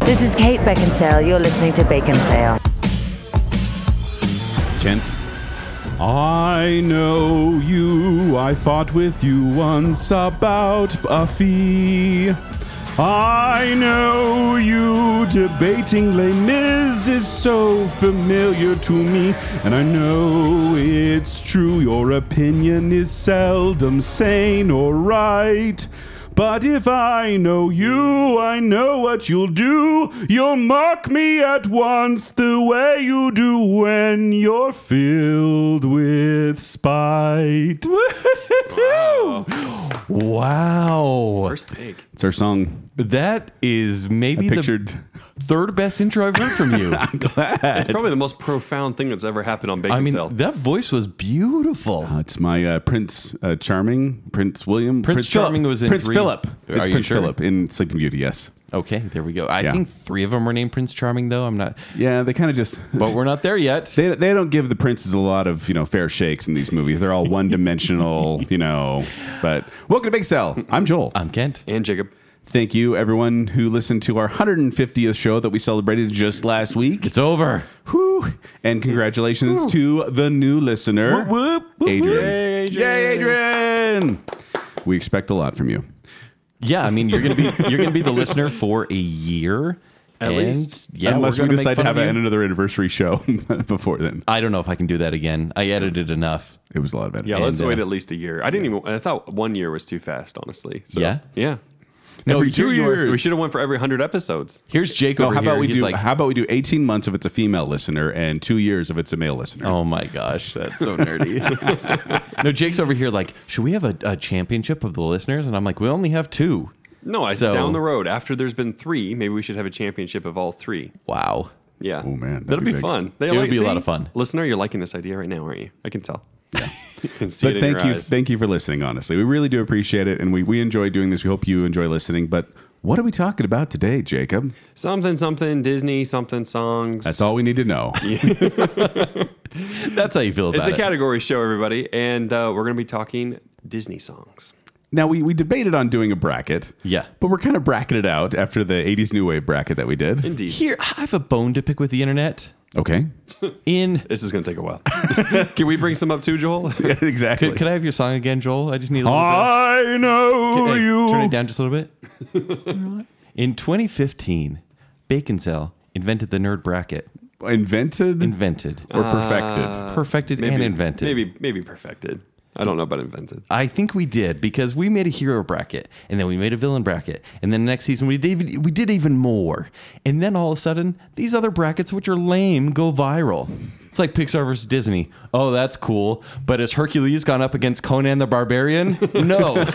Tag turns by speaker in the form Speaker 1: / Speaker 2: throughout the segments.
Speaker 1: This is Kate Beckinsale. You're listening to Baconsale.
Speaker 2: Kent. I know you. I fought with you once about Buffy. I know you. Debating Les Mis is so familiar to me, and I know it's true. Your opinion is seldom sane or right. But if I know you, I know what you'll do. You'll mock me at once the way you do when you're filled with spite. Wow. wow.
Speaker 3: First take.
Speaker 2: It's our song.
Speaker 4: That is maybe
Speaker 2: I
Speaker 4: the
Speaker 2: pictured.
Speaker 4: third best intro I've heard from you.
Speaker 2: I'm glad.
Speaker 3: It's probably the most profound thing that's ever happened on Bacon
Speaker 4: I mean,
Speaker 3: Cell.
Speaker 4: that voice was beautiful.
Speaker 2: Uh, it's my uh, Prince uh, Charming, Prince William.
Speaker 4: Prince Charming
Speaker 2: Philip.
Speaker 4: was in
Speaker 2: Prince
Speaker 4: three-
Speaker 2: Philip. It's
Speaker 4: Are you
Speaker 2: Prince
Speaker 4: sure?
Speaker 2: Philip in Sleeping Beauty. Yes.
Speaker 4: Okay, there we go. I
Speaker 2: Yeah.
Speaker 4: think three of them were named Prince Charming, though. I'm not,
Speaker 2: Yeah, they kind of just.
Speaker 4: but we're not there yet.
Speaker 2: They, they don't give the princes a lot of you know fair shakes in these movies. They're all one dimensional, you know. But welcome to Big Cell. I'm Joel.
Speaker 4: I'm Kent.
Speaker 3: and Jacob.
Speaker 2: Thank you everyone who listened to our 150th show that we celebrated just last week.
Speaker 4: It's over.
Speaker 2: Whew. And congratulations to the new listener,
Speaker 4: Whoop, whoop,
Speaker 2: Adrian.
Speaker 3: Yay, Adrian.
Speaker 2: Yay, Adrian! We expect a lot from you.
Speaker 4: Yeah, I mean, you're gonna be you're gonna be the listener for a year
Speaker 3: At
Speaker 4: and,
Speaker 3: least.
Speaker 4: Yeah,
Speaker 2: Unless
Speaker 4: we're
Speaker 2: we
Speaker 4: gonna
Speaker 2: decide
Speaker 4: make
Speaker 2: to
Speaker 4: fun
Speaker 2: have
Speaker 4: of you.
Speaker 2: another anniversary show before then.
Speaker 4: I don't know if I can do that again. I edited enough.
Speaker 2: It was a lot of editing.
Speaker 3: Yeah, let's
Speaker 4: uh,
Speaker 3: wait at least a year. I didn't even. I thought one year was too fast, honestly. So,
Speaker 4: Yeah?
Speaker 3: yeah.
Speaker 2: Every
Speaker 4: you're-
Speaker 2: two
Speaker 4: you're-
Speaker 2: years.
Speaker 3: We should have went for every hundred episodes.
Speaker 4: Here's Jake
Speaker 2: No,
Speaker 4: over
Speaker 2: Oh, how
Speaker 4: here.
Speaker 2: about we
Speaker 4: He's
Speaker 2: do?
Speaker 4: like,
Speaker 2: how about we do eighteen months if it's a female listener and two years if it's a male listener?
Speaker 4: Oh my gosh, that's so nerdy. no, Jake's over here like, should we have a, a championship of the listeners? And I'm like, we only have two.
Speaker 3: No, I
Speaker 4: So-
Speaker 3: down the road after there's been three, maybe we should have a championship of all three.
Speaker 4: Wow.
Speaker 3: Yeah.
Speaker 2: Oh, man, that'd
Speaker 3: that'd
Speaker 2: be
Speaker 3: be,
Speaker 2: big.
Speaker 3: fun. They
Speaker 4: It would be a lot of fun.
Speaker 3: Listener, you're liking this idea right now, aren't you? I can tell. Yeah. can see it
Speaker 2: But
Speaker 3: in
Speaker 2: thank
Speaker 3: your
Speaker 2: you,
Speaker 3: eyes.
Speaker 2: thank you for listening. Honestly, we really do appreciate it, and we we enjoy doing this. We hope you enjoy listening. But what are we talking about today, Jacob?
Speaker 3: something, something Disney, something songs.
Speaker 2: That's all we need to know.
Speaker 4: That's how you feel about
Speaker 3: It's a
Speaker 4: it.
Speaker 3: category show, everybody, and uh, we're going to be talking Disney songs.
Speaker 2: Now we we debated on doing a bracket.
Speaker 4: Yeah.
Speaker 2: but we're kind of bracketed out after the '80s new wave bracket that we did.
Speaker 3: Indeed,
Speaker 4: Here, I have a bone to pick with the internet.
Speaker 2: Okay,
Speaker 4: In
Speaker 3: this is going to take a while. can we bring some up too, Joel?
Speaker 2: Yeah, exactly.
Speaker 4: could, could I have your song again, Joel? I just need a little
Speaker 2: I
Speaker 4: bit.
Speaker 2: know
Speaker 4: Of, Hey,
Speaker 2: you.
Speaker 4: Turn it down just a little bit. In 2015, Bacon Cell invented the nerd bracket.
Speaker 2: Invented
Speaker 4: Invented,
Speaker 2: or perfected?
Speaker 4: Uh, perfected, and invented.
Speaker 3: Uh, Maybe, maybe perfected. I don't know about invented.
Speaker 4: I think we did because we made a hero bracket and then we made a villain bracket and then next season we did even, we did even more and then all of a sudden these other brackets which are lame go viral. It's like Pixar versus Disney. Oh, that's cool, but has Hercules gone up against Conan the Barbarian? No.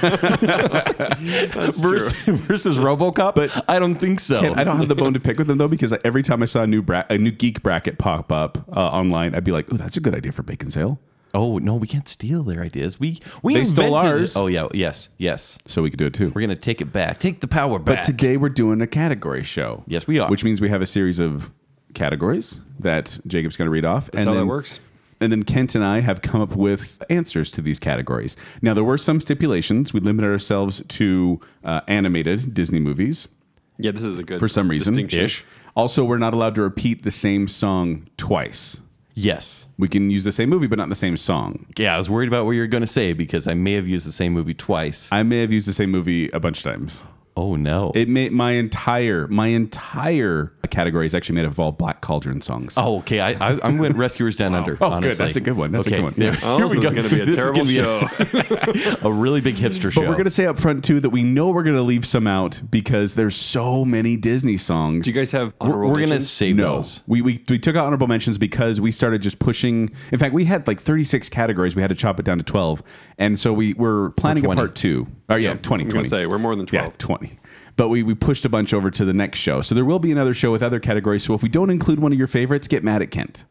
Speaker 4: versus, versus RoboCop, but I don't think so.
Speaker 2: And I don't have the bone to pick with them though because every time I saw a new bra- a new geek bracket pop up uh, online, I'd be like, "Oh, that's a good idea for bacon sale."
Speaker 4: oh no, we can't steal their ideas. We we
Speaker 2: They stole
Speaker 4: invented it.
Speaker 2: ours.
Speaker 4: Oh yeah, yes, yes.
Speaker 2: So we could do it too.
Speaker 4: We're gonna take it back. Take the power
Speaker 2: But
Speaker 4: back.
Speaker 2: today we're doing a category show.
Speaker 4: Yes, we are.
Speaker 2: Which means we have a series of categories that Jacob's going to read off. That's
Speaker 3: how that works.
Speaker 2: And then Kent and I have come up with answers to these categories. Now there were some stipulations. We limited ourselves to uh, animated Disney movies
Speaker 3: Yeah, this is a good
Speaker 2: for some reason.
Speaker 3: distinction.
Speaker 2: Also, we're not allowed to repeat the same song twice.
Speaker 4: yes.
Speaker 2: We can use the same movie, but not the same song.
Speaker 4: Yeah, I was worried about what you were going to say because I may have used the same movie twice.
Speaker 2: I may have used the same movie a bunch of times.
Speaker 4: oh no.
Speaker 2: It made my entire my entire category is actually made up of all Black Cauldron songs.
Speaker 4: oh, okay. I, I I'm with Rescuers Down Under.
Speaker 2: Oh, good.
Speaker 4: honestly.
Speaker 2: That's a good one. That's a
Speaker 4: okay,
Speaker 2: good one.
Speaker 4: there-
Speaker 3: Oh,
Speaker 4: here we
Speaker 3: this is
Speaker 4: go.
Speaker 3: going to be a
Speaker 4: This is
Speaker 3: terrible
Speaker 4: gonna be
Speaker 3: show.
Speaker 4: a- A, really big hipster show.
Speaker 2: But we're gonna say up front too that we know we're gonna leave some out because there's so many Disney songs.
Speaker 3: Do you guys have
Speaker 4: we're,
Speaker 3: honorable
Speaker 4: we're gonna
Speaker 3: mentions?
Speaker 4: save
Speaker 2: no,
Speaker 4: those.
Speaker 2: we, we we took out honorable mentions because we started just pushing. In fact, we had like 36 categories. We had to chop it down to 12, and so we were planning a
Speaker 4: 20.
Speaker 2: part two. Oh yeah, 20. 20.
Speaker 3: I'm gonna say we're more than
Speaker 2: Yeah,
Speaker 3: twelve.
Speaker 2: 20. But we, we pushed a bunch over to the next show. So there will be another show with other categories. So if we don't include one of your favorites, get mad at Kent.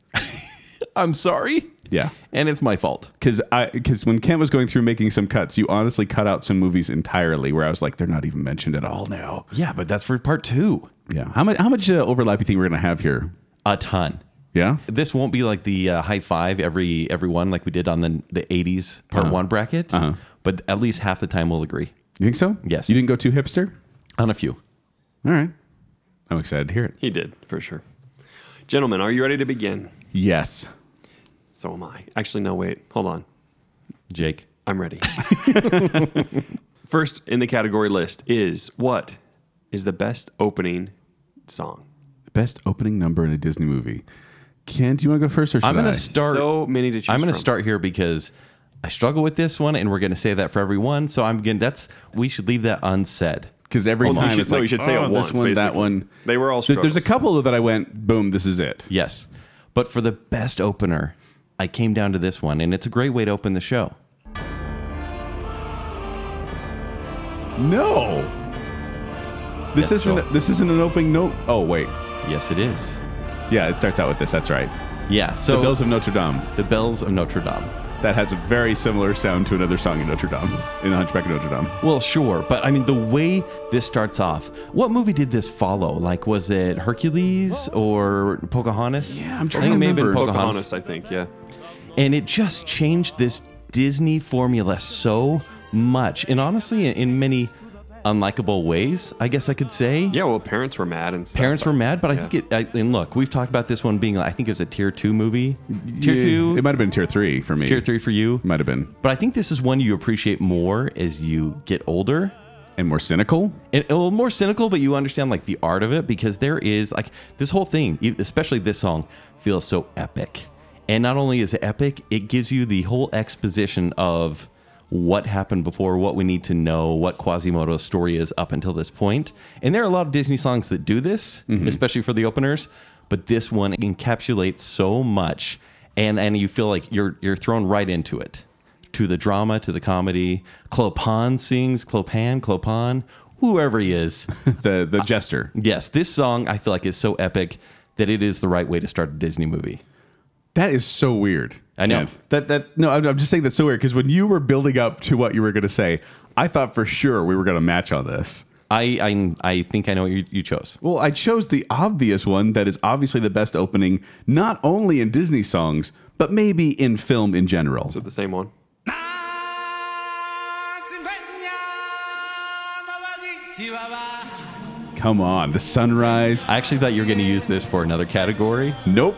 Speaker 4: I'm sorry.
Speaker 2: Yeah.
Speaker 4: And it's my fault.
Speaker 2: Because I because when Kent was going through making some cuts, you honestly cut out some movies entirely where I was like, they're not even mentioned at all now.
Speaker 4: Yeah, but that's for part two.
Speaker 2: Yeah. How much how much uh, overlap you think we're gonna have here?
Speaker 4: A ton.
Speaker 2: Yeah.
Speaker 4: This won't be like the uh, high five every every one like we did on the the 80s
Speaker 2: Uh-huh.
Speaker 4: part one bracket. But at least half the time we'll agree
Speaker 2: You think so?
Speaker 4: Yes.
Speaker 2: You didn't go too hipster.
Speaker 4: on a few.
Speaker 2: All right. I'm excited to hear it.
Speaker 3: He did, for sure. Gentlemen, are you ready to begin?
Speaker 2: Yes.
Speaker 3: So am I. Actually, no, wait. Hold on.
Speaker 4: Jake.
Speaker 3: I'm ready. First in the category list is what is the best opening song?
Speaker 2: Best opening number in a Disney movie. Ken, do you want to go first or should
Speaker 4: I'm
Speaker 2: I?
Speaker 4: gonna start.
Speaker 3: so many to choose
Speaker 4: I'm going to
Speaker 3: from.
Speaker 4: start here because I struggle with this one, and we're going to say that for everyone. So I'm going. to That's we should leave that unsaid.
Speaker 2: because every
Speaker 3: Well, you
Speaker 2: time
Speaker 3: should-
Speaker 2: it's
Speaker 3: no,
Speaker 2: like
Speaker 3: you should say it
Speaker 2: oh,
Speaker 3: once,
Speaker 2: this one, that
Speaker 3: basically.
Speaker 2: one.
Speaker 3: They were all
Speaker 2: There- There's a
Speaker 3: struggles.
Speaker 2: couple that I went, boom, this is it.
Speaker 4: Yes, but for the best opener, I came down to this one, and it's a great way to open the show.
Speaker 2: No, this
Speaker 4: Yes,
Speaker 2: isn't.
Speaker 4: Joel.
Speaker 2: This isn't an opening note. Oh wait,
Speaker 4: Yes, it is.
Speaker 2: yeah, it starts out with this. That's right.
Speaker 4: Yeah. So
Speaker 2: the Bells of Notre Dame.
Speaker 4: the bells of Notre Dame.
Speaker 2: That has a very similar sound to another song in Notre Dame, in The Hunchback of Notre Dame.
Speaker 4: Well, sure, but I mean the way this starts off. What movie did this follow? Like, was it Hercules or Pocahontas?
Speaker 2: Yeah, I'm trying
Speaker 4: I think
Speaker 2: to
Speaker 4: it may have been
Speaker 2: remember.
Speaker 3: Pocahontas, I think. Yeah.
Speaker 4: and it just changed this Disney formula so much, and honestly, in, in many unlikable ways, I guess I could say.
Speaker 3: Yeah. Well, parents were mad and stuff.
Speaker 4: Parents were mad, but I
Speaker 3: Yeah.
Speaker 4: think it. I, and look, we've talked about this one being. I think it was a tier two movie, tier
Speaker 2: Yeah,
Speaker 4: two,
Speaker 2: It might have been tier three for me.
Speaker 4: tier three for you.
Speaker 2: might have been,
Speaker 4: But I think this is one you appreciate more as you get older.
Speaker 2: and more cynical.
Speaker 4: and a little more cynical, but you understand like the art of it because there is like this whole thing, you- especially this song, feels so epic. And not only is it epic, it gives you the whole exposition of what happened before, what we need to know, what Quasimodo's story is up until this point. And there are a lot of Disney songs that do this, especially for the openers, but this one encapsulates so much and and you feel like you're you're thrown right into it to the drama, to the comedy. Clopin sings, Clopin, Clopin, whoever he is.
Speaker 2: The the jester.
Speaker 4: yes, this song I feel like is so epic that it is the right way to start a Disney movie.
Speaker 2: That is so weird.
Speaker 4: I know.
Speaker 2: Kent. that that no. I'm, I'm just saying that's so weird because when you were building up to what you were going to say, I thought for sure we were going to match on this.
Speaker 4: I I, I think I know what you, you chose.
Speaker 2: Well, I chose the obvious one that is obviously the best opening, not only in Disney songs, but maybe in film in general.
Speaker 3: Is it the same one?
Speaker 2: Come on, the sunrise.
Speaker 4: I actually thought you were going to use this for another category.
Speaker 2: Nope.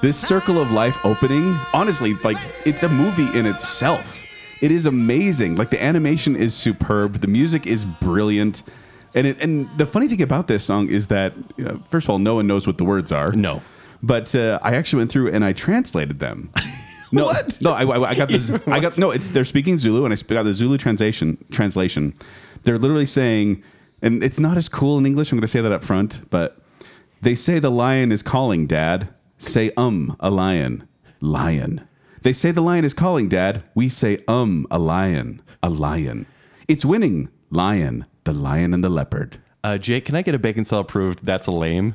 Speaker 2: This Circle of Life opening, honestly, it's like it's a movie in itself. It is amazing. Like the animation is superb, the music is brilliant. And it, and the funny thing about this song is that uh, first of all, no one knows what the words are.
Speaker 4: No.
Speaker 2: But uh, I actually went through and I translated them. No,
Speaker 4: What?
Speaker 2: no, I, I- I got this. I got no. It's they're speaking Zulu, and I sp- got the Zulu translation. Translation, they're literally saying, and it's not as cool in English. I'm going to say that up front, but they say the lion is calling, Dad. Say um, a lion, lion. They say the lion is calling, Dad. We say um, a lion, a lion. It's winning, lion, the lion and the leopard.
Speaker 4: Uh, Jake, can I get a bacon cell approved? That's a lame.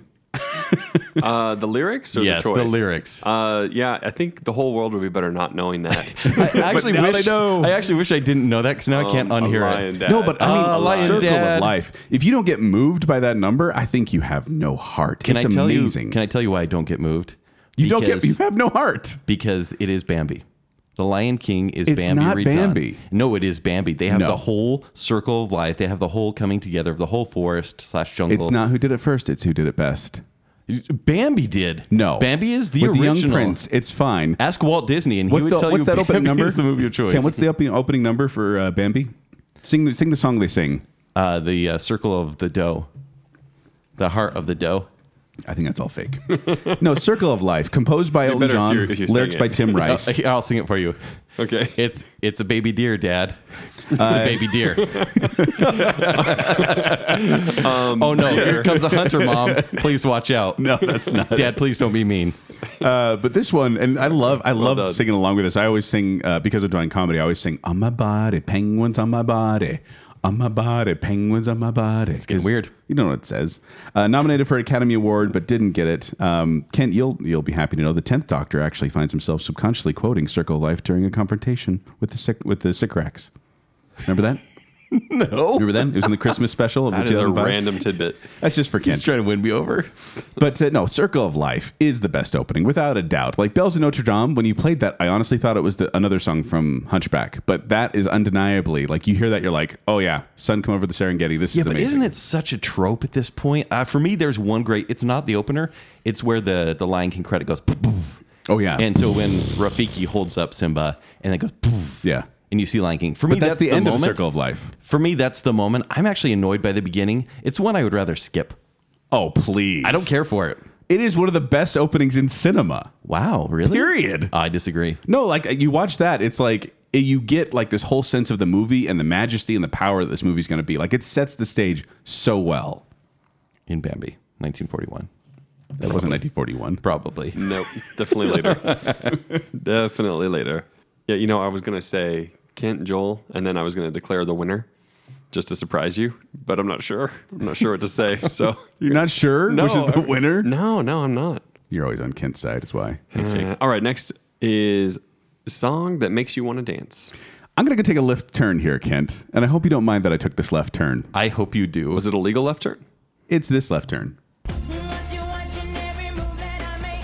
Speaker 3: Uh, the lyrics or
Speaker 4: Yes,
Speaker 3: the
Speaker 4: the
Speaker 3: choice?
Speaker 4: lyrics.
Speaker 3: Uh, yeah, I think the whole world would be better not knowing that.
Speaker 4: I actually
Speaker 2: now
Speaker 4: wish
Speaker 2: they know. Oh,
Speaker 4: I actually wish I didn't know that because now I can't
Speaker 3: Um, a
Speaker 4: unhear
Speaker 3: lion
Speaker 4: it.
Speaker 3: dad.
Speaker 2: No, but I mean,
Speaker 4: Uh,
Speaker 2: a
Speaker 4: Lion
Speaker 2: circle
Speaker 4: Dad.
Speaker 2: of life. If you don't get moved by that number, I think you have no heart.
Speaker 4: Can
Speaker 2: it's
Speaker 4: I tell
Speaker 2: amazing.
Speaker 4: you? Can I tell you why I don't get moved?
Speaker 2: you don't get.
Speaker 4: Because-
Speaker 2: You have no heart.
Speaker 4: because it is Bambi. The Lion King is
Speaker 2: It's
Speaker 4: Bambi.
Speaker 2: not
Speaker 4: redone.
Speaker 2: Bambi.
Speaker 4: No, it is Bambi. They have
Speaker 2: No.
Speaker 4: the whole circle of life. They have the whole coming together of the whole forest slash jungle.
Speaker 2: It's not who did it first. It's who did it best.
Speaker 4: Bambi did.
Speaker 2: No,
Speaker 4: Bambi is the
Speaker 2: With
Speaker 4: original.
Speaker 2: The Young Prince. It's fine.
Speaker 4: Ask Walt Disney, and he
Speaker 2: What's,
Speaker 4: would
Speaker 2: the,
Speaker 4: tell
Speaker 2: what's that
Speaker 4: you Bambi
Speaker 2: opening number?
Speaker 4: is the movie of choice.
Speaker 2: Ken, what's the opening, opening number for uh, Bambi? Sing the sing the song they sing.
Speaker 4: uh, the uh, circle of the dough, the heart of the dough.
Speaker 2: I think that's all fake. no, Circle of Life, composed by Elton
Speaker 3: better if
Speaker 2: John,
Speaker 3: you- if you sing
Speaker 2: lyrics by
Speaker 3: it.
Speaker 2: Tim Rice.
Speaker 4: Uh, here, I'll sing it for you.
Speaker 3: okay.
Speaker 4: It's it's a baby deer, Dad. It's a baby deer. oh no! Here comes a hunter, Mom. Please watch out. No, that's not. Dad, please don't be mean.
Speaker 2: Uh, but this one, and I love, I love
Speaker 3: done.
Speaker 2: singing along with this. I always sing uh, because of doing comedy. I always sing on my body, penguins on my body, on my body, penguins on my body. It's
Speaker 4: getting weird.
Speaker 2: You know what it says. Uh, nominated for an Academy Award, but didn't get it. Um, Kent, you'll you'll be happy to know the tenth Doctor actually finds himself subconsciously quoting Circle of Life during a confrontation with the sick with the Sycorax. Remember that?
Speaker 4: no.
Speaker 2: Remember then? It was in the Christmas special of
Speaker 3: That
Speaker 2: the
Speaker 3: is a
Speaker 2: 2005.
Speaker 3: random tidbit.
Speaker 2: That's just for
Speaker 4: He's
Speaker 2: kids.
Speaker 4: trying to win me over.
Speaker 2: But uh, no, Circle of Life is the best opening, without a doubt. Like Bells of Notre Dame, when you played that, I honestly thought it was the, another song from Hunchback. But that is undeniably like you hear that, you're like, oh yeah, Sun Come Over the Serengeti. This
Speaker 4: Yeah,
Speaker 2: is
Speaker 4: but
Speaker 2: amazing.
Speaker 4: isn't it such a trope at this point? Uh, for me, there's one great. It's not the opener. It's where the the Lion King credit goes. "Poof, poof."
Speaker 2: Oh yeah,
Speaker 4: And so when Rafiki holds up Simba and it goes, "Poof,"
Speaker 2: yeah.
Speaker 4: and you see Lion King. For me,
Speaker 2: But that's, the, end
Speaker 4: moment.
Speaker 2: of Circle of Life.
Speaker 4: For me, that's the moment. I'm actually annoyed by the beginning. It's one I would rather skip.
Speaker 2: Oh please,
Speaker 4: I don't care for it.
Speaker 2: It is one of the best openings in cinema.
Speaker 4: Wow, really?
Speaker 2: Period.
Speaker 4: I disagree.
Speaker 2: No, like you watch that, it's like it- you get like this whole sense of the movie and the majesty and the power that this movie's going to be. Like it sets the stage so well.
Speaker 4: In Bambi, 1941.
Speaker 2: That wasn't 1941.
Speaker 4: Probably.
Speaker 3: Nope, definitely later. definitely later. Yeah, you know, I was gonna say Kent Joel, and then I was gonna declare the winner, just to surprise you. But I'm not sure. I'm not sure what to say. So
Speaker 2: You're not sure
Speaker 3: no,
Speaker 2: which is the
Speaker 3: I-
Speaker 2: winner?
Speaker 3: No, no, I'm not.
Speaker 2: You're always on Kent's side. That's why.
Speaker 3: Uh, all right, next is song that makes you want to dance.
Speaker 2: I'm going to go take a left turn here, Kent, and I hope you don't mind that I took this left turn.
Speaker 4: I hope you do.
Speaker 3: Was it a legal left turn?
Speaker 2: It's this left turn.
Speaker 5: Once you're watching every move that I make,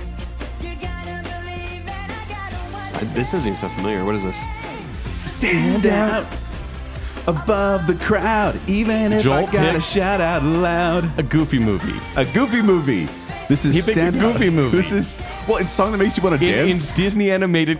Speaker 5: you gotta believe that I got a one.
Speaker 3: I- This doesn't even sound familiar. What is this?
Speaker 2: Stand out above the crowd, even if
Speaker 4: Joel
Speaker 2: I gotta
Speaker 4: picked-
Speaker 2: shout out loud.
Speaker 4: a goofy movie.
Speaker 2: A goofy movie. This is
Speaker 4: He picked a
Speaker 2: stand
Speaker 4: goofy
Speaker 2: out.
Speaker 4: movie.
Speaker 2: This is well, it's a song that makes you want to
Speaker 4: In, in
Speaker 2: dance.
Speaker 4: Disney animated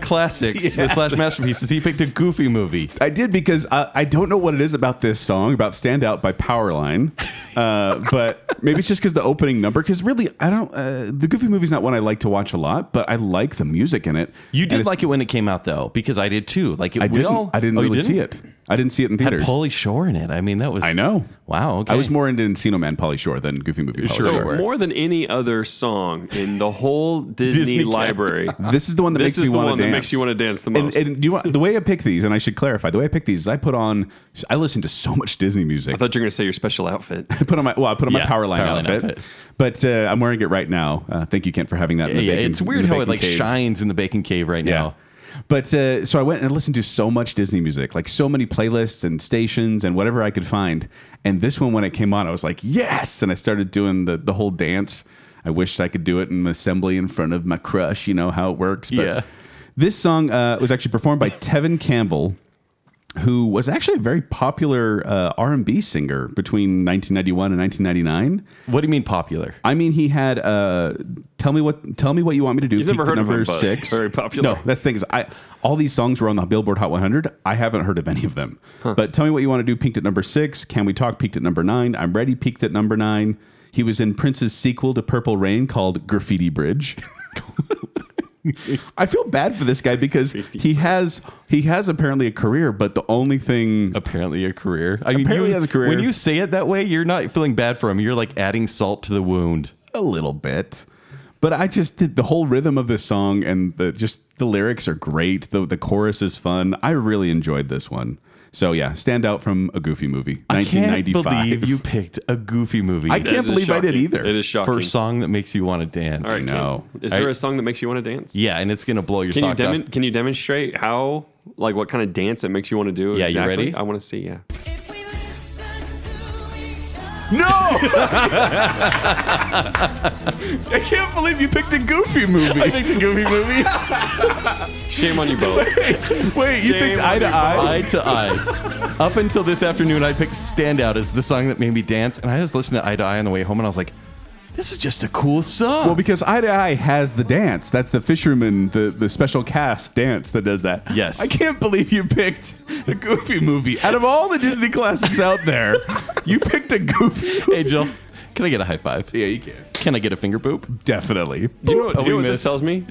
Speaker 4: classics,
Speaker 2: Yes.
Speaker 4: this last masterpieces, he picked a goofy movie.
Speaker 2: I did because I, I don't know what it is about this song about "Stand Out" by Powerline, uh, but maybe it's just because the opening number. Because really, I don't. Uh, the Goofy movie's not one I like to watch a lot, but I like the music in it.
Speaker 4: You
Speaker 2: And
Speaker 4: did
Speaker 2: it's-
Speaker 4: like it when it came out, though, because I did too. Like it,
Speaker 2: I
Speaker 4: we
Speaker 2: didn't.
Speaker 4: all-
Speaker 2: I didn't
Speaker 4: Oh, you
Speaker 2: really see it. I didn't see it in
Speaker 4: Had
Speaker 2: theaters.
Speaker 4: Pauly Shore in it. I mean, that was.
Speaker 2: I know.
Speaker 4: Wow. Okay.
Speaker 2: I was more into Encino Man, Polly Shore than Goofy movie. Polly
Speaker 4: Sure
Speaker 3: so
Speaker 4: you were.
Speaker 3: more than any other song in the whole Disney,
Speaker 4: Disney camp.
Speaker 3: library.
Speaker 2: This is the one that makes
Speaker 3: This
Speaker 2: me
Speaker 3: is the
Speaker 2: want
Speaker 3: one
Speaker 2: to
Speaker 3: that
Speaker 2: dance.
Speaker 3: makes you wanna dance the most.
Speaker 2: And, and you want, the way I pick these, and I should clarify, the way I pick these is I put on. I listen to so much Disney music.
Speaker 3: I thought you were gonna say your special outfit.
Speaker 2: I put on my well, I put on my
Speaker 4: Yeah,
Speaker 2: power line
Speaker 4: Powerline
Speaker 2: outfit,
Speaker 4: outfit.
Speaker 2: but uh, I'm wearing it right now. Uh, thank you, Kent, for having that. In the
Speaker 4: yeah,
Speaker 2: bacon-
Speaker 4: it's
Speaker 2: in
Speaker 4: weird
Speaker 2: the
Speaker 4: how it
Speaker 2: bacon
Speaker 4: like
Speaker 2: cave.
Speaker 4: shines in the bacon cave right
Speaker 2: Yeah.
Speaker 4: now.
Speaker 2: But uh, so I went and listened to so much Disney music, like so many playlists and stations and whatever I could find. And this one, when it came on, I was like, yes! And I started doing the, the whole dance. I wished I could do it in an assembly in front of my crush. You know how it works. But
Speaker 4: Yeah.
Speaker 2: This song uh, was actually performed by Tevin Campbell, who was actually a very popular uh, R&B singer between 1991 and 1999.
Speaker 4: What do you mean popular?
Speaker 2: I mean, he had uh, tell me what tell me what you want me to do.
Speaker 3: You've never
Speaker 2: peaked at
Speaker 3: heard of
Speaker 2: number
Speaker 3: him, but
Speaker 2: six,
Speaker 3: very popular.
Speaker 2: No, that's the thing is, I all these songs were on the Billboard Hot 100. I haven't heard of any of them. But tell me what you want to do. Peaked at number six. Can we talk? Peaked at number nine. I'm ready. Peaked at number nine. He was in Prince's sequel to Purple Rain called Graffiti Bridge. I feel bad for this guy because he has he has apparently a career, but the only thing
Speaker 4: Apparently a career. I mean,
Speaker 2: Apparently
Speaker 4: you-
Speaker 2: has a career.
Speaker 4: When you say it that way, you're not feeling bad for him. You're like adding salt to the wound.
Speaker 2: a little bit but i just did the whole rhythm of this song and the just the lyrics are great the, the chorus is fun i really enjoyed this one so yeah stand out from a goofy movie
Speaker 4: I can't
Speaker 2: 1995
Speaker 4: believe you picked a goofy movie.
Speaker 2: I can't
Speaker 3: That is
Speaker 2: believe I did
Speaker 3: shocking.
Speaker 2: either.
Speaker 3: It is shocking.
Speaker 4: for a song that makes you want to dance.
Speaker 3: All right,
Speaker 2: No.
Speaker 3: Ken, Is
Speaker 4: All
Speaker 3: there
Speaker 4: right.
Speaker 3: a song that makes you want to dance?
Speaker 4: Yeah, and it's gonna blow your
Speaker 3: Can you
Speaker 4: socks
Speaker 3: demon
Speaker 4: off.
Speaker 3: Can you demonstrate how like what kind of dance it makes you want to do?
Speaker 4: Yeah, you
Speaker 3: exactly?
Speaker 4: ready?
Speaker 3: I want to see. Yeah.
Speaker 5: If we listen to each other.
Speaker 2: no i can't believe you picked a goofy movie i picked a goofy movie
Speaker 3: Shame on you both.
Speaker 2: wait you
Speaker 3: Shame
Speaker 2: picked eye
Speaker 3: on
Speaker 2: to
Speaker 3: you,
Speaker 2: eye
Speaker 4: Eye to eye. Up until this afternoon, I picked "Stand Out" as the song that made me dance, and I just listened to "Eye to Eye" on the way home, and I was like, "This is just a cool song."
Speaker 2: well, because Eye to Eye has the dance. That's the fisherman, the, the special cast dance that does that.
Speaker 4: Yes.
Speaker 2: I can't believe you picked a goofy movie. Out of all the Disney classics out there, you picked a goofy
Speaker 4: hey, Jill, can I get a high five?
Speaker 2: Yeah, you can.
Speaker 4: Can I get a finger boop?
Speaker 2: Definitely.
Speaker 3: Do you know, what-
Speaker 4: Oh,
Speaker 3: do you know
Speaker 4: we
Speaker 3: what
Speaker 4: missed.
Speaker 3: this tells me?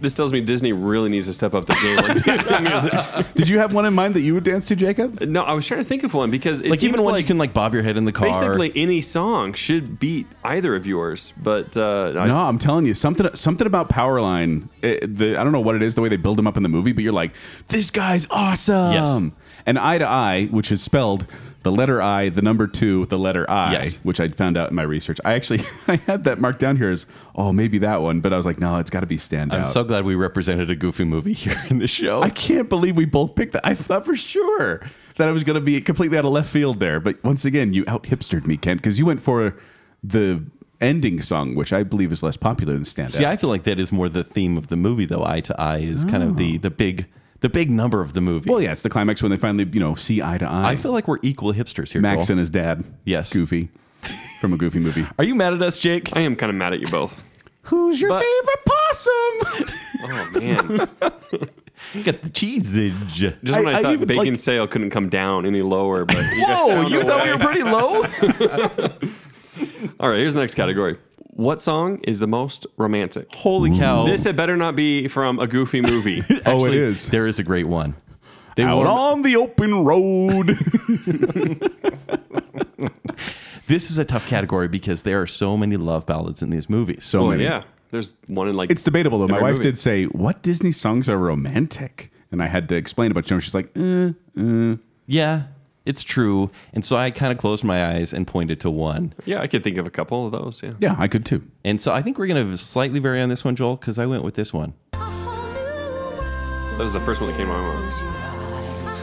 Speaker 3: This tells me Disney really needs to step up the game. Like dancing music.
Speaker 2: Did you have one in mind that you would dance to, Jacob?
Speaker 3: No, I was trying to think of one because it
Speaker 4: like
Speaker 3: seems
Speaker 4: even when
Speaker 3: like
Speaker 4: you can like bob your head in the car.
Speaker 3: basically any song should beat either of yours. But uh, I-
Speaker 2: No, I'm telling you something. Something about Powerline. It, the, I don't know what it is the way they build him up in the movie, but you're like, this guy's awesome. And Eye to Eye, which is spelled the letter I, the number two, the letter I,
Speaker 4: Yes.
Speaker 2: which I found out in my research. I actually I had that marked down here as oh maybe that one, but I was like, no, it's got to be standout.
Speaker 4: I'm so glad we represented a goofy movie here in the show.
Speaker 2: I can't believe we both picked that. I thought for sure. that I was going to be completely out of left field there. But once again, you out hipstered me, Kent, because you went for the ending song, which I believe is less popular than Stand
Speaker 4: See,
Speaker 2: Out.
Speaker 4: I feel like that is more the theme of the movie, though. Eye to eye is kind of the the big the big number of the movie.
Speaker 2: Oh. well, yeah, it's the climax when they finally, you know, see eye to eye.
Speaker 4: I feel like we're equal hipsters here.
Speaker 2: Max
Speaker 4: Joel.
Speaker 2: and his dad.
Speaker 4: Yes.
Speaker 2: Goofy. From a goofy movie.
Speaker 4: Are you mad at us, Jake?
Speaker 3: I am kind of mad at you both.
Speaker 2: Who's your
Speaker 4: But-
Speaker 2: favorite possum?
Speaker 3: Oh man!
Speaker 4: Got the cheesage.
Speaker 3: Just when
Speaker 2: I-
Speaker 3: I,
Speaker 2: I
Speaker 3: thought
Speaker 2: even,
Speaker 3: bacon
Speaker 2: like-
Speaker 3: sale couldn't come down any lower, but you guys
Speaker 4: Whoa,
Speaker 3: found
Speaker 4: you
Speaker 3: a
Speaker 4: thought we
Speaker 3: way.
Speaker 4: were pretty low?
Speaker 3: All right, here's the next category. What song is the most romantic? Oh.
Speaker 4: Holy cow.
Speaker 3: This had better not be from a goofy movie.
Speaker 2: oh, it
Speaker 4: Actually,
Speaker 2: is.
Speaker 4: There is a great one. They
Speaker 2: Out
Speaker 4: warn-
Speaker 2: on the open road.
Speaker 4: This is a tough category because there are so many love ballads in these movies.
Speaker 2: so
Speaker 3: well,
Speaker 2: many.
Speaker 3: Oh, yeah. There's one in like
Speaker 2: It's debatable though. My
Speaker 3: every
Speaker 2: wife
Speaker 3: movie.
Speaker 2: did say, "What Disney songs are romantic?" And I had to explain a bunch of them. She's like, eh.
Speaker 4: Yeah, it's true. And so I kind of closed my eyes and pointed to one.
Speaker 3: Yeah, I could think of a couple of those. Yeah.
Speaker 2: "Yeah, I could too."
Speaker 4: And so I think we're going to slightly vary on this one, Joel, because I went with this one.
Speaker 3: That was the first one that came to my mind.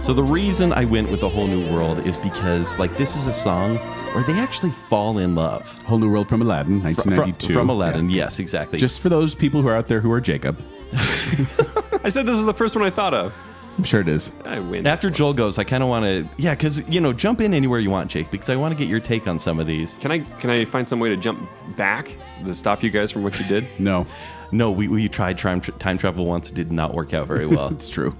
Speaker 4: So the reason I went with A Whole New World is because, like, this is a song where they actually fall in love.
Speaker 2: Whole New World from Aladdin,
Speaker 4: Fr- From,
Speaker 2: 1992.
Speaker 4: from Aladdin,
Speaker 2: Yeah.
Speaker 4: yes, exactly.
Speaker 2: Just for those people who are out there who are Jacob,
Speaker 3: I said this was the first one I thought of.
Speaker 2: I'm sure it is.
Speaker 3: I win.
Speaker 4: after Joel goes, I kind of want to, yeah, because you know, jump in anywhere you want, Jake, because I want to get your take on some of these.
Speaker 3: Can I can I find some way to jump back s- to stop you guys from what you did?
Speaker 2: No,
Speaker 4: No, we, we tried time, time travel once, it did not work out very well.
Speaker 2: it's true.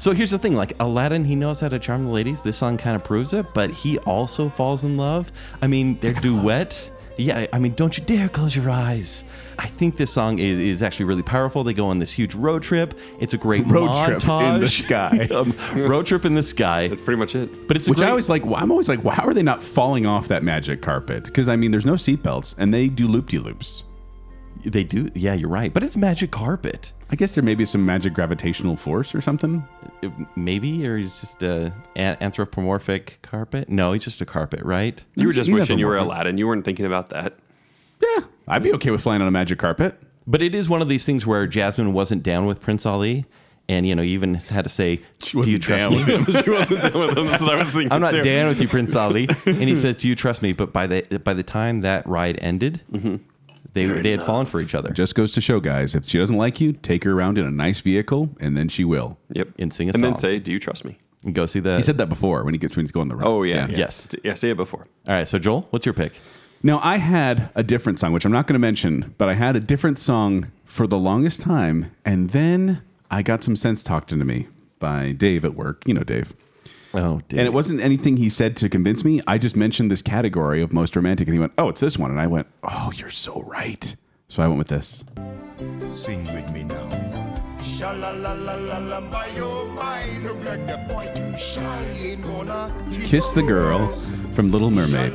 Speaker 4: So here's the thing like Aladdin, he knows how to charm the ladies. This song kind of proves it, but he also falls in love. I mean, their duet. Yeah, I mean, don't you dare close your eyes. I think this song is, is actually really powerful. They go on this huge road trip. It's a great
Speaker 2: Road trip in the
Speaker 4: montage.
Speaker 2: sky.
Speaker 4: Um, road trip in the sky.
Speaker 3: That's pretty much it.
Speaker 4: But it's a
Speaker 2: Which
Speaker 4: great,
Speaker 2: I always like. I'm always like, "Well, how are they not falling off that magic carpet?" Because I mean, there's no seatbelts, and they do loop de loops.
Speaker 4: they do. Yeah, you're right. But it's magic carpet.
Speaker 2: I guess there may be some magic gravitational force or something.
Speaker 4: It- maybe or he's just a an- anthropomorphic carpet. No, he's just a carpet, right?
Speaker 3: You were just
Speaker 2: You never
Speaker 3: wishing you were
Speaker 2: mind.
Speaker 3: Aladdin. You weren't thinking about that.
Speaker 2: Yeah, I'd be okay with flying on a magic carpet.
Speaker 4: But it is one of these things where Jasmine wasn't down with Prince Ali, and you know, he even had to say, "Do you
Speaker 2: wasn't
Speaker 4: trust
Speaker 2: down
Speaker 4: me?"
Speaker 2: with
Speaker 3: she wasn't done with them. That's what I was thinking.
Speaker 4: I'm not
Speaker 3: too.
Speaker 4: down with you, Prince Ali. And he says, "Do you trust me?" But by the by the time that ride ended, they they had fallen for each other
Speaker 2: Mm-hmm. Just goes to show, guys. If she doesn't like you, take her around in a nice vehicle, and then she will.
Speaker 3: Yep.
Speaker 4: And sing a
Speaker 3: And then
Speaker 4: song.
Speaker 3: say, "Do you trust me?"
Speaker 4: and go see the.
Speaker 2: He said that before when he gets when he's going the road.
Speaker 3: Oh yeah.
Speaker 4: Yes.
Speaker 3: Yeah. Say it before.
Speaker 4: "All right, so Joel, what's your pick?"
Speaker 2: Now I had a different song, which I'm not going to mention, but I had a different song for the longest time, and then I got some sense talked into me by Dave at work. You know Dave.
Speaker 4: Oh,
Speaker 2: And it wasn't anything he said to convince me. I just mentioned this category of most romantic, and he went, "Oh, it's this one," and I went, "Oh, you're so right." So I went with this.
Speaker 6: Sing with me now. Sha la la la la la, my oh my, look like the boy too shy, ain't gonna
Speaker 2: Kiss the Girl from Little Mermaid, 19,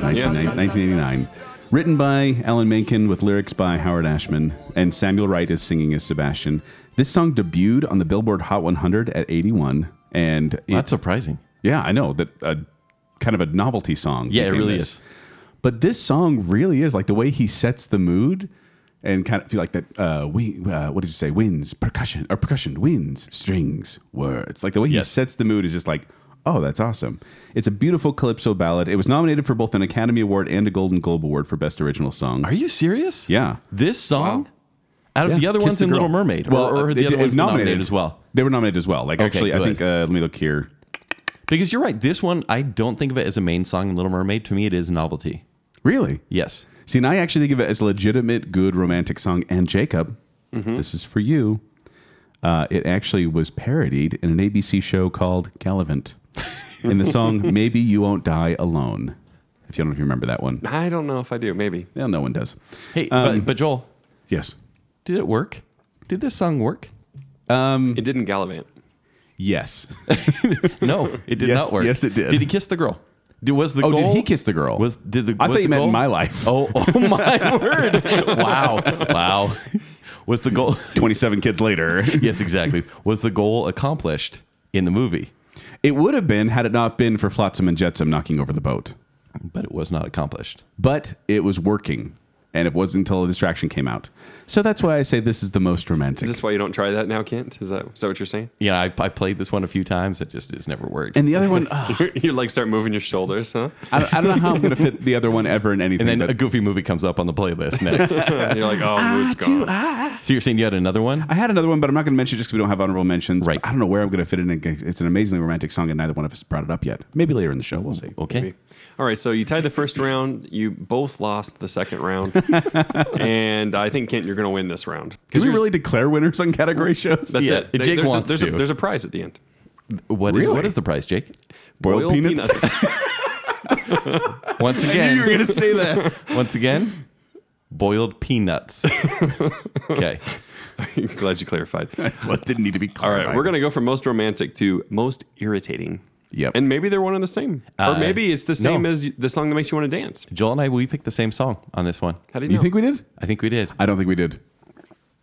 Speaker 2: 1989. Written by Alan Menken with lyrics by Howard Ashman, and Samuel Wright is singing as Sebastian. This song debuted on the Billboard Hot 100 at 81, and it-
Speaker 4: that's surprising.
Speaker 2: yeah, I know that uh, kind of a novelty song.
Speaker 4: Yeah, it
Speaker 2: became
Speaker 4: really
Speaker 2: this.
Speaker 4: is.
Speaker 2: But this song really is like the way he sets the mood and kind of feel like that. Uh, we uh, what does he say? Winds, percussion, or percussion, winds, strings, words. Like the way
Speaker 4: Yes.
Speaker 2: he sets the mood is just like, oh, that's awesome. It's a beautiful calypso ballad. It was nominated for both an Academy Award and a Golden Globe Award for Best Original Song.
Speaker 4: Are you serious?
Speaker 2: Yeah.
Speaker 4: This song, out of the other
Speaker 2: Kiss
Speaker 4: ones
Speaker 2: the
Speaker 4: in
Speaker 2: Girl.
Speaker 4: Little Mermaid,
Speaker 2: Well,
Speaker 4: or, or
Speaker 2: uh,
Speaker 4: the
Speaker 2: they-
Speaker 4: other
Speaker 2: they-
Speaker 4: ones were nominated.
Speaker 2: nominated.
Speaker 4: as well.
Speaker 2: They were nominated as well. Like
Speaker 4: Okay,
Speaker 2: actually, I
Speaker 4: good.
Speaker 2: think uh, let me look here.
Speaker 4: Because you're right. This one, I don't think of it as a main song in Little Mermaid. To me, it is a novelty.
Speaker 2: Really?
Speaker 4: Yes.
Speaker 2: See, and I actually think of it as a legitimate, good romantic song. And Jacob,
Speaker 4: Mm-hmm.
Speaker 2: this is for you. Uh, it actually was parodied in an ABC show called Gallivant in the song Maybe You Won't Die Alone. If you don't know if you remember that one.
Speaker 3: I don't know if I do. Maybe.
Speaker 2: No, no one does.
Speaker 4: Hey,
Speaker 2: Um,
Speaker 4: but, but Joel,
Speaker 2: Yes.
Speaker 4: did it work? Did this song work?
Speaker 3: It didn't gallivant.
Speaker 2: Yes.
Speaker 4: No, it did
Speaker 2: Yes-
Speaker 4: not work.
Speaker 2: yes, it did.
Speaker 4: Did he kiss the girl? Did, was the
Speaker 2: Oh,
Speaker 4: goal,
Speaker 2: did he kiss the girl?
Speaker 4: Was did the
Speaker 2: I
Speaker 4: was
Speaker 2: thought you
Speaker 4: the
Speaker 2: meant
Speaker 4: goal-
Speaker 2: in my life.
Speaker 4: Oh, oh my word! Wow, wow. Was the goal?
Speaker 2: 27 kids later.
Speaker 4: Yes, exactly. Was the goal accomplished in the movie?
Speaker 2: it would have been had it not been for Flotsam and Jetsam knocking over the boat.
Speaker 4: But it was not accomplished.
Speaker 2: But it was working. and it wasn't until a distraction came out. So that's why I say this is the most romantic.
Speaker 3: Is this why you don't try that now, Kent? Is that is that what you're saying?
Speaker 4: Yeah, I, I played this one a few times. It just has never worked.
Speaker 2: and the other one,
Speaker 4: Ah.
Speaker 2: ugh,
Speaker 3: you like start moving your shoulders, huh?
Speaker 2: I, don't, I don't know how I'm going to fit the other one ever in anything.
Speaker 4: And then
Speaker 2: but-
Speaker 4: a goofy movie comes up on the playlist next. so
Speaker 3: And you're like, oh,
Speaker 4: Ah,
Speaker 3: mood's gone.
Speaker 4: you're saying you had another one?
Speaker 2: Ah, I had another one, but I'm not going to mention it just because we don't have honorable mentions.
Speaker 4: Right.
Speaker 2: I don't know where I'm going to fit it in. It's an amazingly romantic song, and neither one of us brought it up yet. Maybe later in the show, we'll see.
Speaker 4: Okay.
Speaker 3: All right, so you tied the first round. You both lost the second round, and I think Kent, you're going to win this round.
Speaker 2: Can we really declare winners on category shows?
Speaker 3: That's
Speaker 4: Yeah,
Speaker 3: it.
Speaker 4: if Jake
Speaker 3: there's, a,
Speaker 4: wants
Speaker 3: there's,
Speaker 4: to.
Speaker 3: A, there's a prize at the end.
Speaker 4: What is-
Speaker 2: Really?
Speaker 4: what is the price, Jake?
Speaker 2: Boiled peanuts.
Speaker 4: Once again,
Speaker 2: you were going to say that.
Speaker 4: once again, boiled peanuts. okay.
Speaker 3: peanuts. Glad you clarified.
Speaker 2: well, it didn't need to be
Speaker 3: All
Speaker 2: clear.
Speaker 3: right, we're going to go from most romantic to most irritating.
Speaker 2: Yep.
Speaker 3: And maybe they're one and the same.
Speaker 4: Uh,
Speaker 3: or maybe it's the same
Speaker 4: no.
Speaker 3: as the song that makes you want to dance.
Speaker 4: Joel and I, we picked the same song on this one.
Speaker 3: How do you,
Speaker 2: You
Speaker 3: know?
Speaker 2: think we did?
Speaker 4: I think we did.
Speaker 2: I don't think we did.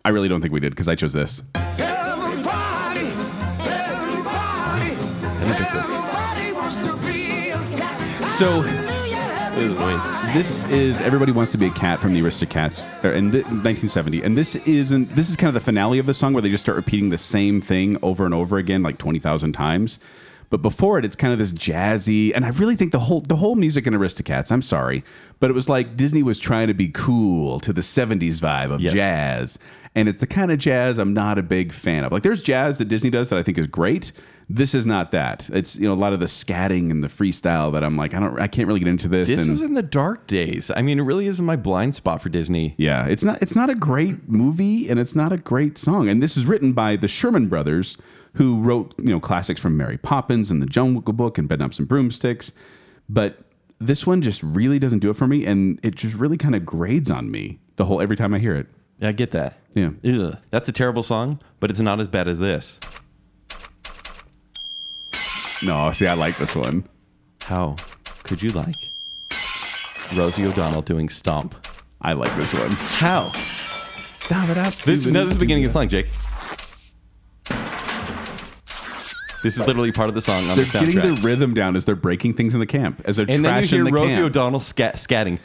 Speaker 2: I really don't think we did because I chose this.
Speaker 6: Everybody, everybody, everybody wants to be a cat.
Speaker 2: So
Speaker 3: This is mine.
Speaker 2: this is everybody wants to be a cat from the Aristocats or in the, 1970, and this isn't. This is kind of the finale of the song where they just start repeating the same thing over and over again, like twenty thousand times. But before it, it's kind of this jazzy, and I really think the whole the whole music in Aristocats. I'm sorry, but it was like Disney was trying to be cool to the '70s vibe of
Speaker 4: Yes.
Speaker 2: jazz, and it's the kind of jazz I'm not a big fan of. Like there's jazz that Disney does that I think is great. This is not that. It's you know a lot of the scatting and the freestyle that I'm like I don't I can't really get into this.
Speaker 4: This
Speaker 2: and,
Speaker 4: was in the dark days. I mean, it really isn't my blind spot for Disney.
Speaker 2: yeah, it's not it's not a great movie and it's not a great song. And this is written by the Sherman brothers, who wrote you know classics from Mary Poppins and the Jungle Book and Bedknobs and Broomsticks. But this one just really doesn't do it for me, and it just really kind of grades on me the whole every time I hear it.
Speaker 4: I get that.
Speaker 2: Yeah.
Speaker 4: Ugh. That's a terrible song, but it's not as bad as this.
Speaker 2: No, see, I like this one.
Speaker 4: How could you like Rosie O'Donnell doing Stomp?
Speaker 2: I like this one.
Speaker 4: How? Stop it up. This, no, this is the beginning of the song, Jake. This is literally part of the song on
Speaker 2: They're
Speaker 4: the soundtrack.
Speaker 2: getting their rhythm down as they're breaking things in the camp, as they're
Speaker 4: and then you
Speaker 2: trashing
Speaker 4: hear
Speaker 2: the
Speaker 4: Rosie
Speaker 2: camp.
Speaker 4: O'Donnell scat, scatting.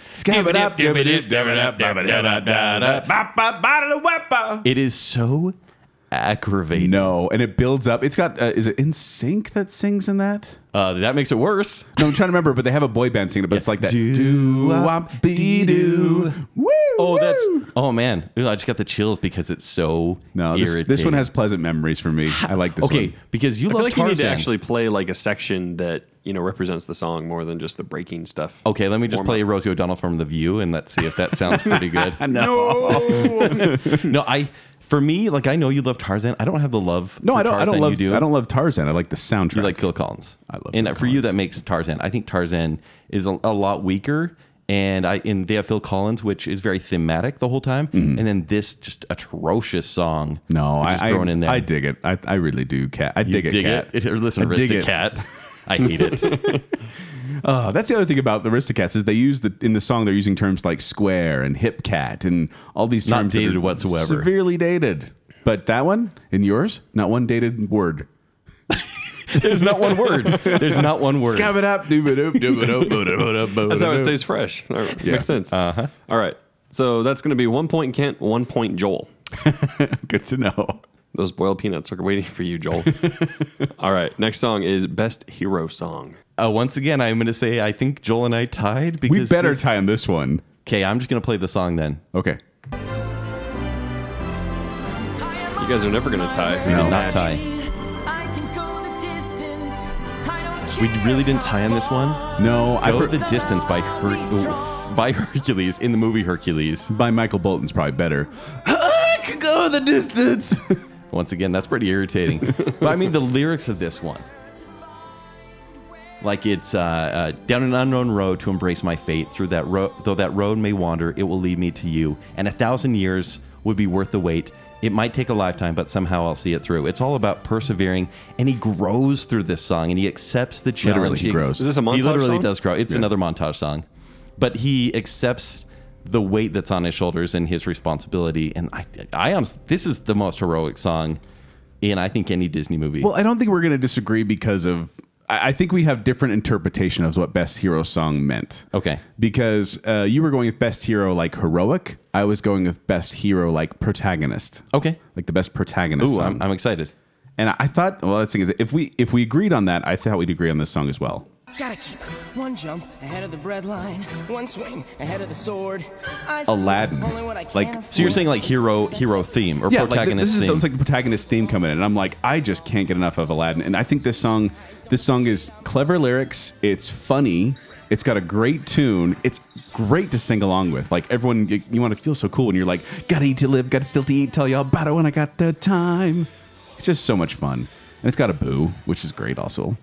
Speaker 4: It is so aggravating.
Speaker 2: No, and it builds up. It's got uh, is it in sync that sings in that?
Speaker 4: Uh, that makes it worse.
Speaker 2: No, I'm trying to remember, but they have a boy band singing it, but it's like that.
Speaker 4: Doo-wop, dee-doo.
Speaker 2: Woo,
Speaker 4: Oh,
Speaker 2: woo.
Speaker 4: that's oh man! Ooh, I just got the chills because it's so
Speaker 2: no. This,
Speaker 4: irritating.
Speaker 2: this one has pleasant memories for me. I like this
Speaker 4: okay
Speaker 2: one.
Speaker 4: because you
Speaker 3: I
Speaker 4: love
Speaker 3: feel like you
Speaker 4: Tarzan.
Speaker 3: need to actually play like a section that you know represents the song more than just the breaking stuff.
Speaker 4: okay, let me just
Speaker 3: Warm
Speaker 4: play Rosie O'Donnell from The View and let's see if that sounds pretty good. no, I for me like I know you love Tarzan. I don't have the love.
Speaker 2: No,
Speaker 4: for
Speaker 2: I don't. I
Speaker 4: Tarzan
Speaker 2: don't love.
Speaker 4: You do.
Speaker 2: I don't love Tarzan. I like the soundtrack.
Speaker 4: You like Phil Collins.
Speaker 2: I love
Speaker 4: And
Speaker 2: Phil
Speaker 4: for you,
Speaker 2: Collins.
Speaker 4: that makes Tarzan. I think Tarzan is a, a lot weaker. And I and they have Phil Collins, which is very thematic the whole time. And then this just atrocious song.
Speaker 2: Mm-hmm. no,
Speaker 4: which
Speaker 2: I
Speaker 4: is thrown
Speaker 2: I,
Speaker 4: in there.
Speaker 2: I dig it. I, I really do. Cat. I dig it.
Speaker 4: dig
Speaker 2: cat.
Speaker 4: it. Or listen,
Speaker 2: I dig
Speaker 4: Arista
Speaker 2: it.
Speaker 4: Cat. I hate it.
Speaker 2: Uh, that's the other thing about the Aristocats is they use the in the song they're using terms like square and hip cat and all these terms
Speaker 4: Not
Speaker 2: that are
Speaker 4: dated whatsoever.
Speaker 2: severely dated. But that one in yours, not one dated word.
Speaker 4: There's not one word. There's not one word.
Speaker 2: Scab it up, dooba doop, dooba doop, dooba doop, dooba
Speaker 3: That's how it
Speaker 2: doop.
Speaker 3: stays fresh. All right, Makes sense. Uh-huh. All right. So that's going to be one point Kent, one point Joel.
Speaker 2: Good to know.
Speaker 3: Those boiled peanuts are waiting for you, Joel. All right. Next song is Best Hero Song.
Speaker 4: Uh, once again, I'm going to say I think Joel and I tied because
Speaker 2: We better
Speaker 4: this-
Speaker 2: time this one.
Speaker 4: Okay, I'm just going to play the song then.
Speaker 2: Okay.
Speaker 3: You guys are never going to tie. We did
Speaker 4: We did
Speaker 3: not
Speaker 4: not tie. We really didn't tie on this one.
Speaker 2: No, I
Speaker 4: Goes
Speaker 2: heard,
Speaker 4: the distance by Her- by Hercules in the movie Hercules.
Speaker 2: by Michael Bolton's probably better. I could go the distance.
Speaker 4: Once again, that's pretty irritating. but I mean, the lyrics of this one. Like it's uh, uh, down an unknown road to embrace my fate. Through that road, though that road may wander, it will lead me to you. And a thousand years would be worth the wait. It might take a lifetime, but somehow I'll see it through. It's all about persevering, and he grows throrough this song, and he accepts the challenge.
Speaker 2: Literally, he
Speaker 4: ex-
Speaker 2: grows.
Speaker 3: Is this a
Speaker 4: He
Speaker 3: montage
Speaker 4: literally
Speaker 3: song?
Speaker 4: does grow. It's another montage song, but he accepts the weight that's on his shoulders and his responsibility. And I, I honestly, this is the most heroic song in I think any Disney movie.
Speaker 2: Well, I don't think we're going to disagree because of I I think we have different interpretation of what best hero song meant.
Speaker 4: Okay.
Speaker 2: Because uh, you were going with best hero like heroic. I was going with best hero like protagonist.
Speaker 4: Okay.
Speaker 2: Like the best protagonist.
Speaker 4: Ooh,
Speaker 2: song.
Speaker 4: I'm, I'm excited.
Speaker 2: and I thought, well, let's think. If we if we agreed on that, I thought we'd agree on this song as well.
Speaker 7: Gotta keep one jump ahead of the bread line, one swing ahead of the sword. I still
Speaker 2: Aladdin.
Speaker 7: Only what I can
Speaker 2: Like,
Speaker 7: afford.
Speaker 4: So you're saying like hero hero theme or
Speaker 2: like, th-
Speaker 4: protagonist
Speaker 2: this is
Speaker 4: theme?
Speaker 2: it's like the protagonist theme coming in, and I'm like, I just can't get enough of Aladdin. And I think this song, this song is clever lyrics. It's funny. It's got a great tune. It's great to sing along with. Like everyone, you, you want to feel so cool, and you're like, gotta eat to live, gotta still to eat. Tell y'all about it when I got the time. It's just so much fun, and it's got a boo, which is great also.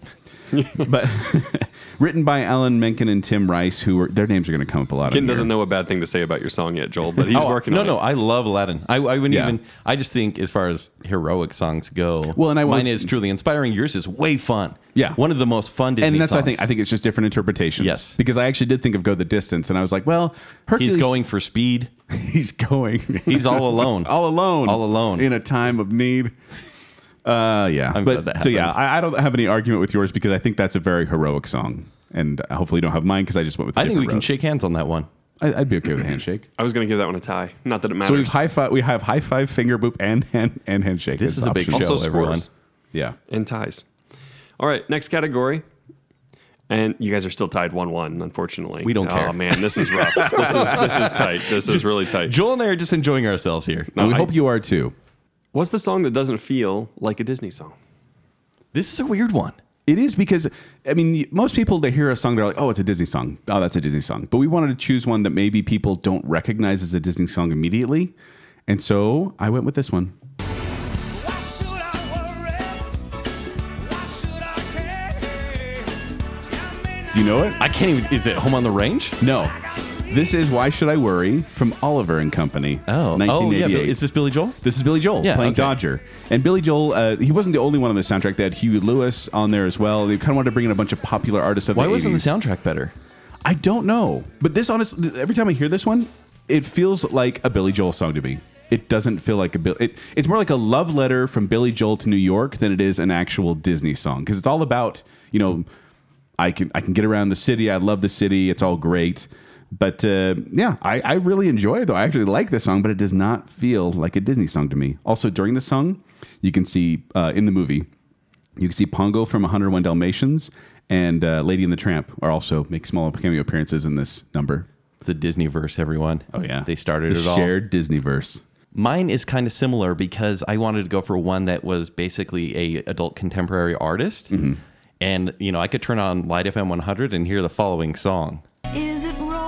Speaker 2: but written by Alan Menken and Tim Rice, who are, their names are going to come up a lot.
Speaker 3: Ken
Speaker 2: in here.
Speaker 3: doesn't know a bad thing to say about your song yet, Joel, but he's
Speaker 4: Oh,
Speaker 3: working
Speaker 4: no,
Speaker 3: on
Speaker 4: no,
Speaker 3: it.
Speaker 4: I love Aladdin. I, I wouldn't
Speaker 2: Yeah.
Speaker 4: even. I just think as far as heroic songs go.
Speaker 2: Well, and I
Speaker 4: mine
Speaker 2: want-
Speaker 4: is truly inspiring. Yours is way fun.
Speaker 2: Yeah.
Speaker 4: one of the most fun Disney
Speaker 2: and that's what
Speaker 4: songs.
Speaker 2: I think. I think it's just different interpretations.
Speaker 4: Yes.
Speaker 2: because I actually did think of "Go the Distance," and I was like, "Well, Hercules,
Speaker 4: he's going for speed.
Speaker 2: he's going,
Speaker 4: He's all alone.
Speaker 2: all alone,
Speaker 4: All alone.
Speaker 2: in a time of need." Uh, yeah,
Speaker 4: I'm
Speaker 2: but
Speaker 4: glad that
Speaker 2: so yeah,
Speaker 4: happened.
Speaker 2: I, I don't have any argument with yours because I think that's a very heroic song, and I hopefully don't have mine because I just went with. a
Speaker 4: I think we
Speaker 2: different
Speaker 4: can
Speaker 2: road.
Speaker 4: shake hands on that one.
Speaker 2: I, I'd be okay with a handshake.
Speaker 3: I was going to give that one a tie. Not that it matters.
Speaker 2: so we've high five. We have high five, finger boop, and hand and handshake.
Speaker 4: This
Speaker 2: It's
Speaker 4: is a big
Speaker 2: optional.
Speaker 4: show,
Speaker 3: Also scores.
Speaker 4: everyone.
Speaker 2: Yeah,
Speaker 3: and ties. All right, next category. And you guys are still tied one-one, unfortunately.
Speaker 4: We don't
Speaker 3: Oh
Speaker 4: care.
Speaker 3: man, this is rough. this is this is tight. This is really tight.
Speaker 4: Joel and I are just enjoying ourselves here.
Speaker 2: and we
Speaker 3: I-
Speaker 2: hope you are too.
Speaker 3: What's the song that doesn't feel like a Disney song?
Speaker 4: This is a weird one.
Speaker 2: It is because I mean, most people they hear a song, they're like, "Oh, it's a Disney song. Oh, that's a Disney song." But we wanted to choose one that maybe people don't recognize as a Disney song immediately, and so I went with this one.
Speaker 5: Why should I worry? Why should I care? I may not
Speaker 2: Do you know it?
Speaker 4: I can't even. Is it Home on the Range?
Speaker 2: no. This is "Why Should I Worry" from Oliver and Company.
Speaker 4: Oh, oh yeah.
Speaker 2: 1988.
Speaker 4: Bill- Is this Billy Joel?
Speaker 2: This is Billy Joel
Speaker 4: Yeah,
Speaker 2: playing
Speaker 4: okay.
Speaker 2: Dodger. And Billy Joel, uh, he wasn't the only one on the soundtrack. They had Huey Lewis on there as well. They kind of wanted to bring in a bunch of popular artists of
Speaker 4: Why
Speaker 2: the
Speaker 4: wasn't the
Speaker 2: 80s.
Speaker 4: soundtrack better?
Speaker 2: I don't know. But this, honestly, every time I hear this one, it feels like a Billy Joel song to me. It doesn't feel like a Bill. It, it's more like a love letter from Billy Joel to New York than it is an actual Disney song because it's all about you know, I can I can get around the city. I love the city. It's all great. But uh, yeah, I, I really enjoy it though. I actually like this song, but it does not feel like a Disney song to me. Also, during the song, you can see uh, in the movie you can see Pongo from 101 Dalmatians and uh, Lady and the Tramp are also make small cameo appearances in this number.
Speaker 4: The Disney verse, everyone. They started
Speaker 2: Oh, the
Speaker 4: it all.
Speaker 2: shared Disney verse.
Speaker 4: Mine is kind of similar because I wanted to go for one that was basically a adult contemporary artist.
Speaker 2: Mm-hmm.
Speaker 4: And you know, I could turn on Light FM 100 and hear the following song.
Speaker 8: Is it wrong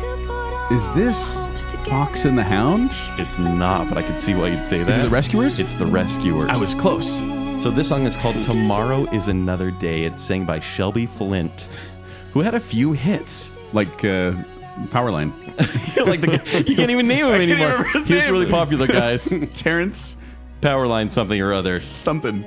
Speaker 8: to put our
Speaker 2: Is this
Speaker 8: hopes together?
Speaker 2: Fox and the Hound?
Speaker 4: It's not, but I could see why you'd say that.
Speaker 2: it The Rescuers?
Speaker 4: It's The Rescuers.
Speaker 2: close.
Speaker 4: So this song is called Tomorrow is Another Day. It's sang by Shelby Flint, who had a few hits.
Speaker 2: Like uh, Powerline.
Speaker 4: like the, you can't even name him anymore.
Speaker 2: remember his
Speaker 4: He was
Speaker 2: name.
Speaker 4: really popular, guys.
Speaker 2: Terrence
Speaker 4: Powerline something or other.
Speaker 2: something.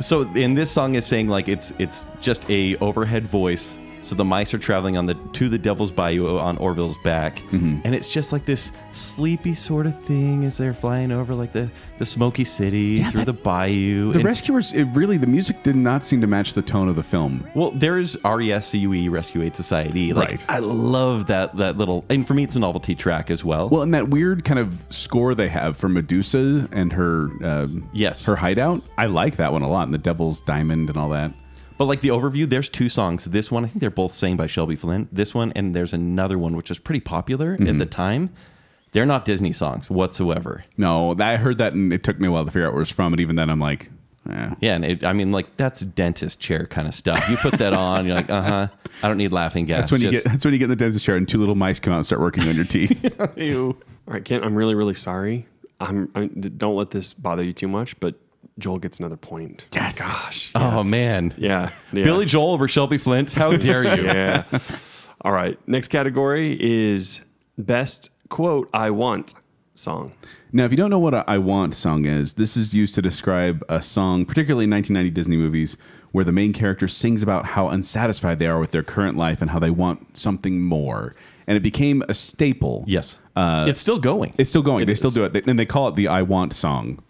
Speaker 4: So in this song is saying like it's it's just a overhead voice. So the mice are traveling on the to the Devil's Bayou on Orville's back,
Speaker 2: Mm-hmm.
Speaker 4: and it's just like this sleepy sort of thing as they're flying over like the the Smoky City through the bayou.
Speaker 2: The
Speaker 4: and-
Speaker 2: Rescuers, it really, the music did not seem to match the tone of the film.
Speaker 4: well, there is E RESCUE Rescue Aid Society. Like,
Speaker 2: Right.
Speaker 4: I love that that little, and for me, it's a novelty track as well.
Speaker 2: Well, and that weird kind of score they have for Medusa and her um,
Speaker 4: Yes.
Speaker 2: her hideout. I like that one a lot. And the Devil's Diamond and all that.
Speaker 4: But like the overview, there's two songs. This one, I think they're both sang by Shelby Flint. This one, and there's another one which is pretty popular
Speaker 2: Mm-hmm.
Speaker 4: at the time. They're not Disney songs whatsoever.
Speaker 2: No, that- I heard that and it took me a while to figure out where it was from. And even then, I'm like, eh.
Speaker 4: Yeah, and it, I mean, like that's dentist chair kind of stuff. You put that on, you're like, uh huh. I don't need laughing gas.
Speaker 2: that's when you
Speaker 4: Just-
Speaker 2: get that's when you get in the dentist chair and two little mice come out and start working on your teeth.
Speaker 3: All right, Kent, I'm really really sorry. I'm I, d- don't let this bother you too much, but Joel gets another point. Yes. Gosh.
Speaker 4: Oh man,
Speaker 3: Yeah. yeah.
Speaker 4: Billy Joel over Shelby Flint. How dare you?
Speaker 3: Yeah. All right. Next category is best quote I want song.
Speaker 2: now, if you don't know what a "I Want" song is, this is used to describe a song, particularly in 1990 Disney movies, where the main character sings about how unsatisfied they are with their current life and how they want something more. And it became a staple. Uh,
Speaker 4: Yes, it's still going.
Speaker 2: It's still going. they still do it. They, and they call it the I Want song.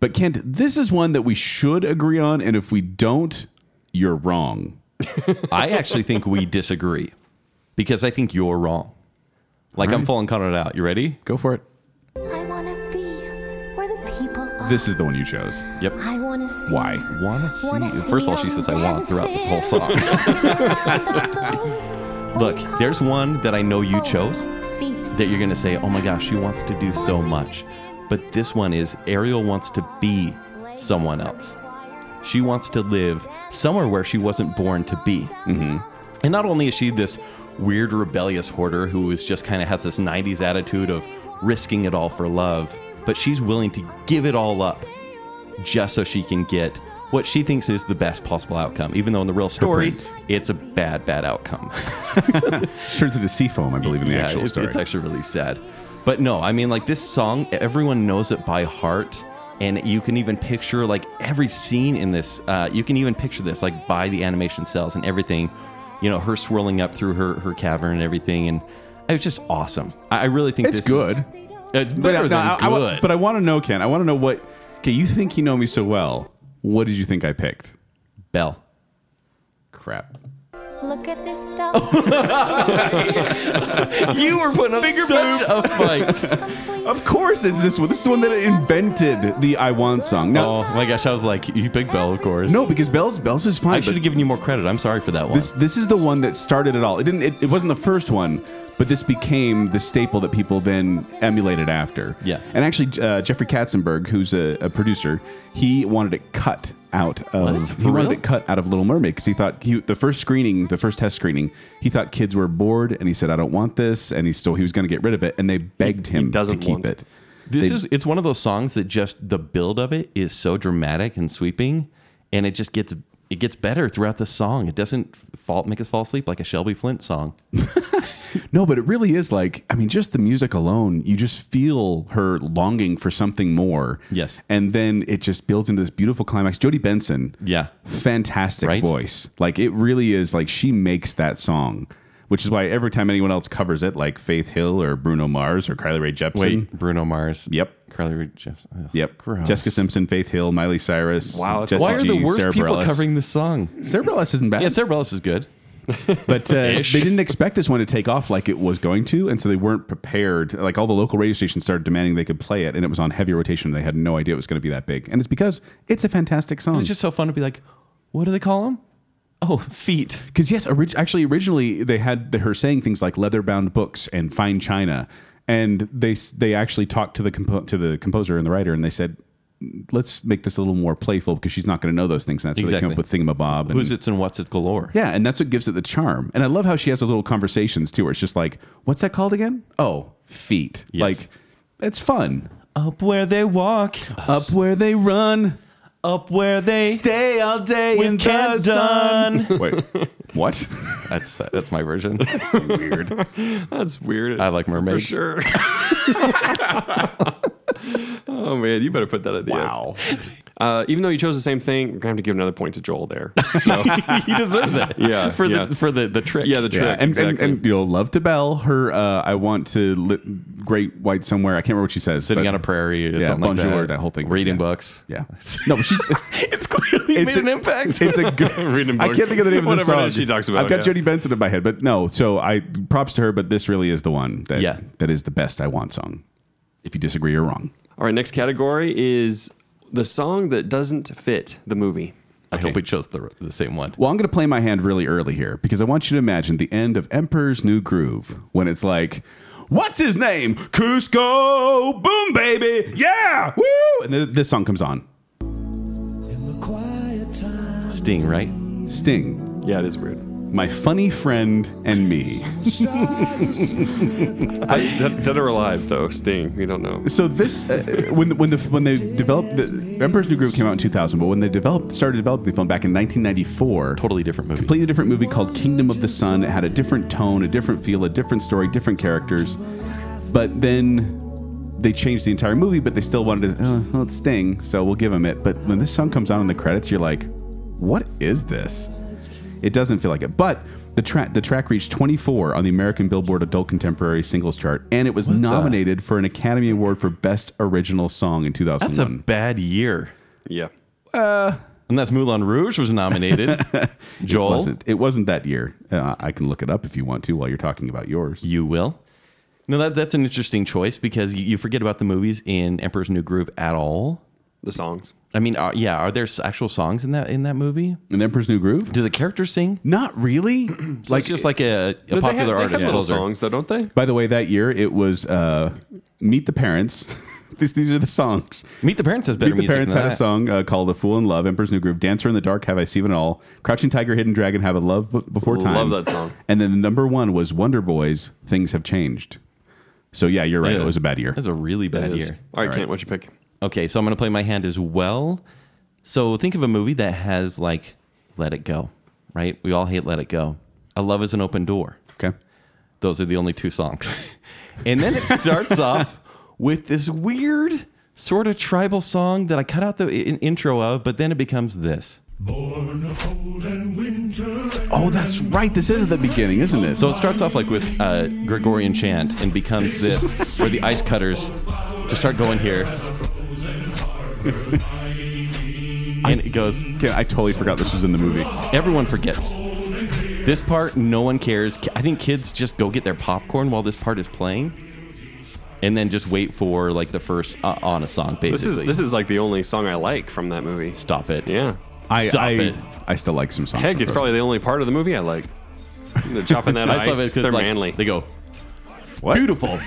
Speaker 2: But Kent, this is one that we should agree on, and if we don't, you're wrong.
Speaker 4: I actually think we disagree because I think you're wrong. Like I'm falling Conrad out. You ready?
Speaker 2: Go for it.
Speaker 8: I want to be where the people are.
Speaker 2: This is the one you chose.
Speaker 4: Yep.
Speaker 8: I want to see.
Speaker 2: Why?
Speaker 4: Wanna see?
Speaker 8: Wanna
Speaker 4: First of all,
Speaker 8: see
Speaker 4: she says I
Speaker 8: them
Speaker 4: want throughout this whole
Speaker 8: dancing.
Speaker 4: song. Look, there's one that I know you chose
Speaker 8: Feet.
Speaker 4: that you're gonna say, "Oh my gosh, she wants to do so much," but this one is Ariel wants to be someone else. She wants to live somewhere where she wasn't born to be. Mm-hmm. And not only is she this weird, rebellious hoarder who is just kind of has this 90s attitude of risking it all for love, but she's willing to give it all up just so she can get what she thinks is the best possible outcome, even though in the real story,
Speaker 2: prince.
Speaker 4: it's a bad, bad outcome.
Speaker 2: This turns into seafoam, I believe, in the
Speaker 4: Yeah,
Speaker 2: actual
Speaker 4: it's,
Speaker 2: story.
Speaker 4: it's actually really sad. But no, I mean, like this song, everyone knows it by heart. And you can even picture like every scene in this. Uh, you can even picture this like by the animation cells and everything. You know, her swirling up through her, her cavern and everything. And it was just awesome. I I really think
Speaker 2: It's
Speaker 4: this
Speaker 2: good.
Speaker 4: Is, it's
Speaker 2: but,
Speaker 4: better
Speaker 2: I- no,
Speaker 4: than
Speaker 2: I, I wa-
Speaker 4: good.
Speaker 2: but I want to know, Kent. I want to know what. Okay, you think you know me so well. What did you think I picked?
Speaker 4: Bell.
Speaker 2: Crap.
Speaker 8: Look at this stuff.
Speaker 4: Oh. You were putting up such a fight.
Speaker 2: Of course, it's this one. This is one that invented the I Want song. No,
Speaker 4: oh my gosh, I was like, you big Bell, of course.
Speaker 2: no, because Bell's Bell's is fine.
Speaker 4: I
Speaker 2: but
Speaker 4: should have given you more credit. I'm sorry for that one.
Speaker 2: This this is the one that started it all. It didn't. It, it wasn't the first one, but this became the staple that people then emulated after.
Speaker 4: Yeah.
Speaker 2: And actually, uh, Jeffrey Katzenberg, who's a, a producer, he wanted it cut out of. He wanted
Speaker 4: really?
Speaker 2: it cut out of Little Mermaid because he thought he, the first screening, the first test screening, he thought kids were bored, and he said, "I don't want this," and he still he was going to get rid of it, and they begged him
Speaker 3: doesn't
Speaker 2: to keep
Speaker 3: want
Speaker 2: it.
Speaker 3: it.
Speaker 4: This
Speaker 2: They-
Speaker 4: is it's one of those songs that just the build of it is so dramatic and sweeping, and it just gets it gets better throughout the song. It doesn't fall make us fall asleep like a Shelby Flint song.
Speaker 2: No, but it really is like I mean, just the music alone, you just feel her longing for something more.
Speaker 4: Yes.
Speaker 2: and then it just builds into this beautiful climax. Jodie Benson,
Speaker 4: Yeah.
Speaker 2: fantastic
Speaker 4: Right?
Speaker 2: voice. Like it really is like she makes that song, which is why every time anyone else covers it, like Faith Hill or Bruno Mars or Carly Rae Jepsen,
Speaker 4: Wait, Bruno Mars.
Speaker 2: Yep.
Speaker 4: Carly Rae Jepsen. Ugh,
Speaker 2: yep,
Speaker 4: gross.
Speaker 2: Jessica Simpson, Faith Hill, Miley Cyrus.
Speaker 3: Wow, that's
Speaker 2: Jessie
Speaker 4: Why are the
Speaker 2: G,
Speaker 4: worst
Speaker 2: Sarah
Speaker 4: people
Speaker 2: Bareilles.
Speaker 4: covering this song?
Speaker 2: Sarah Bareilles isn't bad.
Speaker 4: Yeah, Sarah Bareilles is good.
Speaker 2: But uh, they didn't expect this one to take off like it was going to, and so they weren't prepared. Like all the local radio stations started demanding they could play it, and it was on heavy rotation. and They had no idea it was going to be that big, and it's because it's a fantastic song.
Speaker 4: It's just so fun to be like, what do they call them? Oh, feet.
Speaker 2: Because yes, orig- actually, originally they had the, her saying things like leather-bound books and fine china, and they s- they actually talked to the compo- to the composer and the writer, and they said. Let's make this a little more playful because she's not going to know those things. And that's where they
Speaker 4: Exactly.
Speaker 2: came up with Thingamabob. And
Speaker 4: Who's it's and what's it galore?
Speaker 2: Yeah, and that's what gives it the charm. And I love how she has those little conversations too, where it's just like, "What's that called again?" Oh, feet.
Speaker 4: Yes.
Speaker 2: Like, it's fun.
Speaker 4: Up where they walk,
Speaker 2: Up where they run,
Speaker 4: up where they
Speaker 2: stay all day
Speaker 4: with Kent Dunn.
Speaker 2: Wait, what?
Speaker 4: That's that's my version.
Speaker 2: Weird.
Speaker 3: That's weird.
Speaker 4: I like mermaids.
Speaker 3: For sure. oh, man. You better put that at the end.
Speaker 2: Wow.
Speaker 3: Uh, even though you chose the same thing, we're going to have to give another point to Joel there. So,
Speaker 4: he deserves it.
Speaker 3: Yeah,
Speaker 4: for
Speaker 3: yeah.
Speaker 4: the for the the trick.
Speaker 3: yeah, the trick.
Speaker 2: Yeah, and,
Speaker 3: exactly.
Speaker 2: and, and you know, love to Belle. Her, uh, I want to li- great white somewhere. I can't remember what she says.
Speaker 4: sitting
Speaker 2: but-
Speaker 4: on a prairie, or
Speaker 2: Yeah,
Speaker 4: something like
Speaker 2: bonjour,
Speaker 4: that.
Speaker 2: that whole thing.
Speaker 4: Reading
Speaker 2: Yeah.
Speaker 4: books.
Speaker 2: Yeah. No, but she's.
Speaker 4: it's clearly
Speaker 2: It's
Speaker 4: made
Speaker 2: a-
Speaker 4: an impact.
Speaker 2: It's a good.
Speaker 3: Reading
Speaker 2: I
Speaker 3: books.
Speaker 2: can't think of the name of the
Speaker 3: Whatever it
Speaker 2: song.
Speaker 3: is she talks about,
Speaker 2: I've got
Speaker 3: yeah.
Speaker 2: Jodie Benson in my head, but no. So I props to her, but this really is the one that
Speaker 4: Yeah.
Speaker 2: that is the best I want song. If you disagree, you're wrong.
Speaker 3: All right, next category is the song that doesn't fit the movie.
Speaker 4: I hope we chose the the same one.
Speaker 2: Well, I'm going to play my hand really early here because I want you to imagine the end of Emperor's New Groove when it's like, what's his name? Cusco, boom, baby, yeah, woo, and th- this song comes on.
Speaker 4: Sting, right?
Speaker 2: Sting,
Speaker 3: Yeah, it is weird.
Speaker 2: my funny friend and me.
Speaker 3: Dead, dead or alive, though, Sting. We don't know.
Speaker 2: So this, uh, when when the when they developed the Emperor's New Groove came out in 2000, but when they developed started developing the film back in 1994,
Speaker 4: Totally different movie.
Speaker 2: completely different movie called Kingdom of the Sun. It had a different tone, a different feel, a different story, different characters. But then they changed the entire movie, but they still wanted to. Oh, well, it's Sting, so we'll give him it. But when this song comes on in the credits, you're like, what is this? It doesn't feel like it. But The track the track reached 24 on the American Billboard Adult Contemporary Singles Chart, and it was nominated for an Academy Award for Best Original Song in
Speaker 4: That's a
Speaker 2: 2001.
Speaker 4: bad year.
Speaker 3: Yeah.
Speaker 4: Unless Moulin Rouge was nominated. Joel,
Speaker 2: it wasn't. It wasn't that year. Uh, I can look it up if you want to while you're talking about yours.
Speaker 4: you will. No, that, that's an interesting choice because you, you forget about the movies in Emperor's New Groove at all.
Speaker 3: The songs.
Speaker 4: I mean, are, yeah, are there s- actual songs in that in that movie?
Speaker 2: An Emperor's New Groove?
Speaker 4: Do the characters sing?
Speaker 2: Not really.
Speaker 4: Like it's just like a, a
Speaker 3: But they
Speaker 4: popular
Speaker 3: have- they have
Speaker 4: artist.
Speaker 3: little
Speaker 4: pulls her.
Speaker 3: songs though, don't they?
Speaker 2: By the way, that year it was uh, Meet the Parents. these, these are the songs.
Speaker 4: Meet the Parents has better
Speaker 2: Meet the
Speaker 4: music
Speaker 2: Parents
Speaker 4: than
Speaker 2: had a
Speaker 4: that.
Speaker 2: song uh, called "A Fool in Love," "Emperor's New Groove," "Dancer in the Dark," "Have I Seen It All," "Crouching Tiger, Hidden Dragon," "Have a Love B- Before Time."
Speaker 3: Love that song.
Speaker 2: And then the number one was Wonder Boys. Things have changed. So yeah, you're right.
Speaker 4: Yeah.
Speaker 2: It was a bad year.
Speaker 4: That's a really bad
Speaker 3: It is.
Speaker 4: year.
Speaker 3: All right, Kent, what'd you pick?
Speaker 4: Okay, so I'm going to play my hand as well. So think of a movie that has like Let It Go, right? We all hate Let It Go. A Love is an Open Door.
Speaker 2: Okay.
Speaker 4: Those are the only two songs. and then it starts off with this weird sort of tribal song that I cut out the in- intro of, but then it becomes this.
Speaker 2: Oh, that's right. This is the beginning, isn't it?
Speaker 4: So it starts off like with uh, Gregorian chant and becomes this, where the ice cutters just start going here. and it goes.
Speaker 2: Okay, I totally forgot this was in the movie.
Speaker 4: Everyone forgets. This part, no one cares. Ki- I think kids just go get their popcorn while this part is playing, and then just wait for like the first uh, on a song. Basically,
Speaker 3: This is this is like the only song I like from that movie.
Speaker 4: stop it.
Speaker 3: Yeah.
Speaker 2: I
Speaker 4: Stop
Speaker 2: I,
Speaker 4: it.
Speaker 2: I still like some songs.
Speaker 3: Heck,
Speaker 2: from
Speaker 3: it's
Speaker 2: Frozen.
Speaker 3: probably the only part of the movie I like. They're chopping that
Speaker 4: I just
Speaker 3: ice.
Speaker 4: love it 'cause,
Speaker 3: They're
Speaker 4: like,
Speaker 3: manly.
Speaker 4: They go
Speaker 2: What?
Speaker 4: beautiful,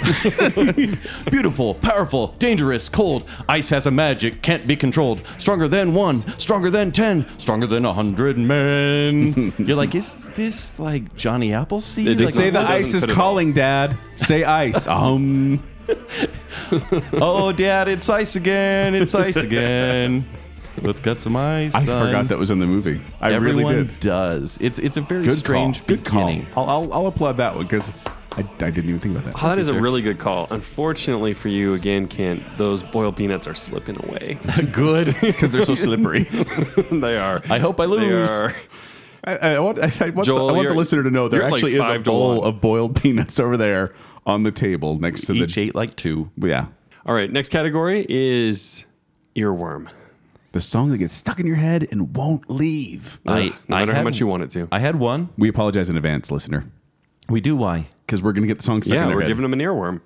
Speaker 4: beautiful, powerful, dangerous, cold. Ice has a magic, can't be controlled. Stronger than one, stronger than ten, stronger than a hundred men. You're like, is this like Johnny Appleseed?
Speaker 3: It
Speaker 4: Like,
Speaker 3: does not-
Speaker 2: Say the
Speaker 3: It doesn't
Speaker 2: ice is
Speaker 3: fit at
Speaker 2: calling, Dad. Say ice. um.
Speaker 4: oh, Dad, it's ice again. It's ice again. Let's get some ice.
Speaker 2: I
Speaker 4: son.
Speaker 2: forgot that was in the movie. I
Speaker 4: Everyone
Speaker 2: really did.
Speaker 4: does. It's it's a very
Speaker 2: Good
Speaker 4: strange
Speaker 2: call. Good
Speaker 4: beginning.
Speaker 2: call. I'll, I'll, I'll applaud that one because I, I didn't even think about that.
Speaker 3: Oh, that is a really good call. Unfortunately for you, again, Kent, those boiled peanuts are slipping away.
Speaker 4: Good.
Speaker 2: Because they're so slippery.
Speaker 3: they are.
Speaker 4: I hope I
Speaker 3: They
Speaker 4: lose.
Speaker 3: are.
Speaker 2: I, I want, I want,
Speaker 3: Joel,
Speaker 2: the, I want the
Speaker 3: you're-
Speaker 2: listener to know there
Speaker 3: you're like
Speaker 2: actually is
Speaker 3: five
Speaker 2: a
Speaker 3: to
Speaker 2: bowl
Speaker 3: one.
Speaker 2: of boiled peanuts over there on the table next to
Speaker 4: Each
Speaker 2: the.
Speaker 4: ate like two.
Speaker 2: Yeah.
Speaker 3: All right, next category is earworm.
Speaker 2: The song that gets stuck in your head and won't leave.
Speaker 4: I,
Speaker 3: No matter how
Speaker 4: had-
Speaker 3: much you want it to.
Speaker 4: I had one.
Speaker 2: We apologize in advance, listener,
Speaker 4: We do why?
Speaker 2: because we're going to get the song stuck
Speaker 3: yeah,
Speaker 2: in our
Speaker 3: we're
Speaker 2: head.
Speaker 3: giving them an earworm.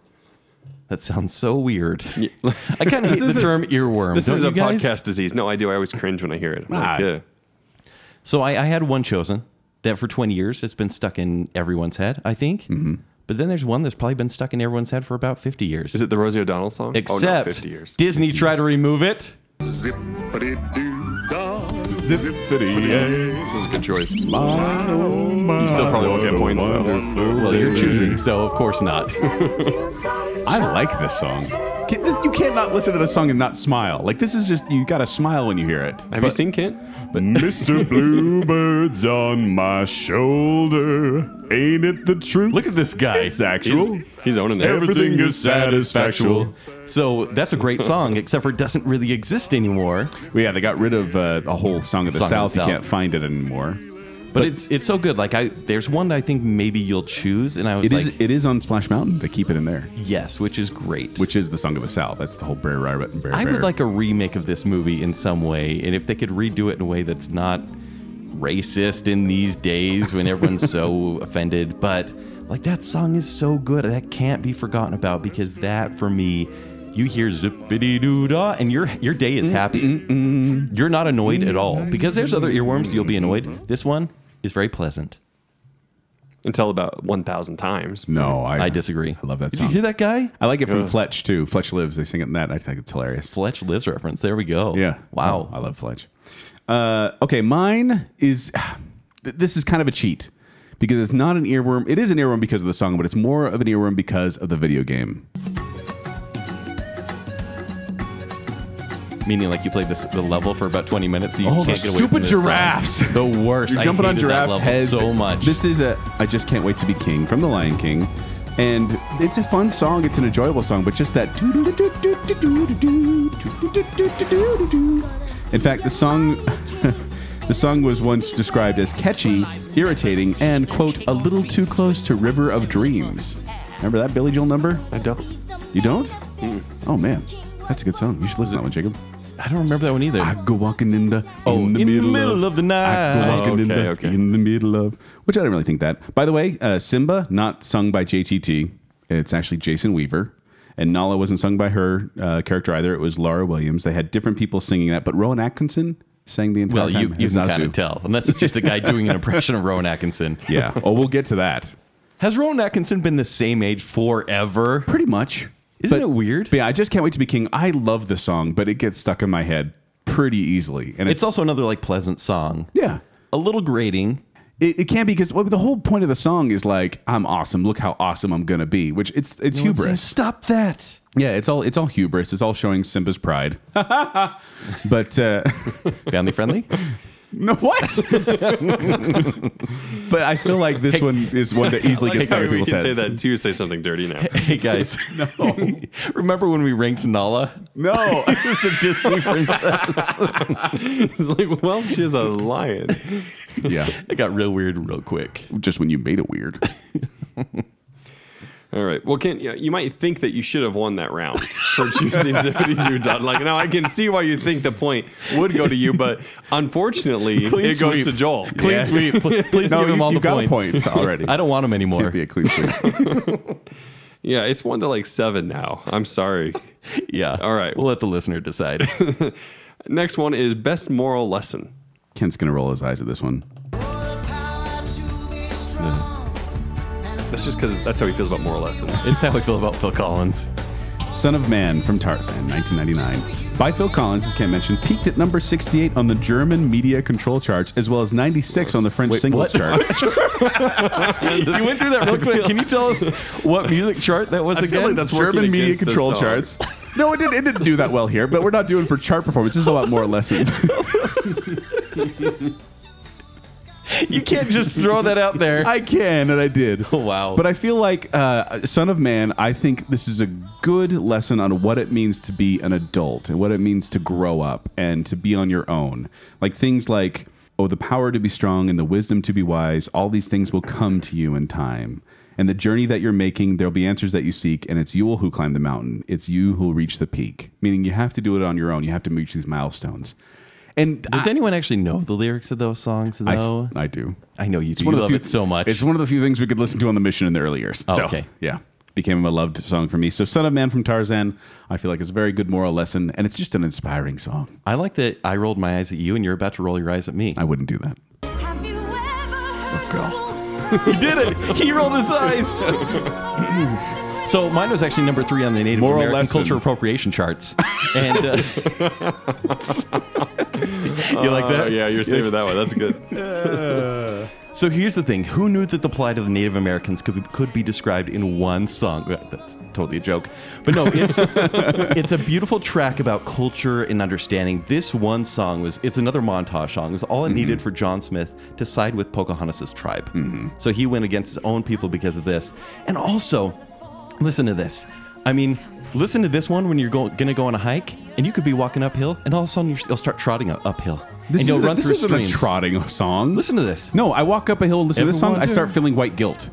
Speaker 4: That sounds so weird. I kind of hate the
Speaker 3: is a-
Speaker 4: term earworm.
Speaker 3: This
Speaker 4: don't
Speaker 3: is
Speaker 4: you
Speaker 3: a
Speaker 4: guys?
Speaker 3: podcast disease. No, I do. I always cringe when I hear it. I'm
Speaker 2: Ah.
Speaker 3: like, yeah.
Speaker 4: So I, I had one chosen that for 20 years it's been stuck in everyone's head, I think.
Speaker 2: Mm-hmm.
Speaker 4: But then there's one that's probably been stuck in everyone's head for about 50 years.
Speaker 3: Is it the Rosie O'Donnell song?
Speaker 4: Except
Speaker 3: oh, no, 50 years.
Speaker 4: Disney tried to remove it.
Speaker 2: Zippity.
Speaker 3: This is a good choice. You still probably won't get points though.
Speaker 4: Well, you're choosing, so of course not.
Speaker 2: I like this song. Can- You can't not listen to this song and not smile. Like, this is just, you got to smile when you hear it.
Speaker 3: Have you seen Kent?
Speaker 2: Mr. Bluebird's on my shoulder. Ain't it the truth?
Speaker 4: Look at this guy.
Speaker 2: It's actual.
Speaker 3: He's owning it.
Speaker 2: Everything is satisfactual.
Speaker 4: So that's a great song, except for it doesn't really exist anymore.
Speaker 2: Well, yeah, they got rid of uh, a whole song of the
Speaker 4: Song of the
Speaker 2: South.
Speaker 4: South.
Speaker 2: You can't find it anymore.
Speaker 4: But, it's it's so good. Like I, there's one I think maybe you'll choose, and I was
Speaker 2: It
Speaker 4: like,
Speaker 2: is. It is on Splash Mountain. They keep it in there,
Speaker 4: yes, which is great.
Speaker 2: which is the song of the South. That's the whole Brer Rabbit. Brer
Speaker 4: I
Speaker 2: Bear.
Speaker 4: would like a remake of this movie in some way, and if they could redo it in a way that's not racist in these days when everyone's so offended, but like that song is so good that can't be forgotten about because that for me, you hear zippity doo dah and your your day is happy. You're not annoyed at all because there's other earworms you'll be annoyed. This one is very pleasant.
Speaker 3: Until about 1,000 times.
Speaker 2: No, I,
Speaker 4: I disagree.
Speaker 2: I love that
Speaker 4: Did
Speaker 2: song.
Speaker 4: you hear that guy?
Speaker 2: I like it from Fletch too. Fletch lives. They sing it in that. I think it's hilarious.
Speaker 4: Fletch Lives reference. There we go.
Speaker 2: Yeah.
Speaker 4: Wow.
Speaker 2: I love Fletch. Uh, okay, mine is th- this is kind of a cheat because it's not an earworm. It is an earworm because of the song, but it's more of an earworm because of the video game.
Speaker 4: Meaning, like you played this the level for about 20 minutes. So you
Speaker 2: Oh,
Speaker 4: can't
Speaker 2: the
Speaker 4: get away from
Speaker 2: stupid
Speaker 4: this song.
Speaker 2: giraffes.
Speaker 4: The worst.
Speaker 2: You're
Speaker 4: I
Speaker 2: jumping on
Speaker 4: hated that
Speaker 2: giraffes'
Speaker 4: level
Speaker 2: heads
Speaker 4: so much.
Speaker 2: This is a I just can't wait to be king from the Lion King, and it's a fun song. It's an enjoyable song, but just that. In fact, the song The song was once described as catchy, irritating, and, quote, a little too close to River of Dreams. Remember that Billy Joel number?
Speaker 3: I don't.
Speaker 2: You don't?
Speaker 4: Mm.
Speaker 2: Oh, man. That's a good song. You should listen to that one, Jacob.
Speaker 4: I don't remember that one either.
Speaker 2: I go walking in the
Speaker 4: Oh,
Speaker 2: in the middle, of,
Speaker 4: the
Speaker 2: I go
Speaker 4: night.
Speaker 2: walking in,
Speaker 3: okay,
Speaker 2: the,
Speaker 3: okay.
Speaker 2: in the middle of which I didn't really think that. By the way, uh, Simba not sung by JTT. It's actually Jason Weaver. And Nala wasn't sung by her uh, character either. It was Laura Williams. They had different people singing that, but Rowan Atkinson sang the entire
Speaker 4: Well, you,
Speaker 2: time.
Speaker 4: you
Speaker 2: as
Speaker 4: can kind
Speaker 2: Zazu.
Speaker 4: of tell, unless it's just a guy doing an impression of Rowan Atkinson.
Speaker 2: Yeah. oh, we'll get to that.
Speaker 4: Has Rowan Atkinson been the same age forever?
Speaker 2: Pretty much.
Speaker 4: Isn't
Speaker 2: But-
Speaker 4: it weird?
Speaker 2: But yeah, I just can't wait to be king. I love the song, but it gets stuck in my head pretty easily. And
Speaker 4: It's
Speaker 2: it's,
Speaker 4: also another like pleasant song.
Speaker 2: yeah.
Speaker 4: A little grating.
Speaker 2: It, it can be because well, the whole point of the song is like I'm awesome. Look how awesome I'm gonna be. Which it's it's hubris.
Speaker 4: Stop that.
Speaker 2: yeah, it's all it's all hubris. It's all showing Simba's pride. but uh,
Speaker 4: Family friendly?
Speaker 2: no, what? but I feel like this one is one that easily
Speaker 3: Like
Speaker 2: gets
Speaker 3: how
Speaker 2: stuck in
Speaker 3: we
Speaker 2: people's
Speaker 3: can say
Speaker 2: heads.
Speaker 3: that too. Say something dirty now.
Speaker 4: hey guys. No. Remember when we ranked Nala?
Speaker 2: No,
Speaker 4: As a Disney princess.
Speaker 3: It's like, well, she's a lion.
Speaker 2: yeah,
Speaker 4: it got real weird real quick.
Speaker 2: just when you made it weird.
Speaker 3: All right. Well, Kent, you- you might think that you should have won that round for choosing Zipity Doo Dot. Like, now I can see why you think the point would go to you, but unfortunately,
Speaker 4: Clean
Speaker 3: it goes
Speaker 4: sweep.
Speaker 3: to Joel.
Speaker 4: Clean sweep. Pl- Please
Speaker 2: No,
Speaker 4: give him
Speaker 2: you-
Speaker 4: all
Speaker 2: you
Speaker 4: the
Speaker 2: got a
Speaker 4: points.
Speaker 2: point already.
Speaker 4: I don't want him anymore.
Speaker 2: Can't be a clean sweep.
Speaker 3: Yeah, it's one to like seven now. I'm sorry.
Speaker 4: yeah.
Speaker 3: All right.
Speaker 4: We'll let the listener decide.
Speaker 3: Next one is best moral lesson.
Speaker 2: Kent's gonna roll his eyes at this one.
Speaker 3: That's just because that's how he feels about moral lessons.
Speaker 4: it's how we feel about Phil Collins.
Speaker 2: Son of Man from Tarzan, 1999, by Phil Collins, as Ken mentioned, peaked at number 68 on the German media control chart, as well as 96 on the French singles chart.
Speaker 4: you went through that real quick. Can you tell us what music chart that was
Speaker 3: I feel
Speaker 4: again?
Speaker 3: like that's working
Speaker 2: German media
Speaker 3: against this
Speaker 2: control
Speaker 3: song.
Speaker 2: charts. No, it didn't, it didn't do that well here, but we're not doing for chart performance. This is a lot more lessons.
Speaker 4: you can't just throw that out there.
Speaker 2: I can, and I did.
Speaker 4: Oh, wow.
Speaker 2: But I feel like uh, Son of Man, I think this is a good lesson on what it means to be an adult and what it means to grow up and to be on your own. Like things like, oh, the power to be strong and the wisdom to be wise, all these things will come to you in time. And the journey that you're making, there'll be answers that you seek, and it's you who climb the mountain. It's you who'll reach the peak. Meaning you have to do it on your own. You have to reach these milestones. And
Speaker 4: Does anyone actually know the lyrics of those songs,
Speaker 2: I,
Speaker 4: though?
Speaker 2: I do.
Speaker 4: I know you do.
Speaker 2: one
Speaker 4: You
Speaker 2: of the
Speaker 4: love
Speaker 2: few-
Speaker 4: it so much.
Speaker 2: It's one of the few things we could listen to on the mission in the early years.
Speaker 4: Oh,
Speaker 2: so,
Speaker 4: okay.
Speaker 2: Yeah. Became a loved song for me. So, Son of Man from Tarzan, I feel like is a very good moral lesson, and it's just an inspiring song.
Speaker 4: I like that I rolled my eyes at you and you're about to roll your eyes at me.
Speaker 2: I wouldn't do that.
Speaker 8: Have you
Speaker 4: Oh,
Speaker 8: ever heard
Speaker 4: He did it. He rolled his eyes. so mine was actually number three on the Native
Speaker 2: Moral
Speaker 4: American
Speaker 2: lesson.
Speaker 4: culture appropriation charts. And uh, you like
Speaker 3: Oh,
Speaker 2: Uh,
Speaker 4: that?
Speaker 3: yeah, you're saving that one. That's good.
Speaker 4: So here's the thing: Who knew that the plight of the Native Americans could be, could be described in one song? Well, That's totally a joke, but no, it's it's a beautiful track about culture and understanding. This one song was it's another montage song. It was
Speaker 2: Mm-hmm.
Speaker 4: all it needed for John Smith to side with Pocahontas' tribe.
Speaker 2: Mm-hmm.
Speaker 4: So he went against his own people because of this, and also listen to this. I mean, listen to this one when you're go- gonna go on a hike, and you could be walking uphill, and all of a sudden you're, you'll start trotting up- uphill, and you'll
Speaker 2: isn't-
Speaker 4: run
Speaker 2: this
Speaker 4: through
Speaker 2: isn't
Speaker 4: streams.
Speaker 2: a trotting song.
Speaker 4: Listen to this.
Speaker 2: No, I walk up a hill, listen to this song,
Speaker 4: Everyone
Speaker 2: I start
Speaker 4: do.
Speaker 2: feeling white guilt.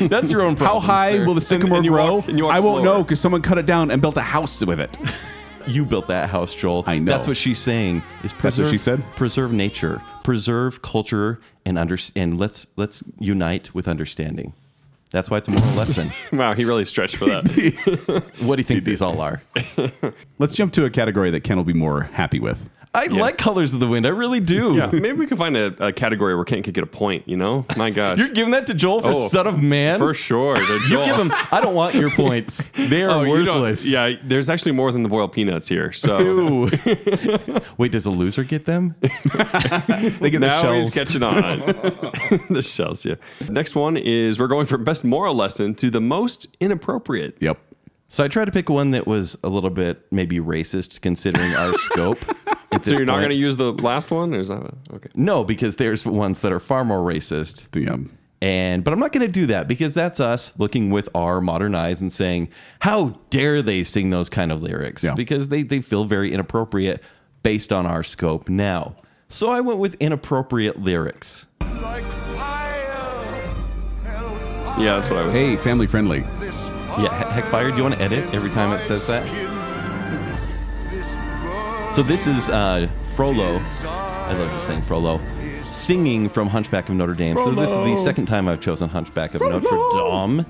Speaker 4: That's your own
Speaker 2: How
Speaker 4: problem.
Speaker 2: high
Speaker 4: sir.
Speaker 2: will the sycamore
Speaker 3: and you
Speaker 2: grow?
Speaker 3: walk- and you walk
Speaker 2: I won't
Speaker 3: slower.
Speaker 2: know because someone cut it down and built a house with it.
Speaker 4: you built that house, Joel?
Speaker 2: I know.
Speaker 4: That's what she's saying. Is preserve,
Speaker 2: That's what she said?
Speaker 4: Preserve nature, preserve culture, and under and let's let's unite with understanding. That's why it's a moral lesson.
Speaker 3: Wow, he really stretched for that.
Speaker 4: What do you think these all are?
Speaker 2: Let's jump to a category that Ken will be more happy with.
Speaker 4: I like Colors of the Wind. I really do.
Speaker 3: yeah, maybe we can find a, a category where Kent could get a point. You know, my gosh,
Speaker 4: You're giving that to Joel for
Speaker 3: Oh,
Speaker 4: son of man.
Speaker 3: for sure. The
Speaker 4: You
Speaker 3: Joel.
Speaker 4: give him. I don't want your points. They are
Speaker 3: Oh, you don't-
Speaker 4: worthless.
Speaker 3: Yeah, there's actually more than the boiled peanuts here. So
Speaker 4: Ooh. Wait, does the loser get them?
Speaker 2: They get the
Speaker 3: now
Speaker 2: shells.
Speaker 3: he's catching on. the shells, yeah. Next one is we're going from best moral lesson to the most inappropriate.
Speaker 2: yep.
Speaker 4: So I tried to pick one that was a little bit maybe racist considering our scope. at
Speaker 3: So
Speaker 4: this
Speaker 3: you're not
Speaker 4: point.
Speaker 3: going to use the last one? Or is that okay?
Speaker 4: No, because there's ones that are far more racist.
Speaker 2: Yum.
Speaker 4: And but I'm not going to do that because that's us looking with our modern eyes and saying, "How dare they sing those kind of lyrics?"
Speaker 2: Yeah.
Speaker 4: Because they they feel very inappropriate based on our scope now. So I went with inappropriate lyrics.
Speaker 6: Like fire, hellfire,
Speaker 3: Yeah, that's what I was.
Speaker 2: Hey, family friendly.
Speaker 6: this
Speaker 4: Yeah, he- Heckfire, do you want to edit every time it says that? So this is uh, Frollo. I love this thing, Frollo. Singing from Hunchback of Notre Dame. So this is the second time I've chosen Hunchback of Notre Dame.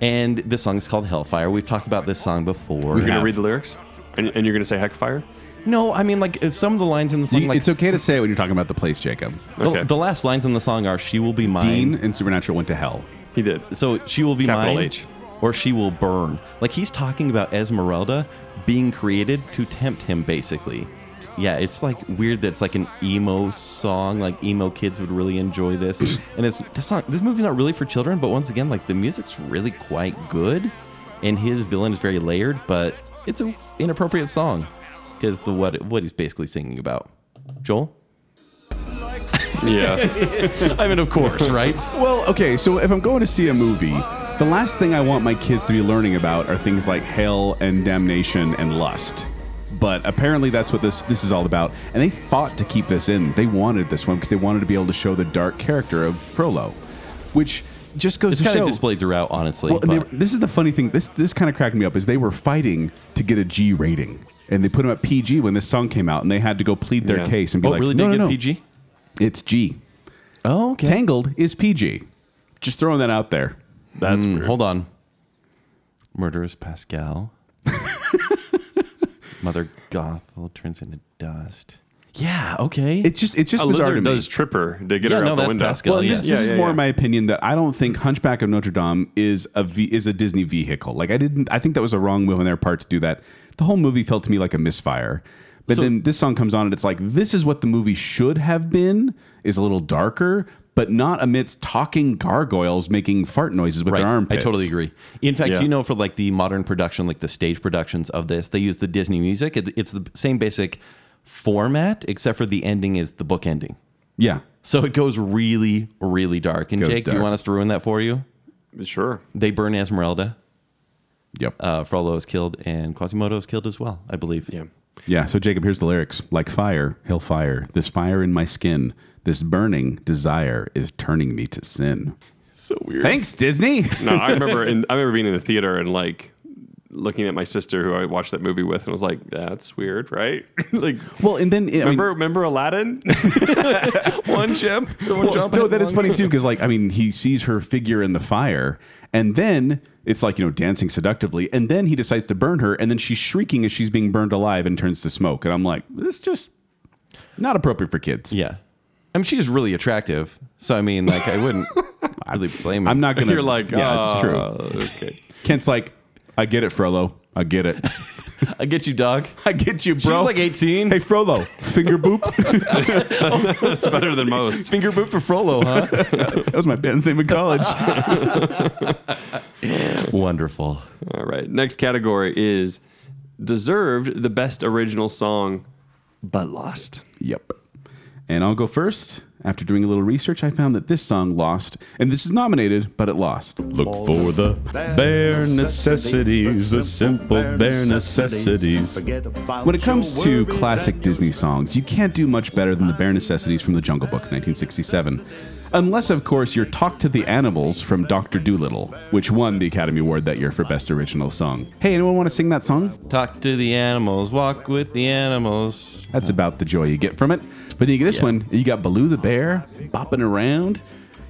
Speaker 4: And this song is called Hellfire. We've talked about this song before.
Speaker 3: You're gonna read the lyrics, and, and you're gonna say heckfire.
Speaker 4: No, I mean like uh, some of the lines in the song,
Speaker 2: You-
Speaker 4: like
Speaker 2: it's okay to say it when you're talking about the place, Jacob.
Speaker 4: the,
Speaker 3: Okay.
Speaker 4: the last lines in the song are "She will be mine."
Speaker 2: Dean and Supernatural went to hell.
Speaker 3: He did.
Speaker 4: So she will be
Speaker 3: Capital
Speaker 4: mine,
Speaker 3: H.
Speaker 4: or she will burn. Like he's talking about Esmeralda being created to tempt him, basically. Yeah, it's like weird that it's like an emo song. Like emo kids would really enjoy this, and it's this not This movie's not really for children, but once again, like the music's really quite good, and his villain is very layered, but it's an inappropriate song because the what what he's basically singing about. Joel,
Speaker 3: Yeah.
Speaker 4: I mean, of course, right?
Speaker 2: Well, okay, so if I'm going to see a movie, the last thing I want my kids to be learning about are things like hell and damnation and lust. But apparently that's what this this is all about. And they fought to keep this in. They wanted this one because they wanted to be able to show the dark character of Frollo, which just goes
Speaker 4: It's
Speaker 2: to
Speaker 4: kind
Speaker 2: show
Speaker 4: of displayed throughout, honestly.
Speaker 2: Well, and they
Speaker 4: but-
Speaker 2: were- this is the funny thing. This this kind of cracked me up is they were fighting to get a G rating, and they put him at PG when this song came out, and they had to go plead their
Speaker 3: Yeah.
Speaker 2: case and be
Speaker 4: oh,
Speaker 2: like,
Speaker 4: really?
Speaker 2: no,
Speaker 4: did
Speaker 2: no,
Speaker 4: get
Speaker 2: no,
Speaker 4: PG?
Speaker 2: It's G.
Speaker 4: Oh, okay.
Speaker 2: Tangled is PG. Just throwing that out there.
Speaker 3: That's
Speaker 4: Mm,
Speaker 3: weird.
Speaker 4: hold on. Murderous Pascal. Mother Gothel turns into dust. Yeah, okay.
Speaker 2: It's just it's just
Speaker 3: A
Speaker 2: bizarre to
Speaker 3: lizard
Speaker 2: me.
Speaker 3: does trip her to get
Speaker 4: Yeah,
Speaker 3: her
Speaker 4: no,
Speaker 3: out the
Speaker 4: that's
Speaker 3: window.
Speaker 4: Pascal.
Speaker 2: Well, and this,
Speaker 4: Yeah,
Speaker 2: this is
Speaker 3: yeah,
Speaker 2: more
Speaker 3: yeah.
Speaker 2: my opinion that I don't think Hunchback of Notre Dame is a v, is a Disney vehicle. Like I didn't, I think that was a wrong move on their part to do that. The whole movie felt to me like a misfire. But
Speaker 4: So-
Speaker 2: then this song comes on and it's like this is what the movie should have been is a little darker, but not amidst talking gargoyles making fart noises with
Speaker 4: right.
Speaker 2: their
Speaker 4: I
Speaker 2: armpits.
Speaker 4: totally agree. In fact,
Speaker 3: Yeah.
Speaker 4: you know, for like the modern production, like the stage productions of this, they use the Disney music. It, it's the same basic format, except for the ending is the book ending.
Speaker 2: Yeah,
Speaker 4: So it goes really, really dark. And
Speaker 2: Goes
Speaker 4: Jake, do you
Speaker 2: dark.
Speaker 4: want us to ruin that for you?
Speaker 3: Sure.
Speaker 4: They burn Esmeralda.
Speaker 2: yep,
Speaker 4: Uh, Frollo is killed, and Quasimodo is killed as well, I believe.
Speaker 3: Yeah.
Speaker 2: yeah. So Jacob, here's the lyrics: like fire, he'll fire. This fire in my skin, this burning desire is turning me to sin.
Speaker 4: So weird.
Speaker 2: Thanks, Disney.
Speaker 3: No, I remember. In, I remember being in the theater and like looking at my sister who I watched that movie with, and was like, "That's weird, right?" like,
Speaker 2: well, and then I mean-
Speaker 3: remember, remember Aladdin? One chimp, one
Speaker 2: Well,
Speaker 3: jump.
Speaker 2: no, that is funny too, because like I mean, he sees her figure in the fire, and then it's like you know dancing seductively, and then he decides to burn her, and then she's shrieking as she's being burned alive and turns to smoke, and I'm like, this just not appropriate for kids.
Speaker 4: Yeah. I mean, she's really attractive. So, I mean, like, I wouldn't really blame her.
Speaker 2: I'm not gonna.
Speaker 3: You're like, "Ah."
Speaker 2: yeah, it's true.
Speaker 3: it's true. Okay.
Speaker 2: Kent's like, I get it, Frollo. I get it.
Speaker 4: I get you, dog.
Speaker 2: I get you, bro.
Speaker 4: She's like 18.
Speaker 2: hey, Frollo, finger boop.
Speaker 3: It's better than most.
Speaker 4: Finger boop to Frollo, huh?
Speaker 2: that was my band's name in college.
Speaker 4: Wonderful.
Speaker 3: All right. Next category is deserved the best original song, but lost.
Speaker 2: Yep. And I'll go first. After doing a little research, I found that this song lost, and this is nominated, but it lost.
Speaker 9: Look for the bare necessities, the simple bare necessities.
Speaker 2: When it comes to classic Disney songs, you can't do much better than The Bare Necessities from The Jungle Book, 1967. Unless, of course, you're Talk to the Animals from Dr. Dolittle, which won the Academy Award that year for Best Original Song. Hey, anyone want to sing that song?
Speaker 4: Talk to the animals, walk with the animals.
Speaker 2: That's about the joy you get from it. But then you get this one, you got Baloo the Bear bopping around.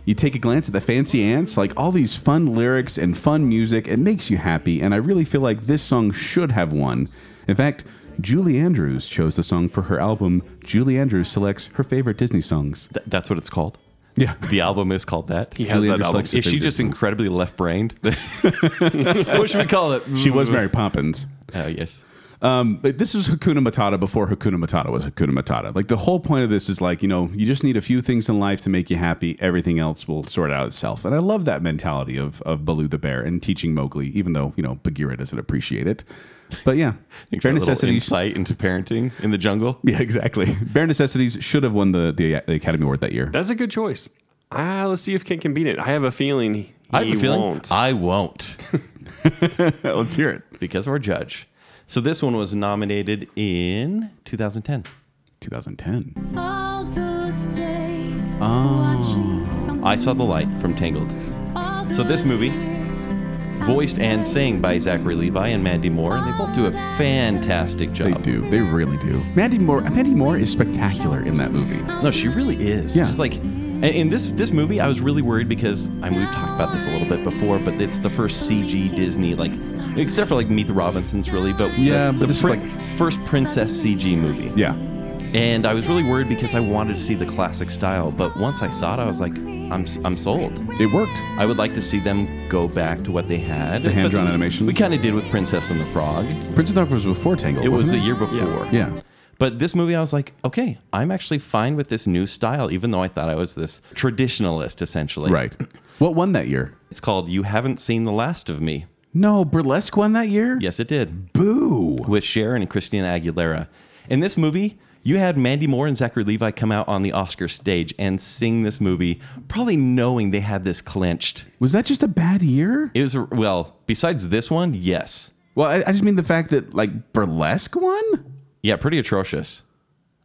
Speaker 2: You take a glance at the fancy ants, like all these fun lyrics and fun music. It makes you happy, and I really feel like this song should have won. In fact, Julie Andrews chose the song for her album. Julie Andrews selects her favorite Disney songs.
Speaker 4: Th- that's what it's called.
Speaker 2: Yeah.
Speaker 4: The album is called that.
Speaker 3: He has
Speaker 2: Julie
Speaker 3: that
Speaker 2: Andrews
Speaker 3: album.
Speaker 2: likes
Speaker 4: Is she
Speaker 2: Finger
Speaker 4: just
Speaker 2: songs.
Speaker 4: incredibly left brained? what should we call it?
Speaker 2: She was Mary Poppins.
Speaker 4: Oh, yes.
Speaker 2: Um, but this was Hakuna Matata before Hakuna Matata was Hakuna Matata. Like the whole point of this is like, you know, you just need a few things in life to make you happy. Everything else will sort out itself. And I love that mentality of, of Baloo the bear and teaching Mowgli, even though, you know, Bagheera doesn't appreciate it. But yeah,
Speaker 4: Thanks
Speaker 2: bare
Speaker 4: for a little
Speaker 2: necessities.
Speaker 4: insight into parenting in the jungle.
Speaker 2: Yeah, exactly. Bare necessities should have won the, uh, the, the Academy Award that year.
Speaker 3: That's a good choice. Ah, let's see if Kent can beat it. I have a feeling he
Speaker 4: I have a feeling
Speaker 3: won't.
Speaker 4: I won't.
Speaker 2: Let's hear it.
Speaker 4: because of our judge. So this one was nominated in 2010.
Speaker 2: 2010.
Speaker 8: All the Oh.
Speaker 4: I Saw the Light from Tangled. So this movie, Voiced and sang by Zachary Levi and Mandy Moore, and they both do a fantastic
Speaker 2: They
Speaker 4: job.
Speaker 2: do. They really do. Mandy Moore. Mandy Moore is spectacular in that movie.
Speaker 4: No, she really is.
Speaker 2: Yeah.
Speaker 4: She's like, and in this this movie, I was really worried because I mean, we've talked about this a little bit before, but it's the first CG Disney like, except for like Meet the Robinsons, really. But the-
Speaker 2: Yeah,
Speaker 4: the,
Speaker 2: but this is
Speaker 4: prin-
Speaker 2: like-
Speaker 4: first princess CG movie.
Speaker 2: Yeah.
Speaker 4: And I was really worried because I wanted to see the classic style, but once I saw it, I was like, I'm I'm sold.
Speaker 2: It worked.
Speaker 4: I would like to see them go back to what they had.
Speaker 2: The hand-drawn
Speaker 4: But
Speaker 2: animation.
Speaker 4: We kind of did with Princess and the Frog.
Speaker 2: Prince of Darkness was before Tangled.
Speaker 4: It was
Speaker 2: wasn't
Speaker 4: the year before.
Speaker 2: Yeah.
Speaker 4: But this movie, I was like, okay, I'm actually fine with this new style, even though I thought I was this traditionalist, essentially.
Speaker 2: Right. What won that year?
Speaker 4: It's called You Haven't Seen the Last of Me.
Speaker 2: No, Burlesque won that year.
Speaker 4: Yes, it did.
Speaker 2: Boo.
Speaker 4: With Sharon and Christina Aguilera. In this movie, you had Mandy Moore and Zachary Levi come out on the Oscar stage and sing this movie, probably knowing they had this clenched.
Speaker 2: Was that just a bad year?
Speaker 4: It was, well, besides this one, yes.
Speaker 2: Well, I, I just mean the fact that like Burlesque won.
Speaker 4: Yeah, pretty atrocious.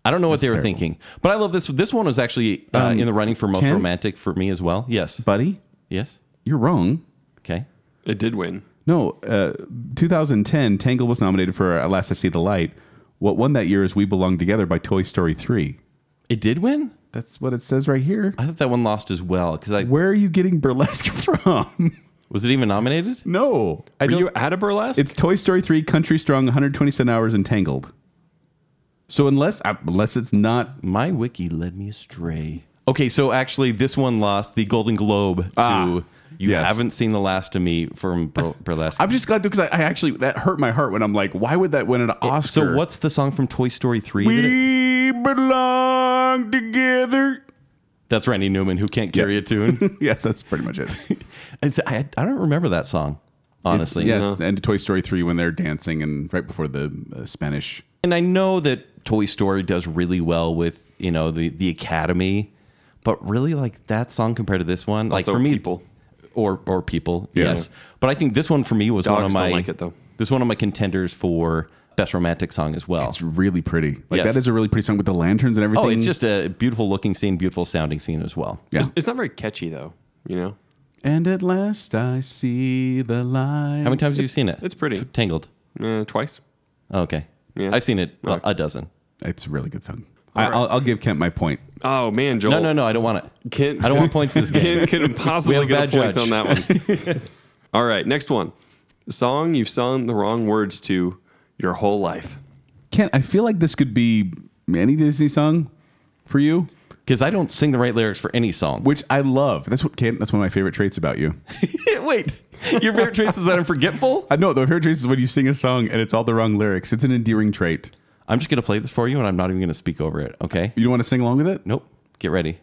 Speaker 4: I don't know what they were
Speaker 2: terrible.
Speaker 4: thinking, but I love this. This one was actually uh,
Speaker 2: Um,
Speaker 4: in the running for most
Speaker 2: Ken?
Speaker 4: romantic for me as well. Yes.
Speaker 2: Buddy,
Speaker 4: yes.
Speaker 2: you're wrong.
Speaker 4: Okay.
Speaker 3: It did win.
Speaker 2: No, uh, 2010, Tangle was nominated for Alas, I See the Light. What won that year is We Belong Together by Toy Story 3.
Speaker 4: It did win?
Speaker 2: That's what it says right here.
Speaker 4: I thought that one lost as well because I
Speaker 2: Where are you getting Burlesque from?
Speaker 4: was it even nominated?
Speaker 2: no. I
Speaker 3: Were
Speaker 2: don't,
Speaker 3: you at a burlesque?
Speaker 2: it's Toy Story 3, Country Strong, 127 Hours, and Tangled. So unless uh, unless it's not
Speaker 4: My wiki led me astray. Okay, so actually this one lost the Golden Globe
Speaker 2: Ah,
Speaker 4: to You
Speaker 2: yes.
Speaker 4: Haven't Seen the Last of Me from Bur- Burlesque.
Speaker 2: I'm just glad because I, I actually that hurt my heart when I'm like, why would that win an Oscar?
Speaker 4: So what's the song from Toy Story 3?
Speaker 2: we belong together?
Speaker 4: That's Randy Newman who can't carry
Speaker 2: Yeah.
Speaker 4: a tune.
Speaker 2: Yes, that's pretty much it. It's-
Speaker 4: It's- I, I don't remember that song, honestly. uh-huh.
Speaker 2: yeah, it's the end of Toy Story three when they're dancing and right before the uh, Spanish.
Speaker 4: And I know that Toy Story does really well with, you know, the the Academy, but really like that song compared to this one, like
Speaker 3: Also
Speaker 4: for me
Speaker 3: People.
Speaker 4: or or people,
Speaker 2: Yeah.
Speaker 4: yes. But I think this one for me was one of
Speaker 3: Dogs
Speaker 4: my
Speaker 3: don't like it, though.
Speaker 4: This one of my contenders for best romantic song as well.
Speaker 2: It's really pretty. Like
Speaker 4: Yes.
Speaker 2: that is a really pretty song with the lanterns and everything.
Speaker 4: oh, it's just a beautiful looking scene, beautiful sounding scene as well.
Speaker 2: yeah.
Speaker 3: It's, it's not very catchy though. You know,
Speaker 2: and at last I see the light.
Speaker 4: How many times have you seen it?
Speaker 3: it's pretty.
Speaker 4: T- Tangled.
Speaker 3: uh, twice.
Speaker 4: Oh, okay.
Speaker 3: Yeah.
Speaker 4: I've seen it
Speaker 3: Okay.
Speaker 4: a, a dozen.
Speaker 2: It's a really good song. I, I'll, I'll give Kent my point.
Speaker 3: Oh man, Joel.
Speaker 4: No, no, no. I don't want it.
Speaker 3: Kent,
Speaker 4: I don't want points in this game.
Speaker 3: Kent couldn't
Speaker 4: We have
Speaker 3: possibly
Speaker 4: a
Speaker 3: get a
Speaker 4: bad
Speaker 3: point
Speaker 4: judge.
Speaker 3: on that one. All right, next one. Song you've sung the wrong words to your whole life.
Speaker 2: Kent, I feel like this could be any Disney song for you.
Speaker 4: Because I don't sing the right lyrics for any song.
Speaker 2: Which I love. That's what Kent. That's one of my favorite traits about you.
Speaker 4: Wait, your favorite traits is that I'm forgetful?
Speaker 2: I know Uh, the favorite traits is when you sing a song and it's all the wrong lyrics. It's an endearing trait.
Speaker 4: I'm just going to play this for you and I'm not even going to speak over it, okay?
Speaker 2: You don't want to sing along with it?
Speaker 4: Nope. Get ready.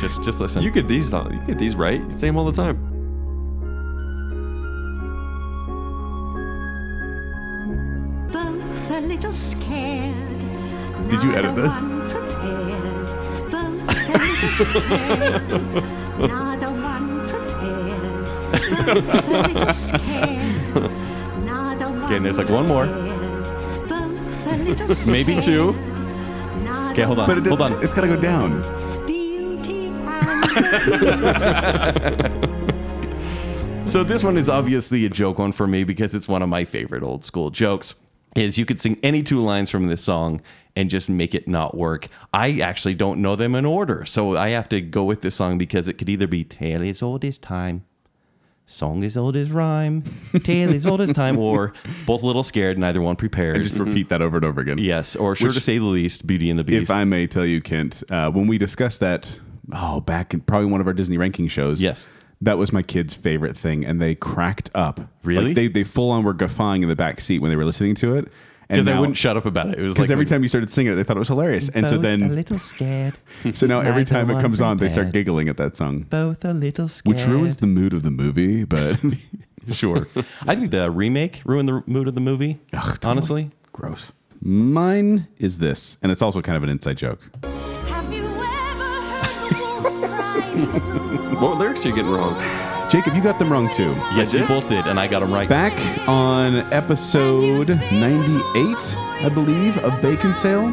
Speaker 4: just just listen.
Speaker 3: You get these songs. You get these right. You say them all the time.
Speaker 8: Both a little scared.
Speaker 2: Did you edit this?
Speaker 8: Unprepared. Both a little scared. Neither one prepared. Both a little scared. Neither one
Speaker 4: Okay, and there's like one more.
Speaker 8: prepared. Both a little scared.
Speaker 4: Maybe two.
Speaker 8: Neither
Speaker 4: Okay, hold on.
Speaker 2: But it,
Speaker 4: hold on.
Speaker 2: It's gotta go down.
Speaker 8: Beauty and the
Speaker 4: So this one is obviously a joke one for me because it's one of my favorite old school jokes. Is you could sing any two lines from this song and just make it not work. I actually don't know them in order, so I have to go with this song because it could either be "Tale as old as time," "Song as old as rhyme," "Tale as old as time," or both a little scared, neither one prepared.
Speaker 2: Just repeat that over and over again.
Speaker 4: yes, or sure to say the least, "Beauty and the Beast."
Speaker 2: If I may tell you, Kent, uh, when we discussed that, oh, back in probably one of our Disney ranking shows.
Speaker 4: Yes.
Speaker 2: That was my kids' favorite thing, and they cracked up.
Speaker 4: Really?
Speaker 2: Like, they they full on were guffawing in the back seat when they were listening to it.
Speaker 4: because I wouldn't shut up about it. It was
Speaker 2: Because
Speaker 4: like
Speaker 2: every time you started singing it, they thought it was hilarious, and so
Speaker 10: Both a
Speaker 2: then,
Speaker 10: little scared,
Speaker 2: so now every
Speaker 10: neither
Speaker 2: time it
Speaker 10: one
Speaker 2: comes on, they start
Speaker 10: prepared.
Speaker 2: giggling at that song,
Speaker 10: both a little scared.
Speaker 2: which ruins the mood of the movie. But
Speaker 4: sure. I think the remake ruined the mood of the movie. honestly,
Speaker 2: Gross. Mine is this, and it's also kind of an inside joke.
Speaker 8: scared. Have you ever heard a wolf cry to the moon?
Speaker 3: What lyrics are you getting wrong?
Speaker 2: Jacob, you got them wrong too.
Speaker 4: yes, you
Speaker 3: did?
Speaker 4: both did, and I got them right.
Speaker 2: Back on episode 98, I believe, of Bacon Sale,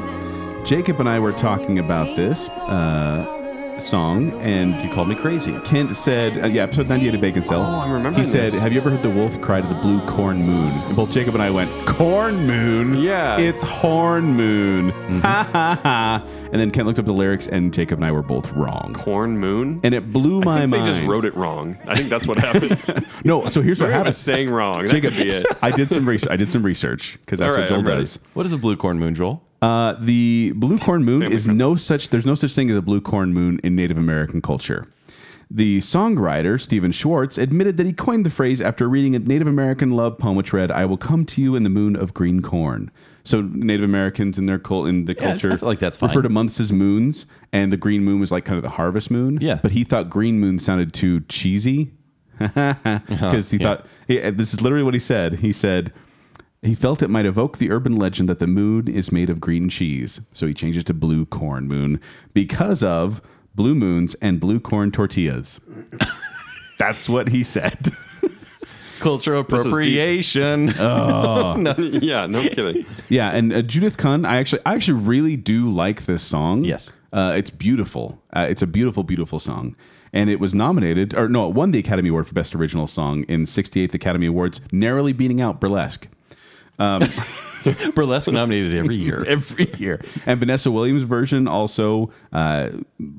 Speaker 2: Jacob and I were talking about this uh, song, and you
Speaker 4: called me crazy.
Speaker 2: Kent said, uh, "Yeah, episode 98 of Bacon Cell."
Speaker 3: Oh, I'm remembering
Speaker 2: He said,
Speaker 3: this.
Speaker 2: "Have you ever heard the wolf cry to the blue corn moon?" And both Jacob and I went, "Corn moon?
Speaker 3: Yeah. Mm-hmm.
Speaker 2: it's horn moon." Ha ha ha! And then Kent looked up the lyrics, and Jacob and I were both wrong.
Speaker 3: Corn Moon.
Speaker 2: And it blew my
Speaker 3: I think
Speaker 2: mind.
Speaker 3: they just wrote it wrong. I think that's what happened.
Speaker 2: No, so here's what
Speaker 3: I
Speaker 2: happened.
Speaker 3: was saying wrong. That
Speaker 2: Jacob,
Speaker 3: could be it.
Speaker 2: I did some research. I did some research because that's
Speaker 3: All
Speaker 2: what
Speaker 3: right,
Speaker 2: Joel
Speaker 3: I'm ready.
Speaker 2: does.
Speaker 4: What is a blue corn moon, Joel?
Speaker 2: Uh, the blue corn moon
Speaker 3: Family
Speaker 2: is
Speaker 3: friendly.
Speaker 2: no such. There's no such thing as a blue corn moon in Native American culture. The songwriter Stephen Schwartz admitted that he coined the phrase after reading a Native American love poem, which read, "I will come to you in the moon of green corn." So Native Americans in their cult in the
Speaker 4: Yeah, I
Speaker 2: culture,
Speaker 4: feel like that's fine.
Speaker 2: refer to months as moons, and the green moon was like kind of the harvest moon.
Speaker 4: Yeah.
Speaker 2: but he thought green moon sounded too cheesy because he thought he- uh, this is literally what he said. He said. He felt it might evoke the urban legend that the moon is made of green cheese, so he changed it to blue corn moon because of blue moons and blue corn tortillas. That's what he said.
Speaker 4: Cultural
Speaker 3: This is deep. Uh,
Speaker 4: appropriation.
Speaker 3: yeah, no kidding.
Speaker 2: yeah, and uh, Judith Kun, I actually, I actually really do like this song.
Speaker 4: Yes.
Speaker 2: uh, it's beautiful. Uh, it's a beautiful, beautiful song, and it was nominated, or no, it won the Academy Award for Best Original Song in 68th Academy Awards, narrowly beating out Burlesque.
Speaker 4: Burlesque nominated every year.
Speaker 2: every year. And Vanessa Williams' version also uh,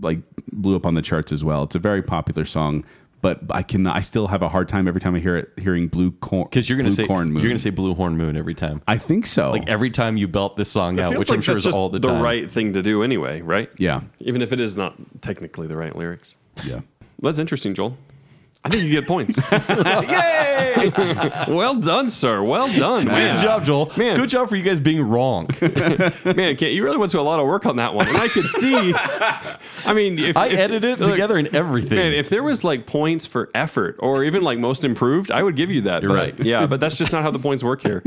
Speaker 2: like blew up on the charts as well. It's a very popular song, but I can I still have a hard time every time I hear it hearing blue corn
Speaker 4: Because you're gonna
Speaker 2: Blue
Speaker 4: say
Speaker 2: corn moon.
Speaker 4: you're gonna say blue horn moon every time.
Speaker 2: I think so.
Speaker 4: Like every time you belt this song out,
Speaker 3: Feels
Speaker 4: which
Speaker 3: like
Speaker 4: I'm sure
Speaker 3: that's
Speaker 4: is
Speaker 3: just
Speaker 4: all the, time.
Speaker 3: right thing to do anyway, right?
Speaker 2: yeah,
Speaker 3: Even if it is not technically the right lyrics.
Speaker 2: yeah.
Speaker 3: That's interesting, Joel. I think you get points. Yay! well done, sir. Well done.
Speaker 4: Good
Speaker 3: Man,
Speaker 4: job, Joel.
Speaker 3: Man.
Speaker 4: Good job for you guys being wrong.
Speaker 3: man Kent, you really went to a lot of work on that one. And I could see. I mean, if
Speaker 4: I
Speaker 3: if-
Speaker 4: edited it
Speaker 3: look,
Speaker 4: together and everything.
Speaker 3: Man, if there was like points for effort or even like most improved, I would give you that.
Speaker 4: You're
Speaker 3: but-
Speaker 4: right.
Speaker 3: Yeah, but that's just not how the points work here.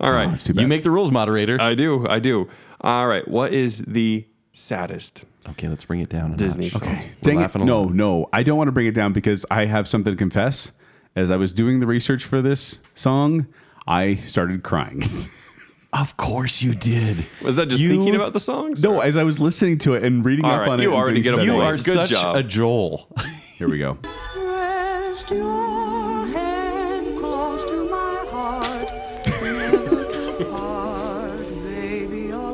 Speaker 3: All right.
Speaker 2: It's too bad.
Speaker 4: you make the rules, moderator.
Speaker 3: I do. I do. All right. What is the saddest
Speaker 4: okay, let's bring it down. a
Speaker 3: Disney
Speaker 4: notch.
Speaker 3: song?
Speaker 4: We're
Speaker 2: Dang it.
Speaker 4: laughing
Speaker 2: No,
Speaker 4: along.
Speaker 2: no. I don't want to bring it down because I have something to confess. As I was doing the research for this song, I started crying.
Speaker 4: Of course you did.
Speaker 3: Was that just
Speaker 4: You-
Speaker 3: thinking about the songs?
Speaker 2: no,
Speaker 3: or-
Speaker 2: as I was listening to it and reading
Speaker 3: All
Speaker 2: up
Speaker 3: right,
Speaker 2: on it.
Speaker 3: you
Speaker 2: and
Speaker 3: already
Speaker 2: doing
Speaker 3: get a
Speaker 2: studying.
Speaker 4: You
Speaker 3: Anyway,
Speaker 4: are
Speaker 3: good
Speaker 4: such
Speaker 3: job.
Speaker 4: a Joel.
Speaker 2: Here we go.
Speaker 8: Rest your hand close to my heart.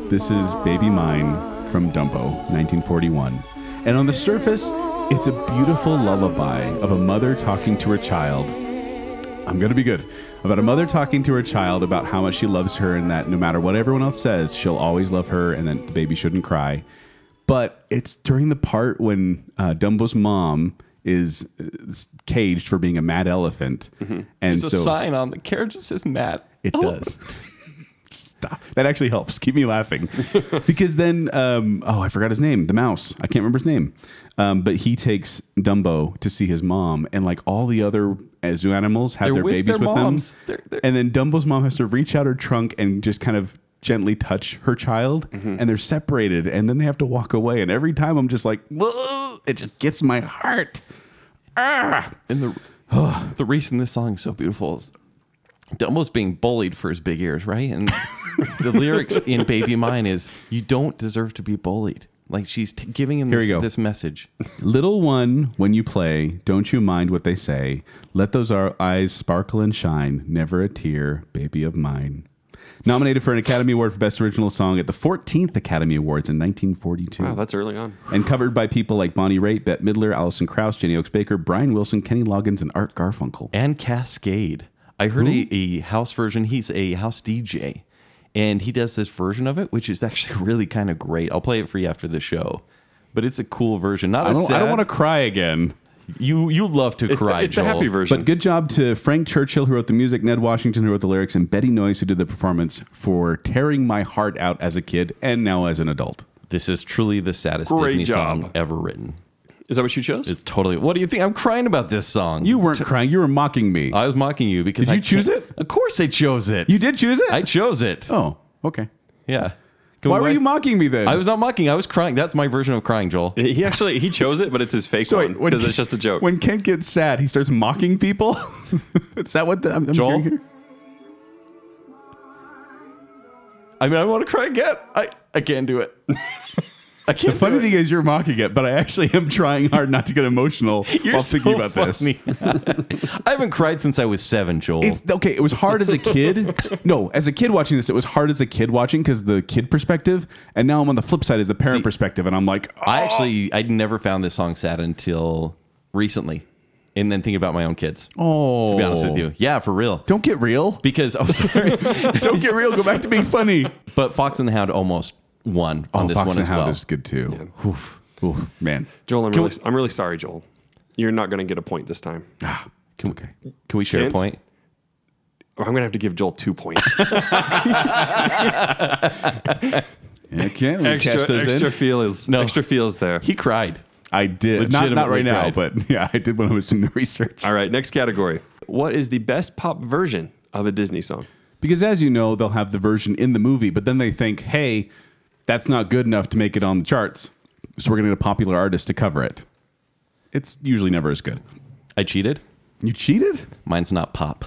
Speaker 2: This is Baby Mine from Dumbo, 1941. And on the surface, it's a beautiful lullaby of a mother talking to her child. I'm going to be good. About a mother talking to her child about how much she loves her and that no matter what everyone else says, she'll always love her and that the baby shouldn't cry. But it's during the part when uh, Dumbo's mom is uh, s- caged for being a mad elephant. And
Speaker 4: There's
Speaker 2: so
Speaker 4: a sign on the carriage that says Matt.
Speaker 2: it
Speaker 4: Oh.
Speaker 2: does. Stop. That actually helps. Keep me laughing. because then, um, oh, I forgot his name. The mouse. I can't remember his name. Um, but he takes Dumbo to see his mom, and like all the other uh, zoo animals have
Speaker 4: They're
Speaker 2: their
Speaker 4: with
Speaker 2: babies
Speaker 4: their
Speaker 2: with
Speaker 4: moms.
Speaker 2: them.
Speaker 4: They're- they're-
Speaker 2: And then Dumbo's mom has to reach out her trunk and just kind of gently touch her child,
Speaker 4: Mm-hmm.
Speaker 2: and they're separated, and then they have to walk away. And every time I'm just like, Whoa, it just gets my heart. Ah.
Speaker 4: And the the reason this song is so beautiful is Dumbo's being bullied for his big ears, right? And the lyrics in Baby Mine is you don't deserve to be bullied. Like she's t- giving him
Speaker 2: Here we
Speaker 4: this,
Speaker 2: go.
Speaker 4: this message.
Speaker 2: Little one, when you play, don't you mind what they say. Let those ar- eyes sparkle and shine, never a tear, baby of mine. Nominated for an Academy Award for Best Original Song at the 14th Academy Awards in 1942.
Speaker 3: Wow, that's early on.
Speaker 2: and covered by people like Bonnie Raitt, Bette Midler, Allison Krauss, Jenny Oaks Baker, Brian Wilson, Kenny Loggins, and Art Garfunkel.
Speaker 4: And Cascade. I heard a, a house version. He's a house DJ. And he does this version of it, which is actually really kind of great. I'll play it for you after the show. But it's a cool version. Not
Speaker 2: I
Speaker 4: a
Speaker 2: don't, I don't
Speaker 4: sad-
Speaker 2: want to cry again.
Speaker 4: You you love to
Speaker 3: It's,
Speaker 4: cry.
Speaker 3: the, it's the happy
Speaker 4: Joel.
Speaker 3: version.
Speaker 2: But good job to Frank Churchill, who wrote the music, Ned Washington, who wrote the lyrics, and Betty Noyes, who did the performance, for tearing my heart out as a kid and now as an adult.
Speaker 4: This is truly the saddest
Speaker 3: Great
Speaker 4: Disney
Speaker 3: job.
Speaker 4: song ever written.
Speaker 3: Is that what you chose?
Speaker 4: It's totally. What do you think? I'm crying about this song.
Speaker 2: You
Speaker 4: It's
Speaker 2: weren't
Speaker 4: t-
Speaker 2: crying. You were mocking me.
Speaker 4: I was mocking you because
Speaker 2: Did
Speaker 4: I
Speaker 2: you choose
Speaker 4: can't-
Speaker 2: it?
Speaker 4: Of course I chose it.
Speaker 2: You did choose it?
Speaker 4: I chose it.
Speaker 2: Oh, okay.
Speaker 4: Yeah. Go
Speaker 2: Why were
Speaker 4: away.
Speaker 2: you mocking me then?
Speaker 4: I was not mocking. I was crying. That's my version of crying, Joel.
Speaker 3: he actually he chose it, but it's his fake
Speaker 2: So wait,
Speaker 3: one
Speaker 2: when
Speaker 3: because
Speaker 2: Ken-
Speaker 3: it's just a joke.
Speaker 2: When Kent gets sad, he starts mocking people. Is that what the, I'm, I'm
Speaker 4: Joel?
Speaker 2: hearing here?
Speaker 4: I mean, I want to cry again. I I can't do it. I can't.
Speaker 2: The funny
Speaker 4: do
Speaker 2: thing is, you're mocking it, but I actually am trying hard not to get emotional
Speaker 4: You're
Speaker 2: while
Speaker 4: so
Speaker 2: thinking about this.
Speaker 4: funny. I haven't cried since I was seven, Joel.
Speaker 2: It's okay. It was hard as a kid. no, as a kid watching this, it was hard as a kid watching because the kid perspective, and now I'm on the flip side as the parent perspective, and I'm like, oh,
Speaker 4: I actually I never found this song sad until recently, and then thinking about my own kids.
Speaker 2: oh,
Speaker 4: to be honest with you, yeah, for real.
Speaker 2: don't get real.
Speaker 4: because I'm sorry,
Speaker 2: don't get real. Go back to being funny.
Speaker 4: but Fox and the Hound almost won on
Speaker 2: Oh,
Speaker 4: this
Speaker 2: Fox
Speaker 4: one
Speaker 2: and
Speaker 4: as
Speaker 2: Hound
Speaker 4: well.
Speaker 2: is good too. Oof. Oof, man.
Speaker 3: Joel, I'm really, I'm really sorry, Joel. You're not going to get a point this time.
Speaker 2: It's okay.
Speaker 4: Can we share
Speaker 3: Kent?
Speaker 4: a point?
Speaker 3: Or I'm going to have to give Joel two points.
Speaker 2: Okay, we
Speaker 3: extra
Speaker 2: cash those
Speaker 3: extra
Speaker 2: in.
Speaker 3: feels.
Speaker 4: No.
Speaker 3: Extra feels there.
Speaker 4: He cried.
Speaker 2: I did. Not, not right
Speaker 4: Legitimately
Speaker 2: now,
Speaker 4: cried.
Speaker 2: but yeah, I did when I was doing the research.
Speaker 3: All right, next category. What is the best pop version of a Disney song?
Speaker 2: Because as you know, they'll have the version in the movie, but then they think, hey, that's not good enough to make it on the charts. So we're going to get a popular artist to cover it. It's usually never as good.
Speaker 4: I cheated.
Speaker 2: You cheated?
Speaker 4: Mine's not pop.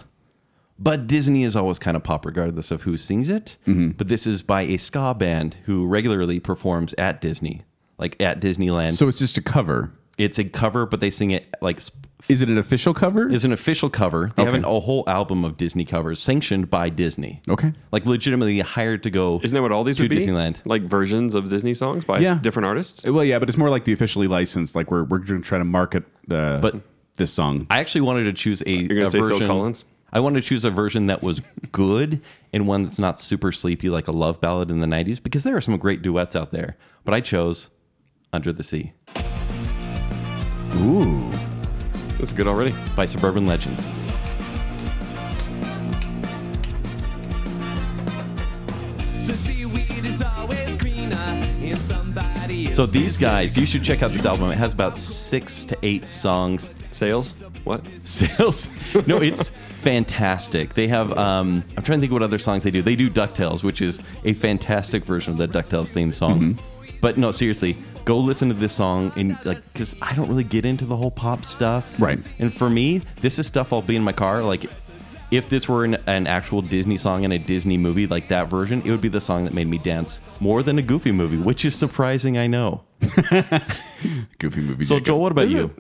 Speaker 4: But Disney is always kind of pop, regardless of who sings it.
Speaker 2: Mm-hmm.
Speaker 4: But this is by a ska band who regularly performs at Disney, like at Disneyland.
Speaker 2: So it's just a cover.
Speaker 4: it's a cover, but they sing it like sp-
Speaker 2: Is it an official cover?
Speaker 4: is an official cover. They
Speaker 2: Okay.
Speaker 4: have an, a whole album of Disney covers sanctioned by Disney.
Speaker 2: Okay.
Speaker 4: Like legitimately hired to go.
Speaker 3: Isn't that what all these
Speaker 4: to
Speaker 3: would be?
Speaker 4: Disneyland?
Speaker 3: Like versions of Disney songs by
Speaker 2: Yeah.
Speaker 3: different artists?
Speaker 2: well, yeah, but it's more like the officially licensed. Like we're, we're going to try to market uh,
Speaker 4: But-
Speaker 2: this song.
Speaker 4: I actually wanted to choose a,
Speaker 3: gonna
Speaker 4: a
Speaker 3: say Phil
Speaker 4: version.
Speaker 3: Collins?
Speaker 4: I wanted to choose a version that was good and one that's not super sleepy, like a love ballad in the '90s, because there are some great duets out there. But I chose "Under the Sea"
Speaker 2: Ooh.
Speaker 3: That's good already.
Speaker 4: by Suburban Legends.
Speaker 7: The seaweed is always greener in somebody
Speaker 4: So these guys, you should check out this album. It has about six to eight songs.
Speaker 3: Sales? What?
Speaker 4: Sales? No, it's fantastic. They have. Um, I'm trying to think what other songs they do. They do Ducktales, which is a fantastic version of the Ducktales theme song.
Speaker 2: Mm-hmm.
Speaker 4: But no, seriously, go listen to this song and like, because I don't really get into the whole pop stuff.
Speaker 2: Right.
Speaker 4: And for me, this is stuff I'll be in my car like. If this were an, an actual Disney song in a Disney movie, like that version, it would be the song that made me dance more than a Goofy movie, which is surprising, I know.
Speaker 2: Goofy movie.
Speaker 4: So,
Speaker 2: Jacob.
Speaker 4: Joel, what about you?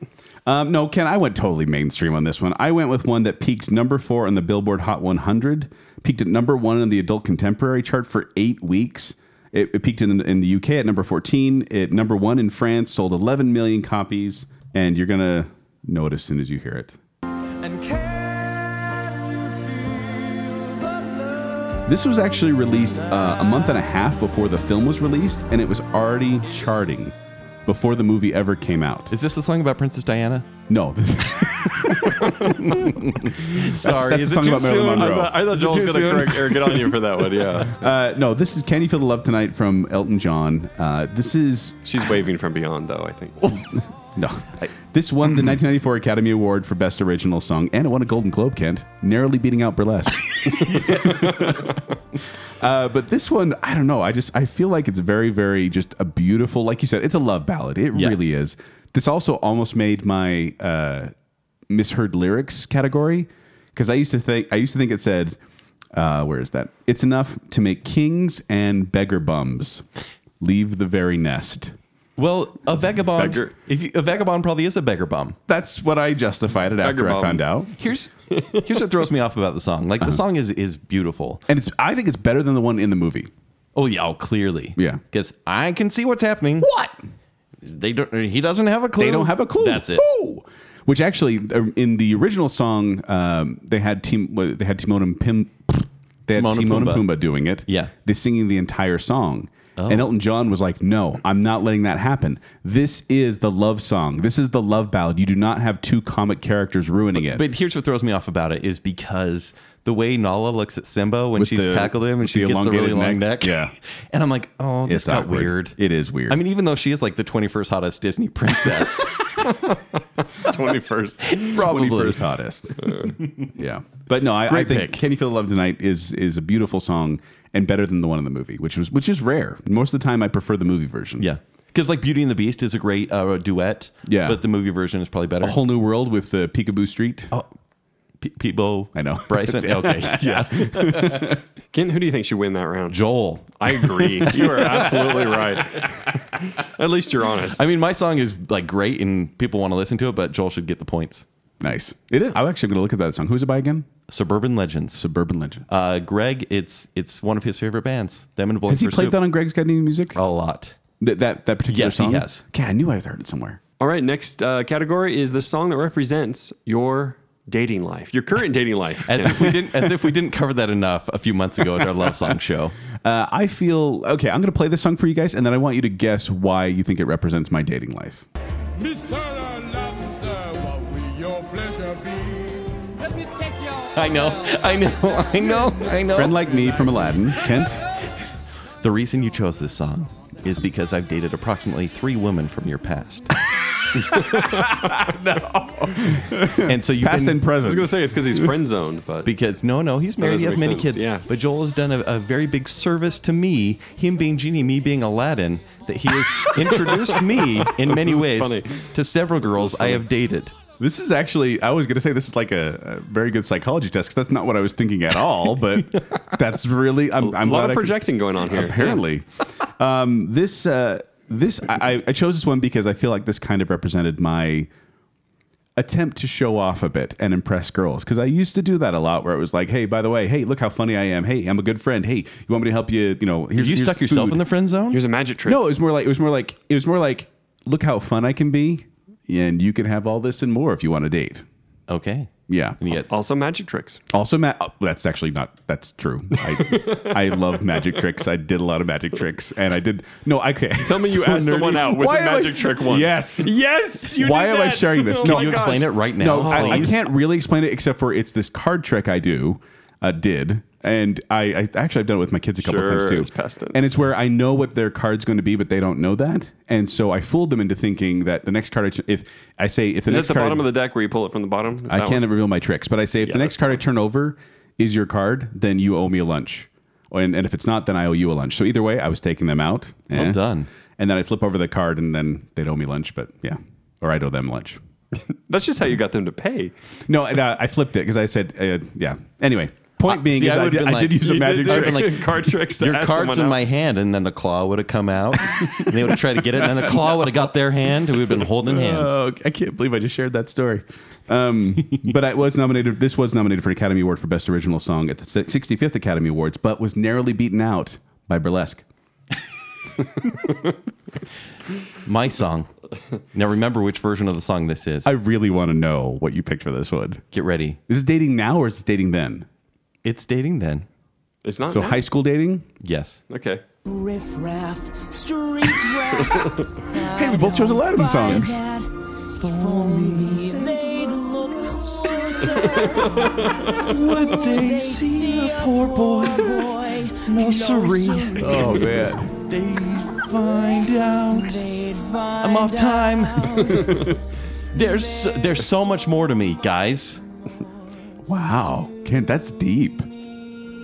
Speaker 2: Um, no, Ken, I went totally mainstream on this one. I went with one that peaked number four on the Billboard Hot 100, peaked at number one on the Adult Contemporary chart for eight weeks. It, it peaked in, in the UK at number 14, at number one in France, sold 11 million copies, and you're going to know it as soon as you hear it.
Speaker 7: And can you feel the love?
Speaker 2: This was actually released uh, a month and a half before the film was released, and it was already charting before the movie ever came out.
Speaker 4: Is this the song about Princess Diana?
Speaker 2: No,
Speaker 4: Sorry,
Speaker 2: that's
Speaker 4: is
Speaker 2: the song
Speaker 4: it too
Speaker 2: about Marilyn
Speaker 4: soon?
Speaker 2: Monroe.
Speaker 4: I'm-
Speaker 3: I thought
Speaker 4: Is it
Speaker 3: Joel was
Speaker 4: too
Speaker 3: going to
Speaker 4: soon?
Speaker 3: correct or get on you for that one. Yeah.
Speaker 2: uh, no. This is "Can You Feel the Love Tonight" from Elton John. Uh, this is
Speaker 3: She's waving from beyond, though, I think.
Speaker 2: No. this won the 1994 Academy Award for Best Original Song, and it won a Golden Globe, Kent, narrowly beating out Burlesque. uh, but this one, I don't know. I just I feel like it's very, very just a beautiful, like you said, it's a love ballad. It
Speaker 4: Yeah.
Speaker 2: really is. This also almost made my uh, misheard lyrics category because I used to think I used to think it said. Uh, where is that? It's enough to make kings and beggar bums leave the very nest.
Speaker 4: Well, a vagabond.
Speaker 3: Beggar.
Speaker 4: If you, a vagabond probably is a beggar bum.
Speaker 2: That's what I justified it after
Speaker 3: Beggar
Speaker 2: I
Speaker 3: bum.
Speaker 2: found out.
Speaker 4: Here's here's what throws me off about the song. Like
Speaker 2: Uh-huh.
Speaker 4: the song is is beautiful.
Speaker 2: And it's I think it's better than the one in the movie.
Speaker 4: Oh yeah, oh, clearly.
Speaker 2: Yeah.
Speaker 4: Because I can see what's happening. What? They don't. He doesn't have a clue.
Speaker 2: They don't have a clue.
Speaker 4: That's it.
Speaker 2: Who? Which actually, um, in the original song, um, they had team well, they had Timon and Pim, they had
Speaker 4: Timon
Speaker 2: Timon
Speaker 4: and
Speaker 2: and
Speaker 4: Pumbaa.
Speaker 2: Pumbaa doing it.
Speaker 4: Yeah. Oh.
Speaker 2: they singing the entire song. And Elton John was like, "No, I'm not letting that happen. This is the love song. This is the love ballad. You do not have two comic characters ruining it."
Speaker 4: But here's what throws me off about it is because the way Nala looks at Simba when
Speaker 2: With
Speaker 4: she's
Speaker 2: the-
Speaker 4: tackled him and
Speaker 2: with
Speaker 4: she
Speaker 2: the
Speaker 4: gets the really
Speaker 2: elongated
Speaker 4: long
Speaker 2: neck.
Speaker 4: neck.
Speaker 2: Yeah.
Speaker 4: And I'm like, oh, this
Speaker 2: It's
Speaker 4: got
Speaker 2: awkward.
Speaker 4: weird.
Speaker 2: It is weird.
Speaker 4: I mean, even though she is like the 21st hottest Disney princess,
Speaker 3: 21st.
Speaker 4: probably.
Speaker 2: 21st hottest. yeah, but no, I, I
Speaker 4: Great
Speaker 2: think
Speaker 4: pick.
Speaker 2: "Can You Feel the Love Tonight" is is a beautiful song and better than the one in the movie, which was which is rare. Most of the time, I prefer the movie version.
Speaker 4: Yeah. Because like Beauty and the Beast is a great uh, duet.
Speaker 2: Yeah.
Speaker 4: But the movie version is probably better.
Speaker 2: a whole new world with the Peekaboo uh, Street.
Speaker 4: Oh, P- Pete Bo.
Speaker 2: I know.
Speaker 4: Bryson. okay. Yeah.
Speaker 3: Kent, who do you think should win that round?
Speaker 4: Joel.
Speaker 3: I agree. You are absolutely right. At least you're honest.
Speaker 4: I mean, my song is like great and people want to listen to it, but Joel should get the points.
Speaker 2: Nice. It is. I'm actually going to look at that song. Who's it by again?
Speaker 4: Suburban Legends.
Speaker 2: Suburban Legend.
Speaker 4: Uh, Greg, it's it's one of his favorite bands. Them and Boys
Speaker 2: Has he
Speaker 4: Pursuit.
Speaker 2: played that on Greg's Got Any Music?
Speaker 4: a lot?
Speaker 2: Th- that that particular
Speaker 4: Oh. Yes, he
Speaker 2: song.
Speaker 4: has.
Speaker 2: Okay, I knew I had heard it somewhere.
Speaker 3: All right, next uh, category is the song that represents your dating life, your current dating life.
Speaker 4: As
Speaker 3: Kent.
Speaker 4: if we didn't as if we didn't cover that enough a few months ago at our love song show.
Speaker 2: Uh, I feel okay. I'm going to play this song for you guys, and then I want you to guess why you think it represents my dating life.
Speaker 6: Mr. Lobster, what will your pleasure be?
Speaker 7: Let me take your
Speaker 4: I know, I know, I know, I know.
Speaker 2: Friend like me from Aladdin, Kent.
Speaker 4: The reason you chose this song is because I've dated approximately three women from your past. And so you've
Speaker 2: Past
Speaker 4: been,
Speaker 2: and
Speaker 3: I was
Speaker 2: present.
Speaker 3: going to say it's because he's friend zoned, but
Speaker 4: because no, no, he's married. He
Speaker 3: doesn't
Speaker 4: has
Speaker 3: make
Speaker 4: many
Speaker 3: sense,
Speaker 4: kids.
Speaker 3: yeah.
Speaker 4: But Joel has done a, a very big service to me, him being Genie, me being Aladdin, that he has introduced me in many
Speaker 3: is
Speaker 4: ways
Speaker 3: funny.
Speaker 4: to several girls I
Speaker 3: funny.
Speaker 4: have dated.
Speaker 2: This is actually, I was going to say this is like a, a very good psychology test because that's not what I was thinking at all, but that's really, I'm,
Speaker 3: a
Speaker 2: I'm
Speaker 3: lot
Speaker 2: glad
Speaker 3: of
Speaker 2: I could-
Speaker 3: projecting going on here.
Speaker 2: apparently. um, this, uh, this, I, I chose this one because I feel like this kind of represented my attempt to show off a bit and impress girls because I used to do that a lot where it was like, hey, by the way, hey, look how funny I am. Hey, I'm a good friend. Hey, you want me to help you? You know, here's
Speaker 4: You
Speaker 2: here's
Speaker 4: stuck yourself
Speaker 2: food.
Speaker 4: in the friend zone?
Speaker 3: Here's a magic trick.
Speaker 2: No, it was more like it was more like it was more like look how fun I can be, and you can have all this and more if you want to date.
Speaker 4: okay.
Speaker 2: Yeah.
Speaker 4: And yet,
Speaker 3: Also, magic tricks.
Speaker 2: Also, ma- oh, that's actually not that's true. I I love magic tricks. I did a lot of magic tricks, and I did no. I can't.
Speaker 3: Tell me you asked someone out with a magic trick once.
Speaker 2: Yes.
Speaker 3: Yes. You
Speaker 2: Why
Speaker 3: did
Speaker 2: am I
Speaker 3: that.
Speaker 2: sharing this?
Speaker 3: Oh
Speaker 2: No,
Speaker 3: my
Speaker 2: you
Speaker 3: gosh.
Speaker 4: explain it right now.
Speaker 2: No, I, I
Speaker 4: please.
Speaker 2: can't really explain it except for it's this card trick I do, uh, did, and I, I actually I've done it with my kids a couple
Speaker 3: Sure,
Speaker 2: times too.
Speaker 3: it's past tense.
Speaker 2: And it's where I know what their card's going to be, but they don't know that, and so I fooled them into thinking that the next card, I ch- if I say if the
Speaker 3: Is that
Speaker 2: next
Speaker 3: the
Speaker 2: card,
Speaker 3: bottom of the deck where you pull it from the bottom?
Speaker 2: I
Speaker 3: That
Speaker 2: can't
Speaker 3: one.
Speaker 2: reveal my tricks, but I say if
Speaker 3: Yeah,
Speaker 2: the next
Speaker 3: that's
Speaker 2: card I turn over is your card, then you owe me a lunch. And, and if it's not, then I owe you a lunch. So either way, I was taking them out.
Speaker 4: Well
Speaker 2: Eh.
Speaker 4: done.
Speaker 2: And then I flip over the card, and then they'd owe me lunch. But yeah, or I'd owe them lunch.
Speaker 3: That's just how you got them to pay.
Speaker 2: No, and, uh, I flipped it because I said, uh, yeah. Anyway, point
Speaker 4: Uh,
Speaker 2: being
Speaker 4: see,
Speaker 2: is I,
Speaker 4: I would've
Speaker 2: did,
Speaker 4: been
Speaker 2: I did
Speaker 4: like,
Speaker 2: use a
Speaker 4: you
Speaker 2: magic
Speaker 4: did
Speaker 2: trick.
Speaker 4: been
Speaker 3: Like,
Speaker 4: like,
Speaker 3: card tricks. to
Speaker 4: your
Speaker 3: ask
Speaker 4: card's
Speaker 3: someone
Speaker 4: in
Speaker 3: out.
Speaker 4: my hand, and then the claw would have come out, and they would have tried to get it, and then the claw would have got their hand, and we've been holding hands.
Speaker 2: Oh, I can't believe I just shared that story. Um, but I was nominated. This was nominated for an Academy Award for Best Original Song at the 65th Academy Awards, but was narrowly beaten out by Burlesque.
Speaker 4: My song. Now remember which version of the song this is.
Speaker 2: I really want to know what you picked for this one.
Speaker 4: Get ready.
Speaker 2: Is it dating now or is it dating then?
Speaker 4: It's dating then.
Speaker 3: It's not.
Speaker 2: So
Speaker 3: now?
Speaker 2: high school dating?
Speaker 4: Yes.
Speaker 3: Okay.
Speaker 7: riffraff, street rap.
Speaker 2: Hey, we both chose Aladdin songs.
Speaker 7: They'd look
Speaker 4: What they see, a poor boy.
Speaker 7: boy,
Speaker 4: No siree.
Speaker 2: Oh man.
Speaker 4: They find out.
Speaker 7: they'd find
Speaker 4: I'm off time. there's so, there's so much more to me, guys.
Speaker 2: Wow. Kent, that's deep.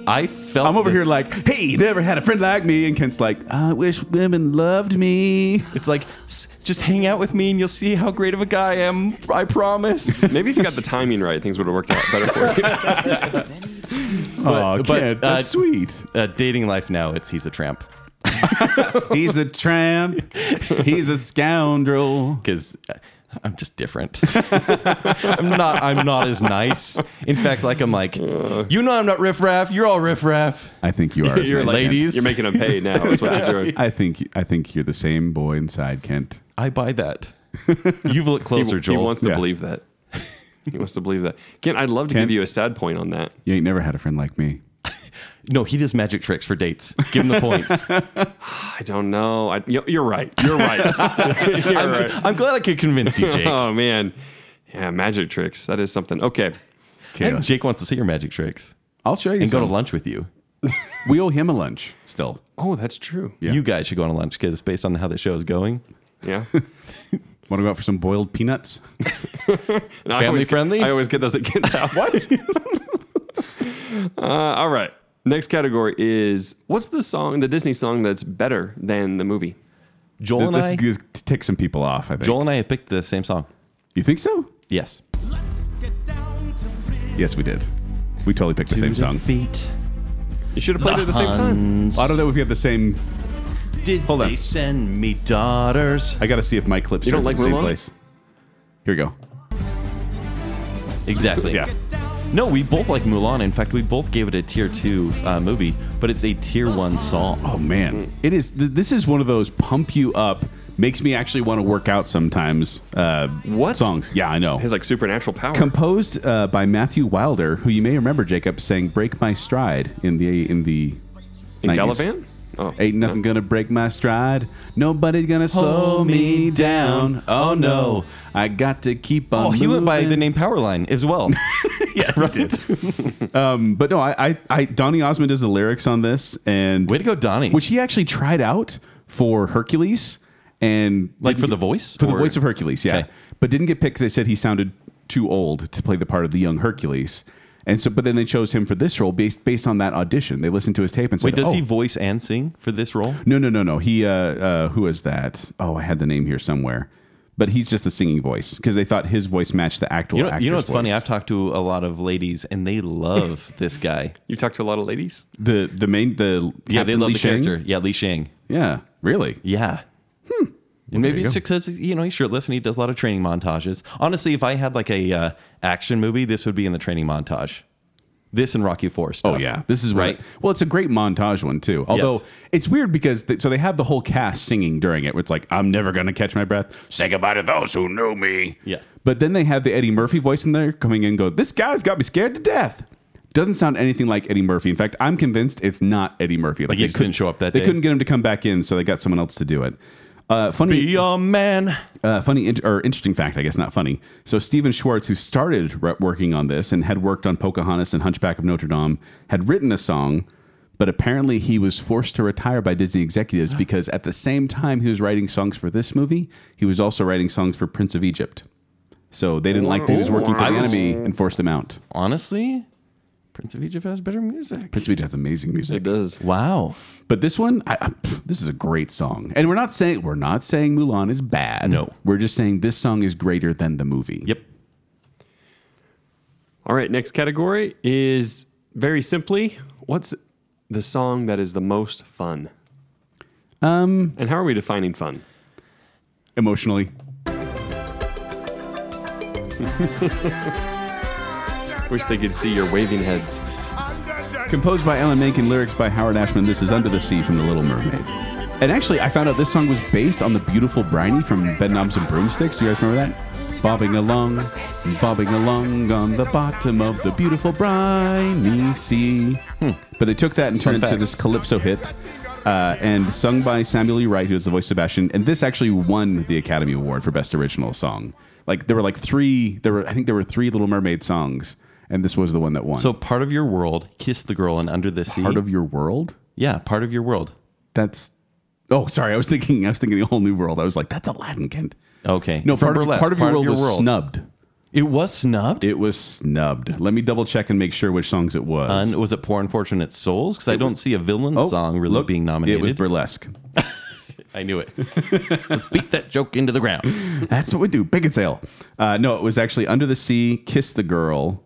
Speaker 4: I felt.
Speaker 2: I'm over
Speaker 4: this-
Speaker 2: here like, hey, you never had a friend like me. And Kent's like, I wish women loved me.
Speaker 4: It's like, "S- just hang out with me and you'll see how great of a guy I am. I promise.
Speaker 3: Maybe if you got the timing right, things would have worked out better for you.
Speaker 2: oh,
Speaker 4: but,
Speaker 2: Kent,
Speaker 4: uh,
Speaker 2: that's sweet.
Speaker 4: Uh, dating life now. It's he's a tramp
Speaker 2: He's a tramp. He's a scoundrel.
Speaker 4: because uh, I'm just different. I'm not. I'm not as nice. In fact, like I'm like, you know, I'm not riffraff. You're all riffraff.
Speaker 2: I think you are. as
Speaker 4: You're
Speaker 2: nice,
Speaker 4: like-
Speaker 2: Kent.
Speaker 4: Ladies.
Speaker 3: You're making them pay now. That's what you're doing.
Speaker 2: I think I think you're the same boy inside, Kent.
Speaker 4: I buy that. You've looked closer,
Speaker 3: he,
Speaker 4: Joel.
Speaker 3: he wants to
Speaker 2: Yeah.
Speaker 3: believe that. He wants to believe that. Again, I'd love to
Speaker 2: Ken?
Speaker 3: give you a sad point on that.
Speaker 2: You ain't never had a friend like me.
Speaker 4: no, he does magic tricks for dates. Give him the points.
Speaker 3: I don't know. I, you- you're right. You're right. you're
Speaker 4: I'm,
Speaker 3: right.
Speaker 4: I'm glad I could convince you, Jake.
Speaker 3: Oh man, yeah, magic tricks. That is something. Okay,
Speaker 4: I think Jake wants to see your magic tricks
Speaker 2: I'll show you.
Speaker 4: and go to
Speaker 2: some.
Speaker 4: lunch with you.
Speaker 2: We owe him a lunch still.
Speaker 3: Oh, that's true.
Speaker 2: Yeah.
Speaker 4: You guys should go on a lunch because based on how the show is going,
Speaker 3: Yeah.
Speaker 2: Want to go out for some boiled peanuts?
Speaker 3: And I
Speaker 4: Family
Speaker 3: always get-
Speaker 4: friendly?
Speaker 3: I always get those at Kent's house. what? uh, all right. Next category is what's the song, the Disney song that's better than the movie?
Speaker 4: Joel and
Speaker 2: Let's
Speaker 4: I,
Speaker 2: just tick some people off. I think.
Speaker 4: Joel and I have picked the same song.
Speaker 2: you think so?
Speaker 4: Yes.
Speaker 5: Let's get down to business.
Speaker 2: Yes, we did. We totally picked the
Speaker 4: To
Speaker 2: same
Speaker 4: the
Speaker 2: song.
Speaker 4: Feet.
Speaker 3: You should have played it at the same
Speaker 4: Uh,
Speaker 3: time.
Speaker 2: I don't know if we have the same.
Speaker 4: Did
Speaker 2: Hold on.
Speaker 4: they send me daughters?
Speaker 2: I got to see if my clip
Speaker 3: You don't
Speaker 2: starts
Speaker 3: like
Speaker 2: in the same
Speaker 3: Mulan?
Speaker 2: place. Here we go.
Speaker 4: Exactly.
Speaker 2: Yeah.
Speaker 4: No, we both like Mulan. In fact, we both gave it a tier two uh, movie, but it's a tier one song.
Speaker 2: Oh man, it is. Th- this is one of those pump you up, makes me actually want to work out sometimes. Uh,
Speaker 3: What?
Speaker 2: songs? Yeah, I know.
Speaker 3: It has like supernatural power.
Speaker 2: composed uh, by Matthew Wilder, who you may remember, Jacob, sang "Break My Stride" in the in the
Speaker 3: in
Speaker 2: 90s.
Speaker 3: Galavant? Oh.
Speaker 2: Ain't nothing gonna break my stride. Nobody gonna slow me down. Oh no, I got to keep on.
Speaker 4: Oh, he went by
Speaker 2: moving.
Speaker 4: the name Powerline as well.
Speaker 2: Yeah, right. um, but no, I, I, I, Donny Osmond does the lyrics on this, and
Speaker 4: Way to go, Donnie.
Speaker 2: which he actually tried out for Hercules, and
Speaker 4: Like for
Speaker 2: didn't
Speaker 4: the
Speaker 2: get-
Speaker 4: voice,
Speaker 2: for the
Speaker 4: or-
Speaker 2: voice of Hercules, yeah,
Speaker 4: Okay.
Speaker 2: but didn't get picked because they said he sounded too old to play the part of the young Hercules. And so, but then they chose him for this role based based on that audition. They listened to his tape and said,
Speaker 4: Wait, does
Speaker 2: "Oh,
Speaker 4: he voice and sing for this role?
Speaker 2: no, no, no, no. He, uh, uh, who is that? Oh, I had the name here somewhere, but he's just the singing voice because they thought his voice matched the actual.
Speaker 4: You know, you know
Speaker 2: actor's
Speaker 4: what's funny?
Speaker 2: voice.
Speaker 4: I've talked to a lot of ladies, and they love this guy.
Speaker 3: You talk to a lot of ladies?
Speaker 2: the the main the
Speaker 4: yeah, they
Speaker 2: Captain
Speaker 4: love
Speaker 2: Li
Speaker 4: the
Speaker 2: Sheng?
Speaker 4: character. Yeah, Li Shang.
Speaker 2: Yeah, really.
Speaker 4: Yeah. And maybe
Speaker 2: you
Speaker 4: it's
Speaker 2: go.
Speaker 4: because you know he's shirtless and he does a lot of training montages. Honestly, if I had like a uh, action movie, this would be in the training montage. This and Rocky Four stuff.
Speaker 2: Oh yeah, this is
Speaker 4: right.
Speaker 2: right. well, it's a great montage one too. Although
Speaker 4: Yes.
Speaker 2: it's weird because they, so they have the whole cast singing during it. Where it's like, "I'm never gonna catch my breath." Say goodbye to those who knew me.
Speaker 4: Yeah.
Speaker 2: But then they have the Eddie Murphy voice in there coming in, and go, "This guy's got me scared to death." Doesn't sound anything like Eddie Murphy. In fact, I'm convinced it's not Eddie Murphy.
Speaker 4: Like he
Speaker 2: they
Speaker 4: just
Speaker 2: couldn't-
Speaker 4: didn't show up that
Speaker 2: They
Speaker 4: day.
Speaker 2: couldn't get him to come back in, so they got someone else to do it. Uh, funny,
Speaker 4: Be a man.
Speaker 2: uh, funny int- or interesting fact, I guess not funny. So Stephen Schwartz, who started re- working on this and had worked on Pocahontas and Hunchback of Notre Dame, had written a song, but apparently he was forced to retire by Disney executives because at the same time he was writing songs for this movie, he was also writing songs for Prince of Egypt. So they didn't like that he was working for the
Speaker 4: I was-
Speaker 2: enemy and forced him out.
Speaker 4: Honestly, Prince of Egypt has better music.
Speaker 2: Prince of Egypt has amazing music.
Speaker 3: It does.
Speaker 4: Wow.
Speaker 2: But this one, I, I- pff, this is a great song, and we're not saying we're not saying Mulan is bad.
Speaker 4: No.
Speaker 2: we're just saying this song is greater than the movie.
Speaker 4: Yep.
Speaker 3: All right, next category is very simply what's the song that is the most fun? Um, and how are we defining fun?
Speaker 2: emotionally.
Speaker 3: Wish they could see your waving heads.
Speaker 2: Composed by Alan Menken, lyrics by Howard Ashman. This is Under the Sea from The Little Mermaid. And actually, I found out this song was based on the beautiful Briny from Bedknobs and Broomsticks. You guys remember that? Bobbing along, bobbing along on the bottom of the beautiful briny sea. But they took that and turned it into
Speaker 4: Hmm. fact.
Speaker 2: this calypso hit, uh, and sung by Samuel E. Wright, who is the voice of Sebastian. And this actually won the Academy Award for Best Original Song. Like there were like three, there were I think there were three Little Mermaid songs, and this was the one that won.
Speaker 4: So part of your world, kiss the girl, and under the sea.
Speaker 2: part of your world.
Speaker 4: yeah, part of your world.
Speaker 2: That's oh, sorry. I was thinking. I was thinking the whole new world. I was like, that's Aladdin, Kent.
Speaker 4: Okay.
Speaker 2: No,
Speaker 4: From
Speaker 2: part of,
Speaker 4: Burlesque,
Speaker 2: part of your world was snubbed.
Speaker 4: It was snubbed.
Speaker 2: It was snubbed. Let me double check and make sure which songs it was.
Speaker 4: Un- was it poor unfortunate souls? Because I don't see a villain
Speaker 2: Oh,
Speaker 4: song really
Speaker 2: look,
Speaker 4: being nominated.
Speaker 2: It was burlesque.
Speaker 4: I knew it. Let's beat that joke into the ground.
Speaker 2: That's what we do. Big and sale. Uh, no, it was actually Under the Sea, Kiss the Girl.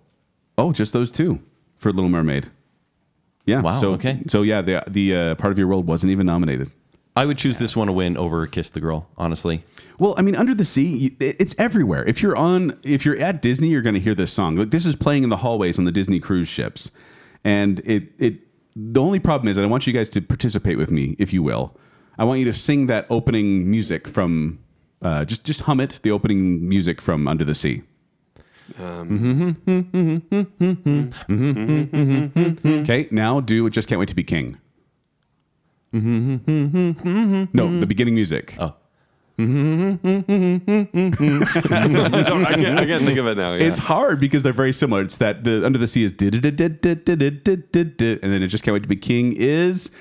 Speaker 2: Oh, just those two for Little Mermaid. Yeah.
Speaker 4: Wow,
Speaker 2: So,
Speaker 4: okay.
Speaker 2: So yeah, the the uh, part of your world wasn't even nominated.
Speaker 4: I would choose this one to win over Kiss the Girl, honestly.
Speaker 2: Well, I mean, Under the Sea, you- it- it's everywhere. If you're on, if you're at Disney, you're going to hear this song. Like this is playing in the hallways on the Disney cruise ships, and it it. The only problem is, and I want you guys to participate with me, if you will. I want you to sing that opening music from, uh, just just hum it, the opening music from Under the Sea. Okay, now do Just Can't Wait to Be King. No, the beginning music.
Speaker 3: I, don't, I, can't, I can't think of it now. yeah.
Speaker 2: It's hard because they're very similar. It's that the under the sea is did did did did did did did did, and then it just can't wait to be king is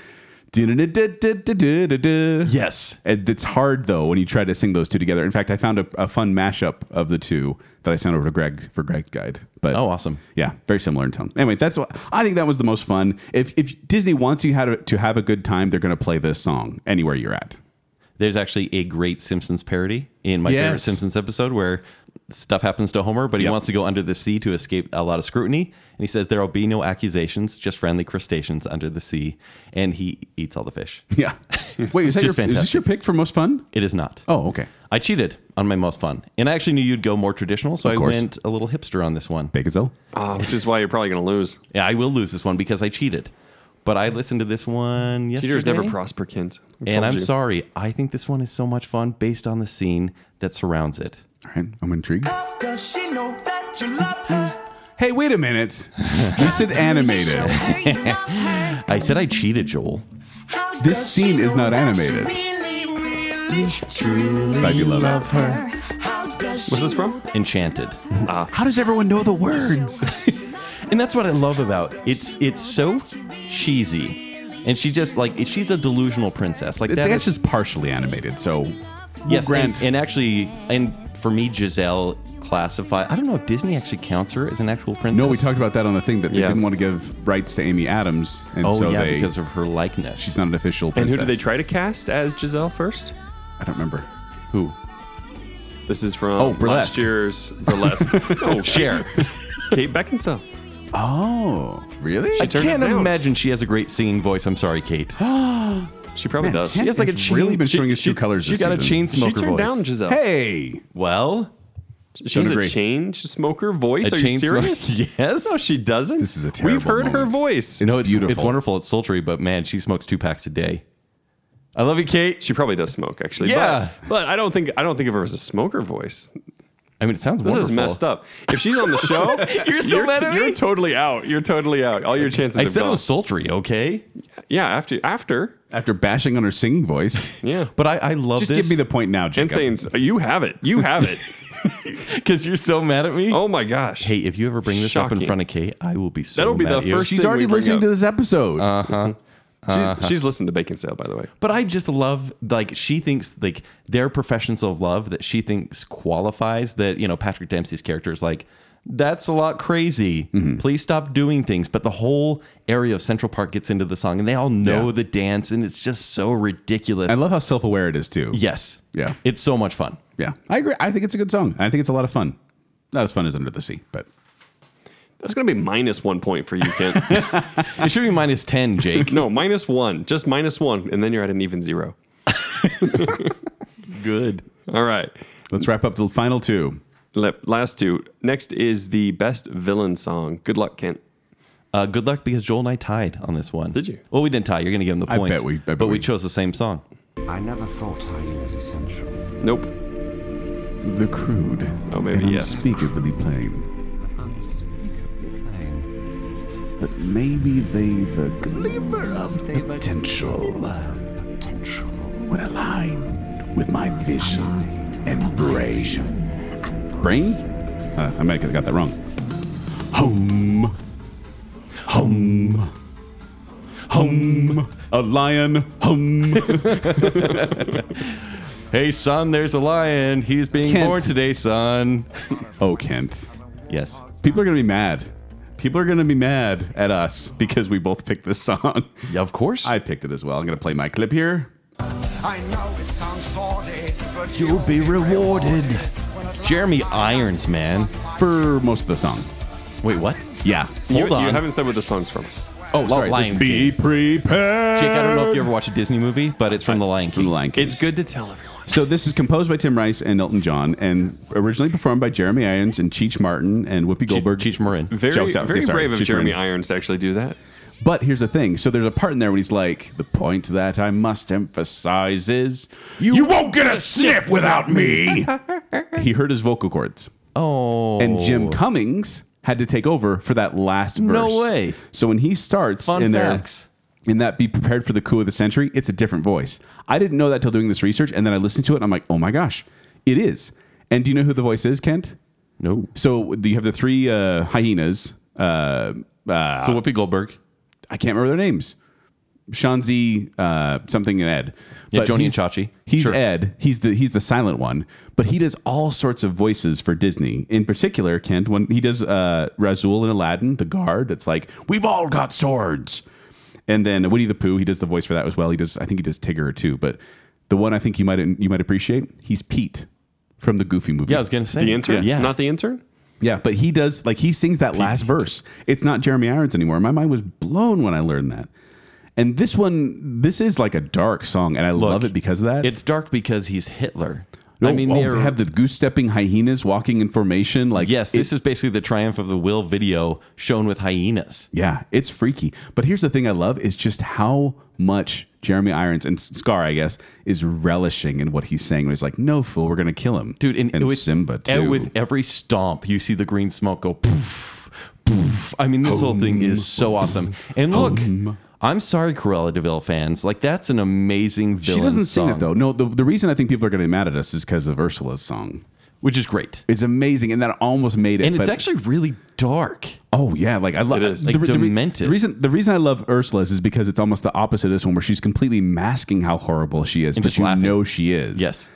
Speaker 2: did did did did did did did.
Speaker 4: Yes.
Speaker 2: And it's hard though when you try to sing those two together. In fact, I found a, a fun mashup of the two that I sent over to Greg for Greg's guide. But
Speaker 4: Oh, awesome.
Speaker 2: yeah, very similar in tone. Anyway, that's what I think that was the most fun. If if Disney wants you how to, to have a good time, they're going to play this song anywhere you're at.
Speaker 4: There's actually a great Simpsons parody in my favorite
Speaker 2: Yes.
Speaker 4: Simpsons episode where stuff happens to Homer, but he
Speaker 2: Yep.
Speaker 4: wants to go under the sea to escape a lot of scrutiny. And he says there will be no accusations, just friendly crustaceans under the sea. And he eats all the fish.
Speaker 2: Yeah. Wait, is that
Speaker 4: Just
Speaker 2: your, is this
Speaker 4: fantastic.
Speaker 2: your pick for most fun?
Speaker 4: It is not.
Speaker 2: Oh, okay.
Speaker 4: I cheated on my most fun. And I actually knew you'd go more traditional, so
Speaker 2: Of
Speaker 4: I
Speaker 2: course.
Speaker 4: went a little hipster on this one.
Speaker 2: Bakerzell.
Speaker 3: Ah, which is why you're probably going to lose.
Speaker 4: Yeah, I will lose this one because I cheated. But I listened to this one yesterday.
Speaker 3: Cheaters never prosper, Kent. I
Speaker 4: And
Speaker 3: told
Speaker 4: I'm
Speaker 3: you.
Speaker 4: sorry. I think this one is so much fun based on the scene that surrounds it.
Speaker 2: All right, I'm intrigued.
Speaker 5: Does she know that you love her?
Speaker 2: Hey, wait a minute. You said animated.
Speaker 8: Show her you love her.
Speaker 4: I said I cheated, Joel.
Speaker 5: How
Speaker 2: This
Speaker 5: does
Speaker 2: scene
Speaker 5: she
Speaker 2: is not
Speaker 5: know that you
Speaker 2: animated.
Speaker 5: Really, really
Speaker 8: Truly
Speaker 2: Glad you love it.
Speaker 8: her.
Speaker 5: How does she
Speaker 3: What's this from?
Speaker 4: Enchanted.
Speaker 3: Ah.
Speaker 2: How does everyone know the words?
Speaker 4: And that's what I love about it's it's so cheesy. And she just like she's a delusional princess. Like that
Speaker 2: That's
Speaker 4: is
Speaker 2: just partially animated, so we'll
Speaker 4: yes,
Speaker 2: grant.
Speaker 4: And, and actually and for me Giselle classify I don't know if Disney actually counts her as an actual princess.
Speaker 2: no, we talked about that on the thing that they
Speaker 3: Yeah.
Speaker 2: didn't want to give rights to Amy Adams, and
Speaker 4: Oh
Speaker 2: so
Speaker 4: yeah,
Speaker 2: they
Speaker 4: because of her likeness.
Speaker 2: she's not an official
Speaker 3: And
Speaker 2: princess.
Speaker 3: who did they try to cast as Giselle first?
Speaker 2: I don't remember.
Speaker 4: who?
Speaker 3: This is from
Speaker 2: Oh, burlesque.
Speaker 3: last year's burlesque. oh,
Speaker 4: Cher.
Speaker 3: Kate Beckinsale.
Speaker 2: Oh, really?
Speaker 3: She
Speaker 4: I
Speaker 3: turned it
Speaker 4: can't
Speaker 3: down.
Speaker 4: imagine she has a great singing voice. I'm sorry, Kate.
Speaker 3: She probably does.
Speaker 2: Kent
Speaker 4: She has like a
Speaker 2: has
Speaker 4: chain-
Speaker 2: really been
Speaker 4: she-
Speaker 2: showing his
Speaker 4: she-
Speaker 2: true colors
Speaker 4: She
Speaker 2: this
Speaker 4: got a
Speaker 2: season.
Speaker 4: chain
Speaker 3: She
Speaker 4: smoker
Speaker 3: turned
Speaker 4: voice.
Speaker 3: down Giselle.
Speaker 2: Hey,
Speaker 4: Well,
Speaker 3: she has
Speaker 2: Don't agree.
Speaker 3: a change smoker voice.
Speaker 4: a
Speaker 3: Are you
Speaker 4: chain smoker-
Speaker 3: serious?
Speaker 4: Yes.
Speaker 3: No, she doesn't.
Speaker 2: This is a terrible
Speaker 3: We've heard her
Speaker 2: moment.
Speaker 3: voice.
Speaker 2: It's
Speaker 4: no, it's
Speaker 2: beautiful.
Speaker 4: It's wonderful. It's sultry, but man, she smokes two packs a day. I love you, Kate.
Speaker 3: She probably does smoke, actually.
Speaker 4: Yeah.
Speaker 3: but, but I don't think I don't think of her as a smoker voice.
Speaker 4: I mean, it sounds
Speaker 3: This
Speaker 4: wonderful.
Speaker 3: is messed up. If she's on the show,
Speaker 4: You're so mad at me?
Speaker 3: You're totally out. You're totally out. All your chances.
Speaker 4: I
Speaker 3: have
Speaker 4: said
Speaker 3: gone.
Speaker 4: it was sultry, okay?
Speaker 3: Yeah, after after.
Speaker 2: after bashing on her singing voice,
Speaker 3: Yeah,
Speaker 4: But I, I love
Speaker 2: just
Speaker 4: this
Speaker 2: give me the point now, Jacob.
Speaker 3: Insane's. You have it. You have it.
Speaker 4: because you're so mad at me.
Speaker 3: oh my gosh.
Speaker 4: Hey, if you ever bring this up in
Speaker 3: Shocking.
Speaker 4: front of Kate, I will be so
Speaker 3: That'll be
Speaker 4: mad
Speaker 3: the
Speaker 4: at you.
Speaker 3: first-
Speaker 2: She's
Speaker 3: thing
Speaker 2: already
Speaker 3: we bring
Speaker 2: listening
Speaker 3: up.
Speaker 2: to this episode.
Speaker 3: she's,
Speaker 4: uh-huh.
Speaker 3: she's listened to Bacon Sale, by the way.
Speaker 4: But I just love like she thinks like their professions of love that she thinks qualifies that you know Patrick Dempsey's character is like that's a lot crazy. Please stop doing things. But the whole area of Central Park gets into the song, and they all know
Speaker 2: Yeah.
Speaker 4: the dance, and it's just so ridiculous.
Speaker 2: I love how self-aware it is too.
Speaker 4: Yes.
Speaker 2: Yeah.
Speaker 4: It's so much fun.
Speaker 2: Yeah, I agree. I think it's a good song. I think it's a lot of fun. Not as fun as Under the Sea, but
Speaker 3: That's gonna be minus one point for you, Kent.
Speaker 4: It should be minus ten, Jake.
Speaker 3: no, minus one. Just minus one, and then you're at an even zero.
Speaker 4: Good.
Speaker 3: All right.
Speaker 2: let's wrap up the final two.
Speaker 3: Le- last two. Next is the best villain song. Good luck, Kent.
Speaker 4: Uh, good luck because Joel and I tied on this one.
Speaker 3: Did you?
Speaker 4: Well, we didn't tie. You're going to give him the
Speaker 2: I
Speaker 4: points.
Speaker 2: bet we- I bet
Speaker 4: but we
Speaker 2: we-
Speaker 4: chose the same song.
Speaker 6: I never thought hyenas essential.
Speaker 3: Nope.
Speaker 2: The crude.
Speaker 3: Oh, maybe
Speaker 2: and
Speaker 3: yes.
Speaker 2: Unspeakably plain. But maybe they've a glimmer of potential. When aligned with my vision and brain. Brain? Uh, I might have got that wrong. Home. Home. Home. A lion. Home.
Speaker 4: Hey, son, there's a lion. He's being
Speaker 2: Kent.
Speaker 4: born today, son.
Speaker 2: oh, Kent.
Speaker 4: Yes.
Speaker 2: People are gonna be mad. People are gonna be mad at us because we both picked this song.
Speaker 4: Yeah, of course.
Speaker 2: I picked it as well. I'm gonna play my clip here.
Speaker 6: I know it sounds sordid, but
Speaker 4: You'll be rewarded. Jeremy Irons, man.
Speaker 2: For most of the song.
Speaker 4: Wait, what?
Speaker 2: Yeah.
Speaker 3: You,
Speaker 4: Hold on.
Speaker 3: you haven't said what the song's from.
Speaker 4: oh,
Speaker 2: Sorry, this-
Speaker 4: Lion King.
Speaker 2: be prepared.
Speaker 4: Jake, I don't know if you ever watched a Disney movie, but it's from The Lion
Speaker 2: From
Speaker 4: King.
Speaker 2: the Lion King.
Speaker 3: It's good to tell everyone.
Speaker 2: So this is composed by Tim Rice and Elton John, and originally performed by Jeremy Irons and Cheech Martin and Whoopi Goldberg.
Speaker 4: Cheech Marin.
Speaker 3: Very,
Speaker 2: Jokes out.
Speaker 3: very
Speaker 2: Okay, sorry.
Speaker 3: brave of
Speaker 2: Cheech
Speaker 3: Jeremy
Speaker 2: Marin.
Speaker 3: Irons to actually do that.
Speaker 2: But here's the thing. So there's a part in there when he's like, "The point that I must emphasize is you, won't get a sniff without me." he hurt his vocal cords.
Speaker 4: Oh.
Speaker 2: and Jim Cummings had to take over for that last verse.
Speaker 4: No way.
Speaker 2: So when he starts
Speaker 4: Fun
Speaker 2: in
Speaker 4: facts.
Speaker 2: there, in that be prepared for the coup of the century, it's a different voice. I didn't know that till doing this research, and then I listened to it, and I'm like, oh my gosh, it is. And do you know who the voice is, Kent?
Speaker 4: No.
Speaker 2: So you have the three uh, hyenas. Uh, uh,
Speaker 4: So Whoopi Goldberg.
Speaker 2: I can't remember their names. Shanzi, uh, something and Ed.
Speaker 4: Yeah, Joni and
Speaker 2: he's-
Speaker 4: Chachi.
Speaker 2: He's
Speaker 4: Sure.
Speaker 2: Ed. He's the he's the silent one, but he does all sorts of voices for Disney. In particular, Kent, when he does uh, Razul in Aladdin, the guard, that's like we've all got swords. And then Winnie the Pooh, he does the voice for that as well. He does, I think he does Tigger too. But the one I think you might you might appreciate, he's Pete from the Goofy movie.
Speaker 4: Yeah, I was gonna say
Speaker 3: The intern?
Speaker 4: Yeah,
Speaker 3: Not the intern?
Speaker 2: Yeah, but he does like he sings that last verse. It's not Jeremy Irons anymore. My mind was blown when I learned that. And this one, this is like a dark song, and I love it because of that.
Speaker 4: It's dark because he's Hitler.
Speaker 2: No,
Speaker 4: I mean,
Speaker 2: oh,
Speaker 4: they're,
Speaker 2: they have the goose stepping hyenas walking in formation. Like
Speaker 4: yes,
Speaker 2: it-
Speaker 4: this is basically the triumph of the will video shown with hyenas.
Speaker 2: Yeah, it's freaky. But here's the thing I love is just how much Jeremy Irons and S- Scar, I guess, is relishing in what he's saying. When he's like, "No fool, we're gonna kill him,
Speaker 4: dude. And,
Speaker 2: and
Speaker 4: with,
Speaker 2: Simba
Speaker 4: and
Speaker 2: too."
Speaker 4: with every stomp, you see the green smoke go poof, poof. I mean, this whole thing is so awesome. And look, I'm sorry, Cruella Deville fans. Like, that's an amazing
Speaker 2: she
Speaker 4: villain.
Speaker 2: doesn't
Speaker 4: song,
Speaker 2: sing it though. No, the, the reason I think people are gonna be mad at us is because of Ursula's song.
Speaker 4: which is great.
Speaker 2: It's amazing, and that almost made it.
Speaker 4: And it's
Speaker 2: but-
Speaker 4: actually really dark.
Speaker 2: oh yeah, like I love
Speaker 3: It is.
Speaker 4: Like,
Speaker 2: re-
Speaker 4: demented.
Speaker 2: The reason the reason I love Ursula's is because it's almost the opposite of this one, where she's completely masking how horrible she is, but
Speaker 4: just
Speaker 2: you
Speaker 4: laughing.
Speaker 2: know she is.
Speaker 4: Yes.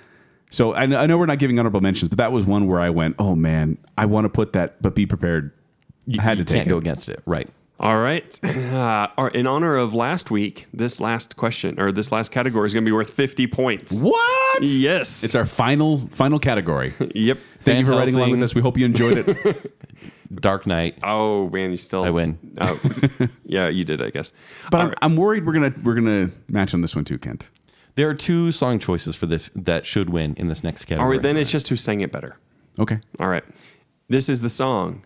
Speaker 2: So I know, I know we're not giving honorable mentions, but that was one where I went, "Oh man, I want to put that, but be prepared." You, I had to
Speaker 4: You
Speaker 2: take
Speaker 4: can't
Speaker 2: it.
Speaker 4: go against it. Right.
Speaker 3: All right. Uh, all- in honor of last week, this last question or this last category is going to be worth 50 points.
Speaker 2: What?
Speaker 3: Yes.
Speaker 2: It's our final final category.
Speaker 3: yep.
Speaker 2: Thank you for
Speaker 4: Van
Speaker 2: writing along with
Speaker 4: Helsing.
Speaker 2: us. We hope you enjoyed it.
Speaker 4: Dark Knight.
Speaker 3: Oh, man, you still.
Speaker 4: I win.
Speaker 3: Oh, yeah, you did, I guess.
Speaker 2: But
Speaker 3: All
Speaker 2: I'm,
Speaker 3: right.
Speaker 2: I'm worried we're gonna we're gonna match on this one too, Kent.
Speaker 4: There are two song choices for this that should win in this next
Speaker 3: All
Speaker 4: category.
Speaker 3: right, then it's just who sang it better.
Speaker 2: Okay.
Speaker 3: All right. This is the song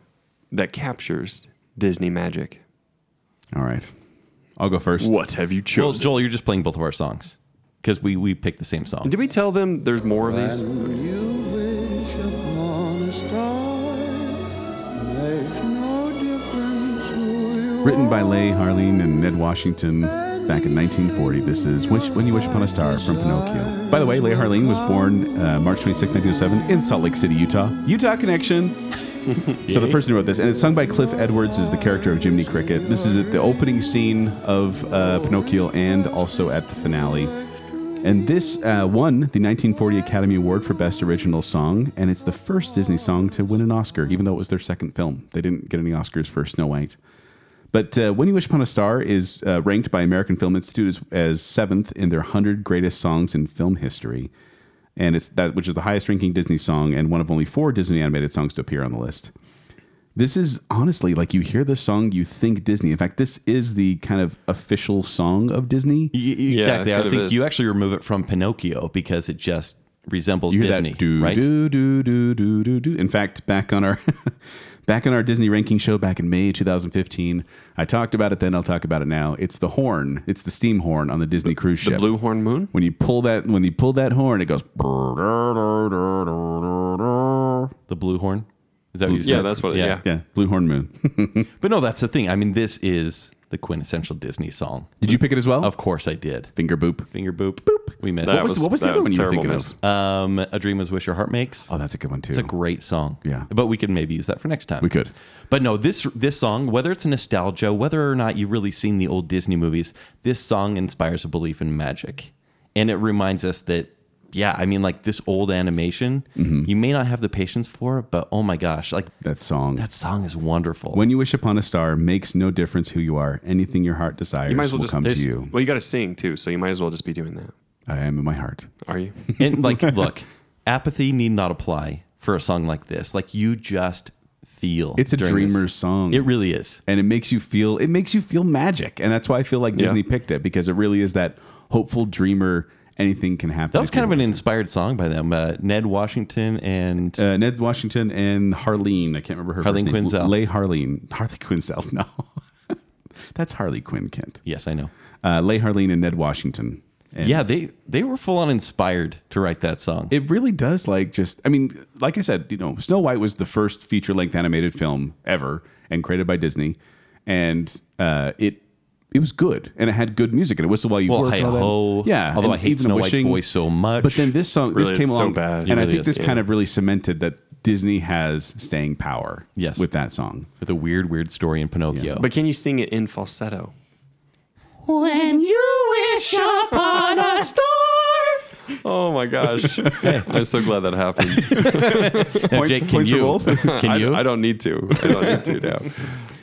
Speaker 3: that captures Disney magic.
Speaker 2: All right. I'll go first.
Speaker 3: What have you
Speaker 4: well,
Speaker 3: chosen?
Speaker 4: Joel, you're just playing both of our songs because we we picked the same song.
Speaker 3: Did we tell them there's more of these?
Speaker 2: Written by Leigh Harleen and Ned Washington back in 1940. This is Wish, When You Wish Upon a Star from Pinocchio. By the way, Leigh Harleen was born uh, March 26, 1907 in Salt Lake City, Utah. Utah connection. so the person who wrote this, and it's sung by Cliff Edwards, is the character of Jiminy Cricket. This is at the opening scene of uh, Pinocchio and also at the finale. And this uh, won the 1940 Academy Award for Best Original Song, and it's the first Disney song to win an Oscar, even though it was their second film. They didn't get any Oscars for Snow White. But uh, When You Wish Upon a Star is uh, ranked by American Film Institute as, as seventh in their 100 greatest songs in film history. And it's that which is the highest ranking Disney song and one of only four Disney animated songs to appear on the list. This is honestly like you hear this song, you think Disney. In fact, this is the kind of official song of Disney.
Speaker 4: Y- exactly.
Speaker 3: it
Speaker 4: I
Speaker 3: kind of
Speaker 4: think
Speaker 3: is.
Speaker 4: you actually remove it from Pinocchio because it just resembles
Speaker 2: You hear
Speaker 4: Disney,
Speaker 2: that do
Speaker 4: right?
Speaker 2: do do do do do do. In fact, back on our back on our Disney ranking show back in May 2015, I talked about it then. I'll talk about it now. It's the horn. It's the steam horn on the Disney cruise
Speaker 3: The
Speaker 2: ship.
Speaker 3: Blue Horn Moon?
Speaker 2: When you pull that when you pull that horn, it goes.
Speaker 4: The blue horn. Is that what you said?
Speaker 3: Yeah, that's what it- yeah.
Speaker 2: Yeah, blue horn moon.
Speaker 4: But no, that's the thing. I mean, this is the quintessential Disney song.
Speaker 2: Did you pick it as well?
Speaker 4: Of course, I did.
Speaker 2: Finger boop.
Speaker 4: Finger boop. We missed.
Speaker 3: That
Speaker 4: What was,
Speaker 2: what was the
Speaker 3: that
Speaker 2: other one you were
Speaker 3: terrible
Speaker 2: thinking of?
Speaker 3: miss.
Speaker 4: um, a dream is wish your heart makes.
Speaker 2: Oh, that's a good one too.
Speaker 4: It's a great song.
Speaker 2: Yeah.
Speaker 4: But we could maybe use that for next time.
Speaker 2: We could.
Speaker 4: But no, this this song, whether it's nostalgia, whether or not you've really seen the old Disney movies, this song inspires a belief in magic. And it reminds us that, yeah, I mean, like this old animation,
Speaker 2: Mm-hmm.
Speaker 4: you may not have the patience for it, but oh my gosh, like
Speaker 2: that song.
Speaker 4: that song is wonderful.
Speaker 2: when you wish upon a star, makes no difference who you are. Anything your heart desires
Speaker 3: You might as well
Speaker 2: will
Speaker 3: just
Speaker 2: come to
Speaker 3: there's-
Speaker 2: you.
Speaker 3: Well, you got to sing too, so you might as well just be doing that.
Speaker 2: I am in my heart.
Speaker 3: Are you?
Speaker 4: and like, look, apathy need not apply for a song like this. Like, you just feel
Speaker 2: It's a
Speaker 4: during this.
Speaker 2: dreamer's song.
Speaker 4: It really is.
Speaker 2: and it makes you feel it makes you feel magic and that's why i feel like disney
Speaker 3: Yeah.
Speaker 2: picked it because it really is that hopeful dreamer anything can happen
Speaker 4: That was
Speaker 2: if you
Speaker 4: kind of an
Speaker 2: want.
Speaker 4: inspired song by them. Uh, Ned Washington and
Speaker 2: uh, Ned Washington and Harleen. I can't remember her
Speaker 4: Harleen
Speaker 2: first name.
Speaker 4: Quinzel.
Speaker 2: Leigh Harleen. Harley Quinzel. No, that's Harley Quinn Kent.
Speaker 4: yes, I know.
Speaker 2: Uh, Leigh Harleen and Ned Washington. And
Speaker 4: Yeah, they they were full on inspired to write that song.
Speaker 2: it really does like just. I mean, like I said, you know, Snow White was the first feature length animated film ever and created by Disney, and uh, it it was good and it had good music and it whistle while you
Speaker 4: well,
Speaker 2: work.
Speaker 4: hi
Speaker 2: and all that.
Speaker 4: ho.
Speaker 2: Yeah,
Speaker 4: although
Speaker 2: and
Speaker 4: I hate
Speaker 2: Even
Speaker 4: Snow
Speaker 2: Wishing.
Speaker 4: White's voice so much.
Speaker 2: But then this song,
Speaker 3: Really,
Speaker 2: this came
Speaker 3: it's so
Speaker 2: along,
Speaker 3: bad. It
Speaker 2: and I
Speaker 4: really
Speaker 2: think
Speaker 4: is,
Speaker 2: this
Speaker 4: yeah.
Speaker 2: kind of really cemented that Disney has staying power.
Speaker 4: Yes.
Speaker 2: with that song.
Speaker 4: with a weird, weird story in Pinocchio.
Speaker 3: But can you sing it in falsetto?
Speaker 8: When you wish upon a star.
Speaker 3: Oh my gosh. I'm so glad that happened.
Speaker 4: Now, Jake, can
Speaker 2: points for
Speaker 4: you?
Speaker 2: both.
Speaker 4: Can
Speaker 3: I,
Speaker 4: you?
Speaker 3: I don't need to. I don't need to now.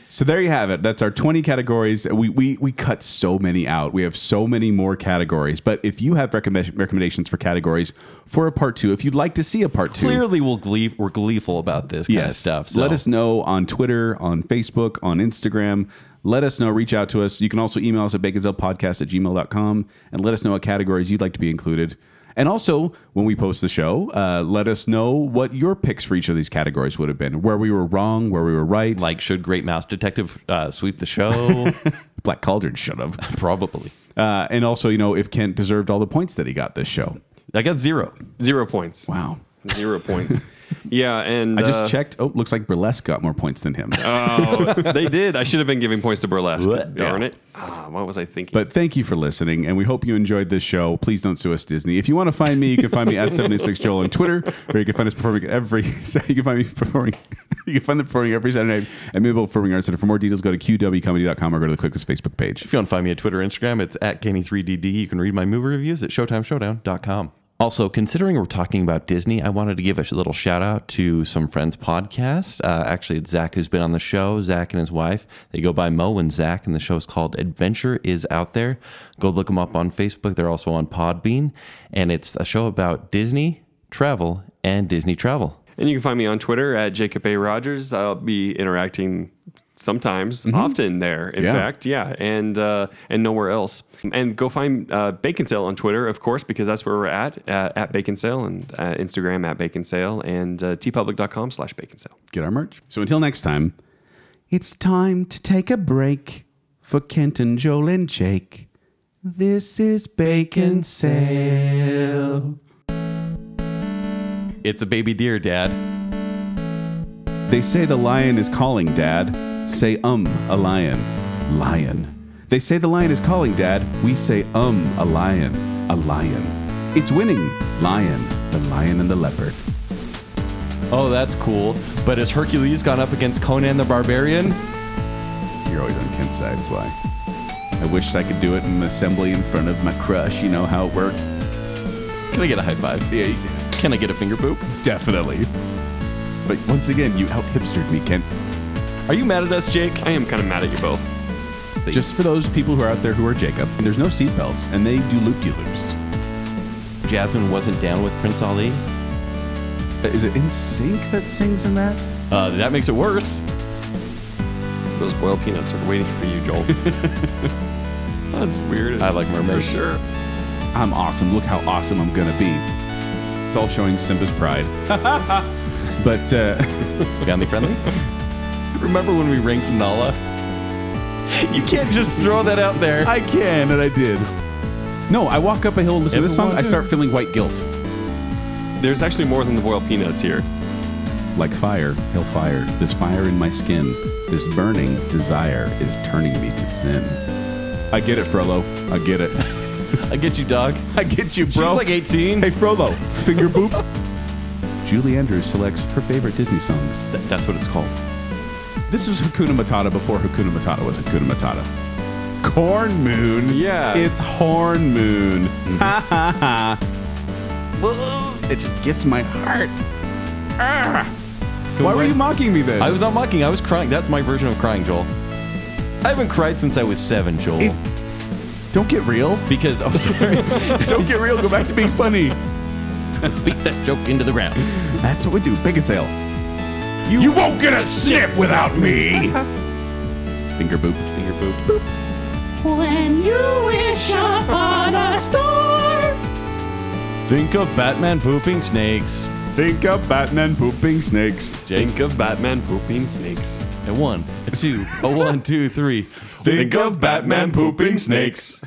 Speaker 2: So there you have it. That's our 20 categories. We, we, we cut so many out. We have so many more categories. But if you have recommend, recommendations for categories for a part two, if you'd like to see a part two,
Speaker 4: Clearly, we'll glee- we're gleeful about this kind of stuff. So.
Speaker 2: Let us know on Twitter, on Facebook, on Instagram. Let us know. Reach out to us. You can also email us at baconzellepodcast at gmail.com and let us know what categories you'd like to be included. And also, when we post the show, uh, let us know what your picks for each of these categories would have been, where we were wrong, where we were right.
Speaker 4: Like, should Great Mouse Detective uh, sweep the show?
Speaker 2: Black Cauldron, shut up.
Speaker 4: Probably.
Speaker 2: Uh, and also, you know, if Kent deserved all the points that he got this show.
Speaker 4: I got zero.
Speaker 3: Zero points.
Speaker 2: Wow.
Speaker 3: Zero points. Yeah, and
Speaker 2: I just
Speaker 3: uh,
Speaker 2: checked. Oh, looks like Burlesque got more points than him.
Speaker 4: Oh.
Speaker 3: they did. I should have been giving points to Burlesque.
Speaker 4: What?
Speaker 3: Darn
Speaker 2: Yeah.
Speaker 3: it. Ah, what was I thinking?
Speaker 2: But thank you for listening, and we hope you enjoyed this show. Please don't sue us, Disney. If you want to find me, you can find me at 76Joel on Twitter, or you can find us performing every you can find me performing you can find them performing every Saturday night at Mabel Performing Arts Center. For more details, go to qwcomedy.com or go to the Quickest Facebook page.
Speaker 4: If you want to find me at Twitter, Instagram, it's at E Kenny3DD. You can read my movie reviews at ShowtimeShowdown.com. Also, considering we're talking about Disney, I wanted to give a sh- little shout out to some friends' podcast. Uh, actually, it's Zach who's been on the show, Zach and his wife. They go by Mo and Zach, and the show is called Adventure is Out There. Go look them up on Facebook. They're also on Podbean, and it's a show about Disney, travel, and Disney travel.
Speaker 3: and you can find me on Twitter at Jacob A. Rogers. I'll be interacting sometimes,
Speaker 4: Mm-hmm.
Speaker 3: often there, in
Speaker 2: Yeah.
Speaker 3: fact. Yeah, and uh, and nowhere else. And go find uh, Bacon Sale on Twitter, of course, because that's where we're at, uh, at Bacon Sale, and uh, Instagram at Bacon Sale, and uh, tpublic.com slash Bacon Sale.
Speaker 2: Get our merch. So until next time, it's time to take a break for Kent and Joel and Jake. This is Bacon Sale.
Speaker 4: It's a baby deer, Dad.
Speaker 2: They say the lion is calling, Dad. Say um, a lion. Lion. They say the lion is calling, Dad. We say um, a lion. A lion. It's winning. Lion. The lion and the leopard.
Speaker 4: Oh, that's cool. But has Hercules gone up against Conan the Barbarian?
Speaker 2: You're always on Kent's side, is why. I wish I could do it in an assembly in front of my crush. You know how it worked.
Speaker 4: Can I get a high five?
Speaker 2: Yeah, you did.
Speaker 4: Can I get a finger boop?
Speaker 2: Definitely. But once again, you out hipstered me, Kent.
Speaker 4: Are you mad at us, Jake?
Speaker 3: I am kind of mad at you both.
Speaker 2: Just for those people who are out there who are Jacob, there's no seatbelts, and they do loop de loops.
Speaker 4: Jasmine wasn't down with Prince Ali.
Speaker 2: Uh, Is it in sync that sings in that?
Speaker 4: Uh, that makes it worse.
Speaker 3: Those boiled peanuts are waiting for you, Joel. That's weird.
Speaker 4: I like mermaids.
Speaker 3: For sure.
Speaker 2: I'm awesome. Look how awesome I'm gonna be. It's all showing Simba's pride. but uh,
Speaker 4: Family friendly. Remember when we ranked Nala? You can't just throw that out there.
Speaker 2: I can, and I did. No, I walk up a hill and listen to this song. I
Speaker 4: Everyone-
Speaker 2: start feeling white guilt,
Speaker 3: There's actually more than the boiled peanuts here.
Speaker 2: like fire, hellfire. There's fire in my skin. This burning desire is turning me to sin. I get it, Frollo. I get it.
Speaker 4: I get you, dog.
Speaker 2: I get you,
Speaker 4: She's
Speaker 2: bro.
Speaker 4: like 18.
Speaker 2: hey, Frollo, finger boop. Julie Andrews selects her favorite Disney songs.
Speaker 4: Th- that's what it's called.
Speaker 2: This was Hakuna Matata before Hakuna Matata was Hakuna Matata. Corn Moon.
Speaker 3: Yeah.
Speaker 2: It's Horn Moon. Ha ha ha. Whoa, It just gets my heart. Ah. Why were you mocking me then?
Speaker 4: I was not mocking. I was crying. That's my version of crying, Joel. I haven't cried since I was seven, Joel.
Speaker 2: It's- Don't get real.
Speaker 4: because I'm sorry.
Speaker 2: Don't get real. Go back to being funny.
Speaker 4: Let's beat that joke into the ground.
Speaker 2: That's what we do. Bacon sale. You, won't get a sniff without me. Finger boop. Finger boop.
Speaker 8: When you wish upon a star.
Speaker 4: Think of Batman pooping snakes.
Speaker 2: Think of Batman pooping snakes.
Speaker 3: Think of Batman pooping snakes.
Speaker 4: A one, a two, a one, two, three.
Speaker 2: Think of Batman pooping snakes.